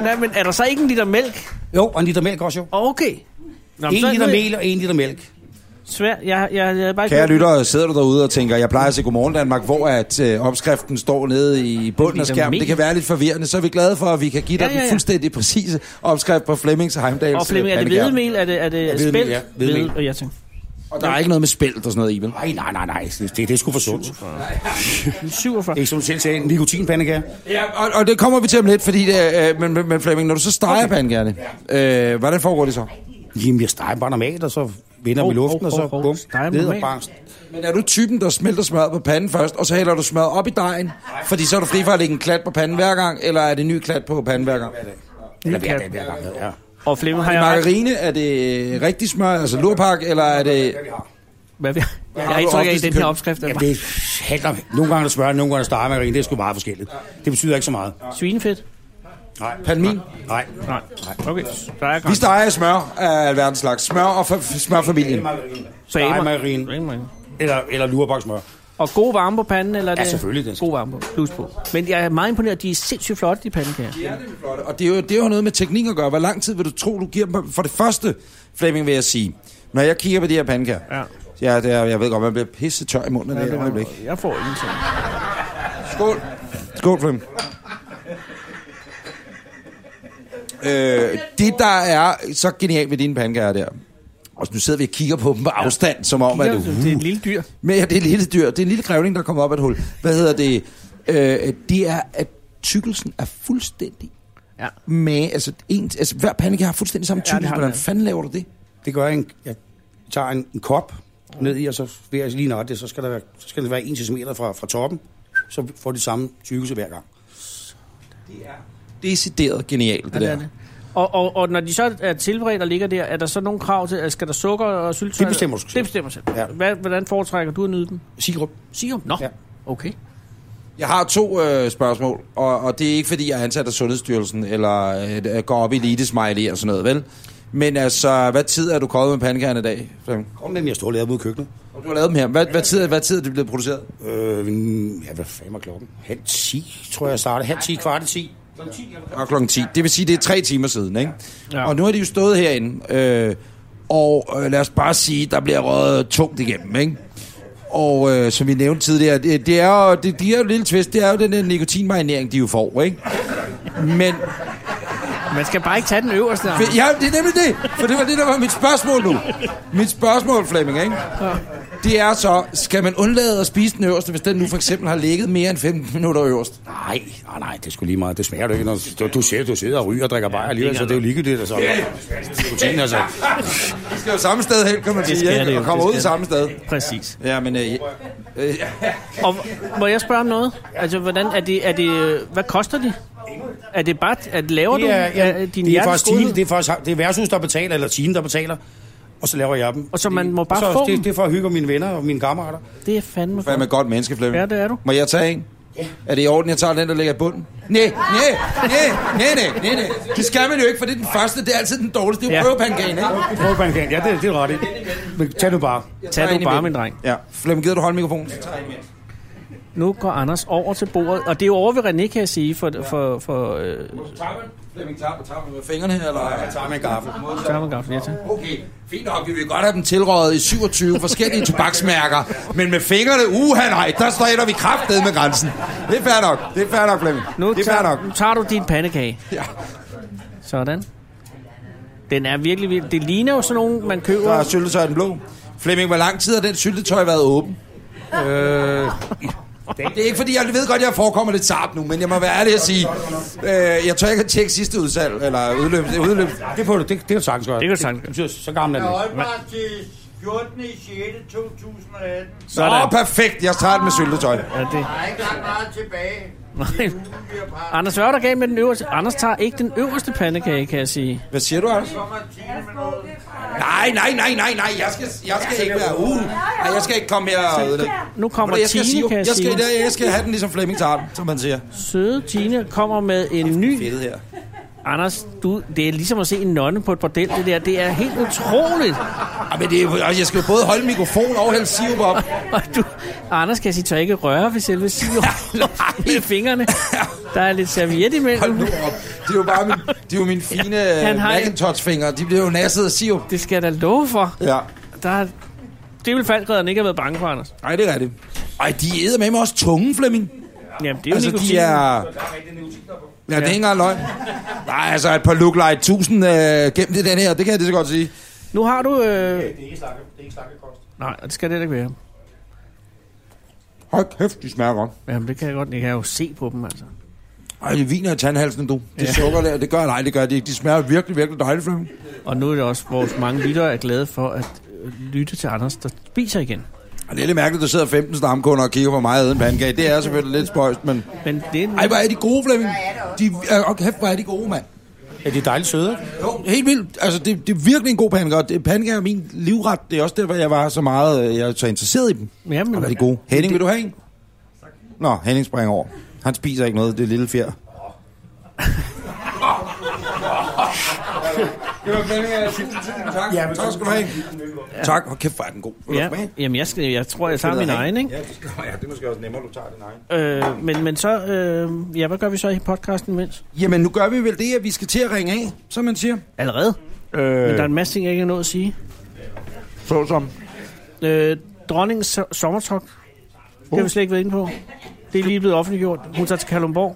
Speaker 3: nej, men er der så ikke en liter mælk?
Speaker 10: Jo, og en liter mælk også jo.
Speaker 3: Okay. Nå, men
Speaker 10: En
Speaker 3: så er
Speaker 10: liter
Speaker 3: det
Speaker 10: mel og en liter mælk.
Speaker 3: Svær, jeg, jeg, jeg, er bare ikke...
Speaker 2: Kære lyttere, sidder du derude og tænker, jeg plejer at se Godmorgen Danmark, hvor at øh, opskriften står nede i bunden af
Speaker 3: Liter
Speaker 2: skærmen.
Speaker 3: mel.
Speaker 2: Det kan være lidt forvirrende, så er vi glade for, at vi kan give dig
Speaker 3: Ja, ja, ja.
Speaker 2: den fuldstændig præcise opskrift på Flemmings og Heimdals øh,
Speaker 3: Og Flemming, er det
Speaker 2: pandekager.
Speaker 3: hvedemel? Er det, er det
Speaker 10: hvedemel,
Speaker 3: spelt?
Speaker 10: ja. Hvedemel.
Speaker 3: Hvede- og jeg tænker,
Speaker 2: Og der er ikke noget med spælt og sådan noget i, vel?
Speaker 10: Nej, nej, nej, nej. Det, det er sgu for sundt. Det
Speaker 3: 47.
Speaker 10: er ikke som du selv sagde, en nikotinpandekage.
Speaker 2: Ja, og, og det kommer vi til om lidt, fordi det, er, øh, men, men, men Flemming, når du så steger okay. pandekagerne, øh, hvordan foregår det så?
Speaker 10: Jamen, jeg steger bare normalt, og så vender med
Speaker 3: Hov,
Speaker 10: luften, og
Speaker 3: hov,
Speaker 10: så
Speaker 3: hov, hov.
Speaker 10: bum,
Speaker 3: Steger
Speaker 10: ned og
Speaker 3: normalt.
Speaker 10: bare.
Speaker 2: Men er du typen, der smelter smøret på panden først, og så hælder du smøret op i dejen, fordi så er du fri for at lægge en klat på panden hver gang, eller er det en ny klat på panden hver gang?
Speaker 10: Eller hver dag, hver gang. Ja.
Speaker 3: Og Flemming, har
Speaker 2: Er det
Speaker 3: jeg ret?
Speaker 2: margarine, er det rigtig smør, altså lurpak, eller er det...
Speaker 3: Hvad vi Jeg har
Speaker 2: har
Speaker 3: indtryk
Speaker 2: du
Speaker 3: af, at i
Speaker 2: oftest
Speaker 3: den her
Speaker 2: købt?
Speaker 3: opskrift er
Speaker 10: Jamen, det handler om, nogle gange er der smør, nogle gange er der steger margarine. Det er sgu meget forskelligt. Det betyder ikke så meget.
Speaker 3: svinefedt.
Speaker 10: Nej.
Speaker 2: Pandmin?
Speaker 10: Nej.
Speaker 3: Nej, okay. Der er
Speaker 2: Vi steger smør af alverdens slags. Smør og f- f- smørfamilien.
Speaker 10: Steger margarine.
Speaker 3: margarine.
Speaker 10: Eller, eller lurbaksmør.
Speaker 3: Og god varme på panden, eller er det?
Speaker 10: Ja, selvfølgelig, den skal-
Speaker 3: God varme på. Plus på. Men jeg er meget imponeret. De er sindssygt flotte, de pandekager.
Speaker 2: Og det er, jo, det er jo noget med teknik at gøre. Hvor lang tid vil du tro, du giver dem? For det første, Flemming, vil jeg sige. Når jeg kigger på de her pandekager,
Speaker 3: Ja.
Speaker 2: ja, det er, jeg ved godt, man bliver pisse tør i munden af det her øjeblik.
Speaker 3: Jeg får ingenting.
Speaker 2: Skål. Skål, Flemming. Øh, det, der er så genialt ved dine pandekager der, og nu sidder vi og kigger på dem på afstand, som om, at
Speaker 3: Kigger,
Speaker 2: det,
Speaker 3: det er et lille dyr.
Speaker 2: Men ja, det er et lille dyr. Det er en lille grævling, der kommer op af et hul. Hvad hedder det? Øh, det er, at tykkelsen er fuldstændig
Speaker 3: Ja.
Speaker 2: med... Altså, en, altså hver pandekage har fuldstændig samme
Speaker 3: Ja, det har
Speaker 2: tykkelse. Ja,
Speaker 3: den,
Speaker 2: Hvordan
Speaker 3: ja.
Speaker 2: fanden laver du det?
Speaker 10: Det gør jeg. En, jeg tager en, en kop ned i, og så ved jeg lige nøjagtigt, så skal, der være, så skal det være 1 cm fra, fra toppen. Så får de samme tykkelse hver gang.
Speaker 2: Decideret genialt, det, ja, det der.
Speaker 3: er det. Og, og, og når de så er tilberedt og ligger der, er der så nogle krav til, at skal der sukker og syltetøj?
Speaker 10: Det bestemmer du selv.
Speaker 3: Det bestemmer selv. Ja.
Speaker 10: Ja.
Speaker 3: Hvad, hvordan foretrækker du at nyde den?
Speaker 10: Sirup.
Speaker 3: Sirup? Nå, ja.
Speaker 10: Ja.
Speaker 3: okay.
Speaker 2: Jeg har to øh, spørgsmål, og, og det er ikke, fordi jeg er ansat af Sundhedsstyrelsen, eller øh, går op i elite-smiley og sådan noget, vel? Men altså, hvad tid er du kommet med pandekagerne i dag? Flemming?
Speaker 10: Kom med, jeg står og laver ude i køkkenet.
Speaker 2: Du har lavet dem her. Hvad, hvad, tid, hvad tid er det blevet produceret?
Speaker 10: Øh, ja, hvad fanden var klokken? Halv 10, tror jeg, jeg startede. Halv 10, kvart i 10.
Speaker 2: og klokken 10. Det vil sige, det er tre timer siden, ikke?
Speaker 3: Ja.
Speaker 2: Ja. Og nu har de jo stået herinde, øh, og øh, lad os bare sige, der bliver røget tungt igennem, ikke? Og øh, som vi nævnte tidligere, det, det, er jo, det, det er jo et lille twist, det er jo den der nikotinmarinering, de jo får, ikke? Men
Speaker 3: Man skal bare ikke tage den øverste. Arne.
Speaker 2: for, ja, det er nemlig det. For det var det, der var mit spørgsmål nu. Mit spørgsmål, Flemming, ikke? Det er så, skal man undlade at spise den øverste, hvis den nu for eksempel har ligget mere end 15 minutter øverst?
Speaker 10: Nej, nej, nej, det skulle lige meget. Det smager du ikke. Når du, du, ser, du sidder og ryger og drikker bajer alligevel, så det er jo ligegyldigt. Altså. Nikotin, altså.
Speaker 2: Det skal jo samme sted hen, kan man
Speaker 3: Det
Speaker 2: sige,
Speaker 3: skal det
Speaker 2: ikke?
Speaker 3: jo,
Speaker 2: Og kommer
Speaker 3: det
Speaker 2: ud
Speaker 3: skal
Speaker 2: samme sted.
Speaker 3: Præcis.
Speaker 2: Ja, men... Øh, øh,
Speaker 3: Og må jeg spørge om noget? Altså, hvordan er det, er det, hvad øh, koster de? Er det bare, at laver
Speaker 10: det er,
Speaker 3: du
Speaker 10: ja,
Speaker 3: er din
Speaker 10: det er
Speaker 3: hjerne
Speaker 10: faktisk Tine, det er, faktisk, det er Versus, der betaler, eller Tine, der betaler. Og så laver jeg dem.
Speaker 3: Og så man må bare
Speaker 10: så,
Speaker 3: få
Speaker 10: det,
Speaker 3: dem.
Speaker 10: det er for at hygge mine venner og mine kammerater.
Speaker 3: Det er fandme
Speaker 2: Hvad med godt menneske, Flemming?
Speaker 3: Ja, det er du.
Speaker 2: Må jeg tage en? Er det i orden, jeg tager den, der ligger i bunden? Nej, nej, nej, nej, nej, nej. Det skal man jo ikke, for det er den første. Det er altid den dårligste. Det er jo
Speaker 10: Ja.
Speaker 2: prøvepangan, ikke?
Speaker 10: Prøvepangan, ja, det, det er ret i. Men tag nu bare.
Speaker 3: Tag
Speaker 2: en
Speaker 3: du bare,
Speaker 2: imellem.
Speaker 3: min dreng.
Speaker 2: Ja. Flemming, gider du holde mikrofonen? Så tager jeg en mere.
Speaker 3: Nu går Anders over til bordet, og det er jo over ved René, kan jeg sige, for, for, for øh,
Speaker 2: Tager man? Flemming, tager man- tager man med fingrene, eller? Jeg tager med gaffel.
Speaker 3: Tarmagaffen, ja, tak.
Speaker 2: Okay, fint nok. Vi vil godt have dem tilrådet i 27 forskellige tobaksmærker. Men med fingrene, uha nej, der stræder vi kraftedet med grænsen. Det er fair nok. Det er fair nok, Flemming.
Speaker 3: Nu,
Speaker 2: det er fair nok.
Speaker 3: tager, nu tager du din pandekage.
Speaker 2: Ja.
Speaker 3: Sådan. Den er virkelig vild. Det ligner jo sådan nogen, man køber.
Speaker 2: Der er syltetøj i den blå. Flemming, hvor lang tid har den syltetøj været åben? Øh, det er ikke fordi, jeg ved godt, jeg forekommer lidt sart nu, men jeg må være ærlig at sige, øh, jeg tør ikke at tjekke sidste udsalg, eller udløb. Det, er udløb.
Speaker 10: Det, får du, det, det kan du sagtens gøre.
Speaker 3: Det kan du sagtens gøre.
Speaker 10: Det, det, så gammel er
Speaker 11: Jeg
Speaker 10: den.
Speaker 11: holdt mig til 14. 6. 2018.
Speaker 2: Åh, perfekt, jeg starter med syltetøj.
Speaker 3: Ja, det.
Speaker 11: Der er ikke ret meget tilbage.
Speaker 3: Nej. Anders, hvad er der galt med den øverste? Anders tager ikke den øverste pandekage, kan jeg sige.
Speaker 2: Hvad siger du, Anders?
Speaker 11: Kommer 10 minutter.
Speaker 2: Nej, nej, nej, nej, nej, jeg skal, jeg skal ikke være uge. Nej, jeg skal ikke komme her og ødelægge.
Speaker 3: Nu kommer
Speaker 2: jeg skal,
Speaker 3: Tine,
Speaker 2: sige,
Speaker 3: kan jeg
Speaker 2: jeg, skal,
Speaker 3: sige.
Speaker 2: jeg skal have den ligesom Flemming tager den, som man siger.
Speaker 3: Søde Tine kommer med en ny...
Speaker 2: Fede her.
Speaker 3: Anders, du, det er ligesom at se en nonne på et bordel, det der. Det er helt utroligt.
Speaker 2: Ej, Ah, men det er, jo- altså, jeg skal jo både holde mikrofon og hælde sirup op.
Speaker 3: Og du, Anders, kan jeg sige, tør ikke røre ved selve sirup i fingrene. Der er lidt serviet
Speaker 2: Hold nu
Speaker 3: imellem.
Speaker 2: op. Det er jo bare min, det er jo mine fine
Speaker 3: han
Speaker 2: ja,
Speaker 3: har en-
Speaker 2: Macintosh-fingre. De bliver jo nasset af sirup.
Speaker 3: Det skal jeg da love for.
Speaker 2: Ja.
Speaker 3: Der er, det vil faldredderen ikke have været bange for, Anders.
Speaker 2: Nej, det er rigtigt. Ej, de æder med mig også tunge, Flemming.
Speaker 3: Jamen, det er jo
Speaker 2: Altså, de
Speaker 3: nikotinen.
Speaker 2: er... Ja, det er ikke engang løgn. Nej, altså et par look like 1000 øh, gemt i den her, det kan jeg lige så godt sige.
Speaker 3: Nu har du... Øh...
Speaker 6: Det er ikke slakke, det er ikke slakkekost.
Speaker 3: Nej, og det skal det heller ikke være.
Speaker 2: Hold kæft, de smager godt.
Speaker 3: Jamen, det kan jeg godt. Jeg kan jo se på dem, altså.
Speaker 2: Ej, det viner i tandhalsen, du. Det ja. sukker der, det gør nej, det gør de ikke. De smager virkelig, virkelig dejligt, Flemming.
Speaker 3: Og nu er det også, vores mange lyttere er glade for at øh, lytte til Anders, der spiser igen.
Speaker 2: Og det er lidt mærkeligt, at der sidder 15 stamkunder og kigger på mig og æder en pandekage. Det er selvfølgelig lidt spøjst, men...
Speaker 3: Men det er en...
Speaker 2: Ej, hvor er de gode, Flemming. De, øh, og kæft, hvor er de gode, mand.
Speaker 10: Ja, de er dejligt søde. ikke?
Speaker 2: Jo, helt vildt. Altså, det, det er virkelig en god pandekage. og det- Pandekager er min livret. Det er også derfor, jeg var så meget øh, jeg er så interesseret i dem.
Speaker 3: Jamen,
Speaker 2: Og hvor er de gode. Henning, vil du have en? Nå, Henning springer over. Han spiser ikke noget, det er lille fjer. Det var Flemming, jeg tak. Ja, tak skal du have. Tak, og kæft, hvor er den god. Vil du smage?
Speaker 3: Ja, jamen, jeg, skal, jeg tror, jeg tager min egen, ikke?
Speaker 2: Ja, det, skal, ja, det er måske også nemmere, du tager din egen.
Speaker 3: Øh, men, men så... Øh, ja, hvad gør vi så i podcasten imens?
Speaker 2: Jamen, nu gør vi vel det, at vi skal til at ringe af, som man siger.
Speaker 3: Allerede? Øh... Men der er en masse ting, jeg ikke har nået at sige.
Speaker 2: Såsom.
Speaker 3: Øh, dronningens so- sommertok. Det har vi slet ikke været inde på. Det er lige blevet offentliggjort. Hun tager til Kalundborg.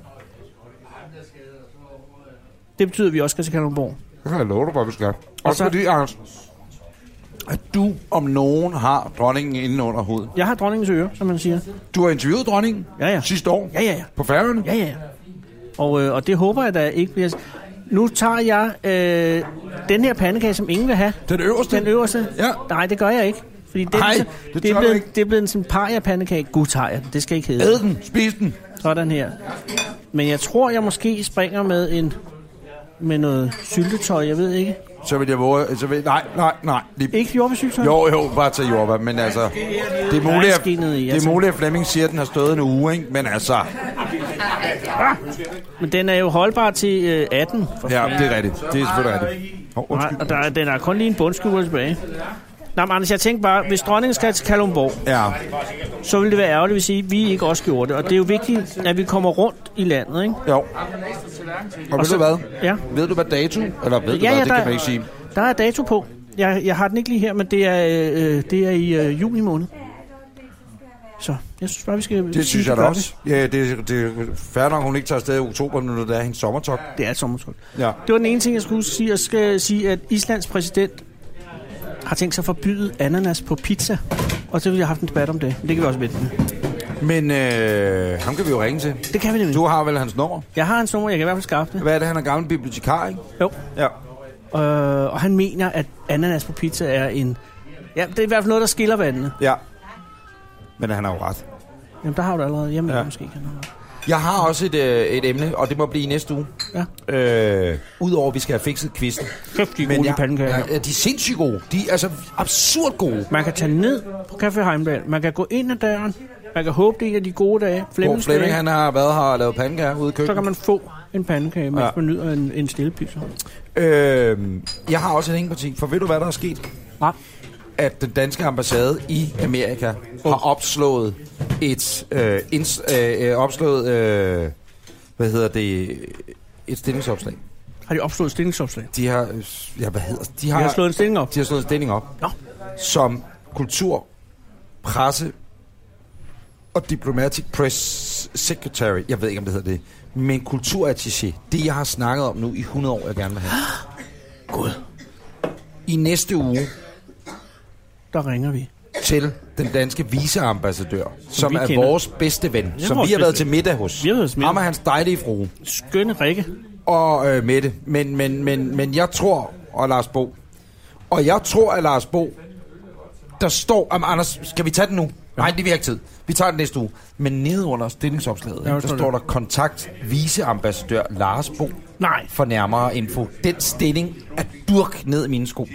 Speaker 3: Det betyder, at vi også skal til Kalundborg.
Speaker 2: Det kan jeg love dig, hvor vi skal.
Speaker 3: Også så- fordi,
Speaker 2: Anders, at du om nogen har dronningen inden under hovedet.
Speaker 3: Jeg har dronningens øre, som man siger.
Speaker 2: Du har interviewet dronningen
Speaker 3: Ja, ja.
Speaker 2: sidste år
Speaker 3: Ja, ja, ja.
Speaker 2: på færgerne.
Speaker 3: Ja, ja. Og, øh, og det håber jeg da ikke bliver... Nu tager jeg øh, den her pandekage, som ingen vil have.
Speaker 2: Den øverste.
Speaker 3: Den øverste.
Speaker 2: Ja.
Speaker 3: Nej, det gør jeg ikke. Fordi det,
Speaker 2: Nej,
Speaker 3: det,
Speaker 2: det
Speaker 3: det,
Speaker 2: tør
Speaker 3: er
Speaker 2: du
Speaker 3: blevet,
Speaker 2: ikke.
Speaker 3: det er blevet en sådan paria-pandekage. Gud tager jeg den. Det skal ikke hedde.
Speaker 2: Æd den, spis den.
Speaker 3: Sådan her. Men jeg tror, jeg måske springer med en med noget syltetøj, jeg ved ikke.
Speaker 2: Så vil jeg våge... Så vil, nej, nej, nej. Lige,
Speaker 3: Ikke jordbærsyltetøj?
Speaker 2: jo, jo, bare til jordbær, men altså... Det er muligt,
Speaker 3: Der er
Speaker 2: at,
Speaker 3: ske ned i,
Speaker 2: det
Speaker 3: altså.
Speaker 2: er muligt, at Flemming siger, at den har stået en uge, ikke? Men altså,
Speaker 3: Ah! Men den er jo holdbar til øh, 18.
Speaker 2: ja, det er rigtigt. Det er selvfølgelig rigtigt. Oh,
Speaker 3: Nej,
Speaker 2: undskyld.
Speaker 3: og der, er- den er kun lige en bundskuer tilbage. Nå, men Anders, jeg tænkte bare, hvis dronningen skal til Kalumborg,
Speaker 2: Ja,
Speaker 3: så ville det være ærgerligt, hvis I, vi ikke også gjorde det. Og det er jo vigtigt, at vi kommer rundt i landet, ikke?
Speaker 2: jo. Og ved
Speaker 3: så-
Speaker 2: du hvad?
Speaker 3: Ja.
Speaker 2: Ved du hvad dato? Eller ved du hvad?
Speaker 3: Ja, ja,
Speaker 2: Det
Speaker 3: der-
Speaker 2: kan man ikke sige.
Speaker 3: Der er dato på. Jeg, jeg har den ikke lige her, men det er, øh, det er i øh, juni måned. Så jeg synes bare, vi skal...
Speaker 2: Det synes jeg da også. Ja, det, det er fair nok, hun ikke tager afsted i oktober, når det er hendes sommertop.
Speaker 3: Det er et sommertryk.
Speaker 2: Ja.
Speaker 3: Det var den ene ting, jeg skulle sige. Jeg skal sige, at Islands præsident har tænkt sig at forbyde ananas på pizza. Og så vil jeg have haft en debat om det. Men det kan vi også vente med.
Speaker 2: Men øh, ham kan vi jo ringe til.
Speaker 3: Det kan vi nemlig.
Speaker 2: Du har vel hans nummer?
Speaker 3: Jeg har en sommer, jeg kan i hvert fald skaffe det.
Speaker 2: Hvad er det, han er gammel bibliotekar, ikke?
Speaker 3: Jo.
Speaker 2: Ja.
Speaker 3: Øh, og han mener, at ananas på pizza er en... Ja, det er i hvert fald noget, der skiller vandene.
Speaker 2: Ja. Men han har jo ret.
Speaker 3: Jamen, der har du allerede. Jamen,
Speaker 2: Ja.
Speaker 3: ja. måske kan han have.
Speaker 11: Jeg har også et, øh, et emne, og det må blive i næste uge. Ja. Øh, Udover at vi skal have fikset kvisten.
Speaker 3: Kæft, de er gode, de pandekager.
Speaker 11: Ja, de er sindssygt gode. De er altså absurd gode.
Speaker 3: Man kan tage ned på Café Heimdal. Man kan gå ind ad døren. Man kan håbe, det er en af de gode dage.
Speaker 11: Hvor
Speaker 3: Flemmings
Speaker 11: Flemming
Speaker 3: dage.
Speaker 11: han har været her og lavet pandekager ude i køkkenet.
Speaker 3: Så kan man få en pandekage, mens
Speaker 11: Ja.
Speaker 3: ja. man nyder en, en stille pizza.
Speaker 11: Øh, jeg har også et hængeparti, for ved du, hvad der er sket?
Speaker 3: Ja.
Speaker 11: At den danske ambassade i Amerika har opslået et øh, inds, øh, øh, opslået, øh, hvad hedder det, et stillingsopslag.
Speaker 3: Har de opslået et stillingsopslag?
Speaker 11: De har, øh, ja, hvad hedder, de
Speaker 3: har slået en stilling op?
Speaker 11: De har slået en stilling op.
Speaker 3: Nå.
Speaker 11: Som kultur, presse og diplomatic press secretary, jeg ved ikke, om det hedder det, men kulturattaché, det jeg har snakket om nu i 100 år, jeg gerne vil have.
Speaker 3: God.
Speaker 11: I næste uge,
Speaker 3: Der ringer vi.
Speaker 11: til den danske viceambassadør, som
Speaker 3: vi
Speaker 11: er
Speaker 3: kender.
Speaker 11: vores bedste ven,
Speaker 3: Ja,
Speaker 11: som
Speaker 3: vores
Speaker 11: vi har
Speaker 3: bedste
Speaker 11: været til
Speaker 3: ven.
Speaker 11: middag hos.
Speaker 3: Vi har været til middag.
Speaker 11: Ham og hans dejlige frue.
Speaker 3: Skønne Rikke.
Speaker 11: Og øh, Mette. Men, men, men, men jeg tror, og Lars Bo. Og jeg tror, at Lars Bo, der står... Jamen, Anders, skal vi tage den nu? Ja. Nej, det vil jeg ikke tid. Vi tager den næste uge. Men nede under stillingsopslaget, ja,
Speaker 3: jeg
Speaker 11: der
Speaker 3: forstår
Speaker 11: står der
Speaker 3: det.
Speaker 11: kontakt viceambassadør Lars Bo
Speaker 3: Nej.
Speaker 11: for nærmere info. Den stilling er durk ned i mine sko.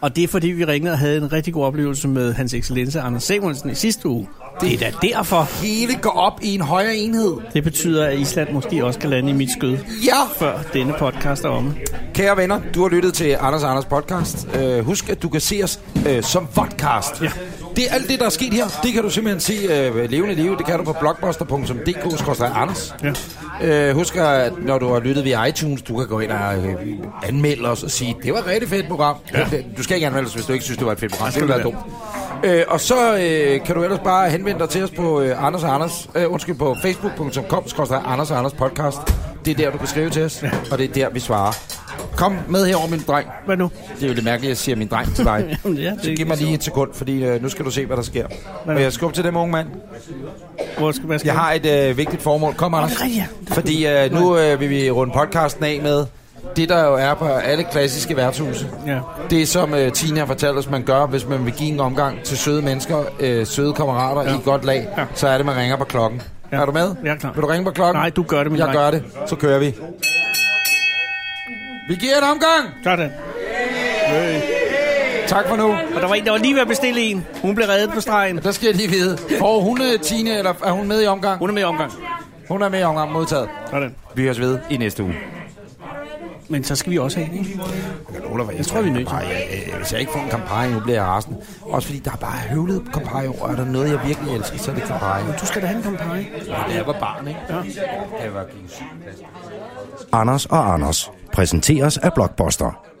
Speaker 3: Og det er fordi, vi ringede og havde en rigtig god oplevelse med hans excellence Anders Samuelsen i sidste uge. Det er da derfor.
Speaker 11: Hele går op i en højere enhed.
Speaker 3: Det betyder, at Island måske også kan lande i mit skød,
Speaker 11: Ja!
Speaker 3: før denne podcast er omme.
Speaker 11: Kære venner, du har lyttet til Anders og Anders podcast. Uh, husk, at du kan se os uh, som podcast. Ja. Det er alt det, der er sket her. Det kan du simpelthen se uh, levende live. Det kan du på blogbuster.dk-anders. Ja. Uh, husk, at når du har lyttet via iTunes, du kan gå ind og uh, anmelde os og sige, det var et rigtig fedt program. Ja. Du skal ikke anmelde os, hvis du ikke synes, det var et fedt program. Det ville være dumt. Øh, og så øh, kan du ellers bare henvende dig til os på øh, Anders og Anders, øh, undskyld, på facebook.com, skorstræk Anders og Anders podcast. Det er der, du kan skrive til os, og det er der, vi svarer. Kom med herover, min dreng.
Speaker 3: Hvad nu?
Speaker 11: Det er jo lidt mærkeligt, at jeg siger min dreng til dig.
Speaker 3: Jamen, ja, det
Speaker 11: så
Speaker 3: er
Speaker 11: giv mig lige et sekund, fordi øh, nu skal du se, hvad der sker. Må jeg skubbe til dem, unge mand?
Speaker 3: Hvor skal, hvad skal
Speaker 11: Jeg har et øh, vigtigt formål. Kom, Anders.
Speaker 3: Ja,
Speaker 11: Fordi øh, nu øh, vil vi runde podcasten af med det, der jo er på alle klassiske værtshuse.
Speaker 3: ja.
Speaker 11: Det, som øh, Tina har fortalt os, man gør, hvis man vil give en omgang til søde mennesker, øh, søde kammerater ja. i et godt lag, ja. så er det, man ringer på klokken. Ja. Er du med?
Speaker 3: Jeg er klar.
Speaker 11: Vil du ringe på klokken?
Speaker 3: Nej, du gør det, min
Speaker 11: Jeg
Speaker 3: dreng.
Speaker 11: gør det. Så kører vi. Vi giver en omgang.
Speaker 3: Sådan.
Speaker 11: Tak for nu.
Speaker 3: Og der var en, der var lige ved at bestille en. Hun blev reddet på stregen.
Speaker 11: Der skal jeg lige vide. Får hun øh, Tine, eller er hun med i omgang?
Speaker 3: Hun er med i omgang.
Speaker 11: Hun er med i omgang modtaget.
Speaker 3: Sådan.
Speaker 11: Vi høres ved i næste uge.
Speaker 3: Men så skal vi også have en, ikke?
Speaker 11: Oliver, jeg,
Speaker 3: tror, vi er nødt til.
Speaker 11: Bare, jeg, jeg, hvis jeg ikke får en kampagne, nu bliver jeg rasende. Også fordi der er bare høvlet kampagne over, og er der noget, jeg virkelig elsker, så er det kampagne.
Speaker 3: Du skal da have en kampagne.
Speaker 11: Da jeg var barn, ikke?
Speaker 3: Ja.
Speaker 11: Da jeg var gik i syvende klasse.
Speaker 12: Anders og Anders præsenteres af Blockbuster.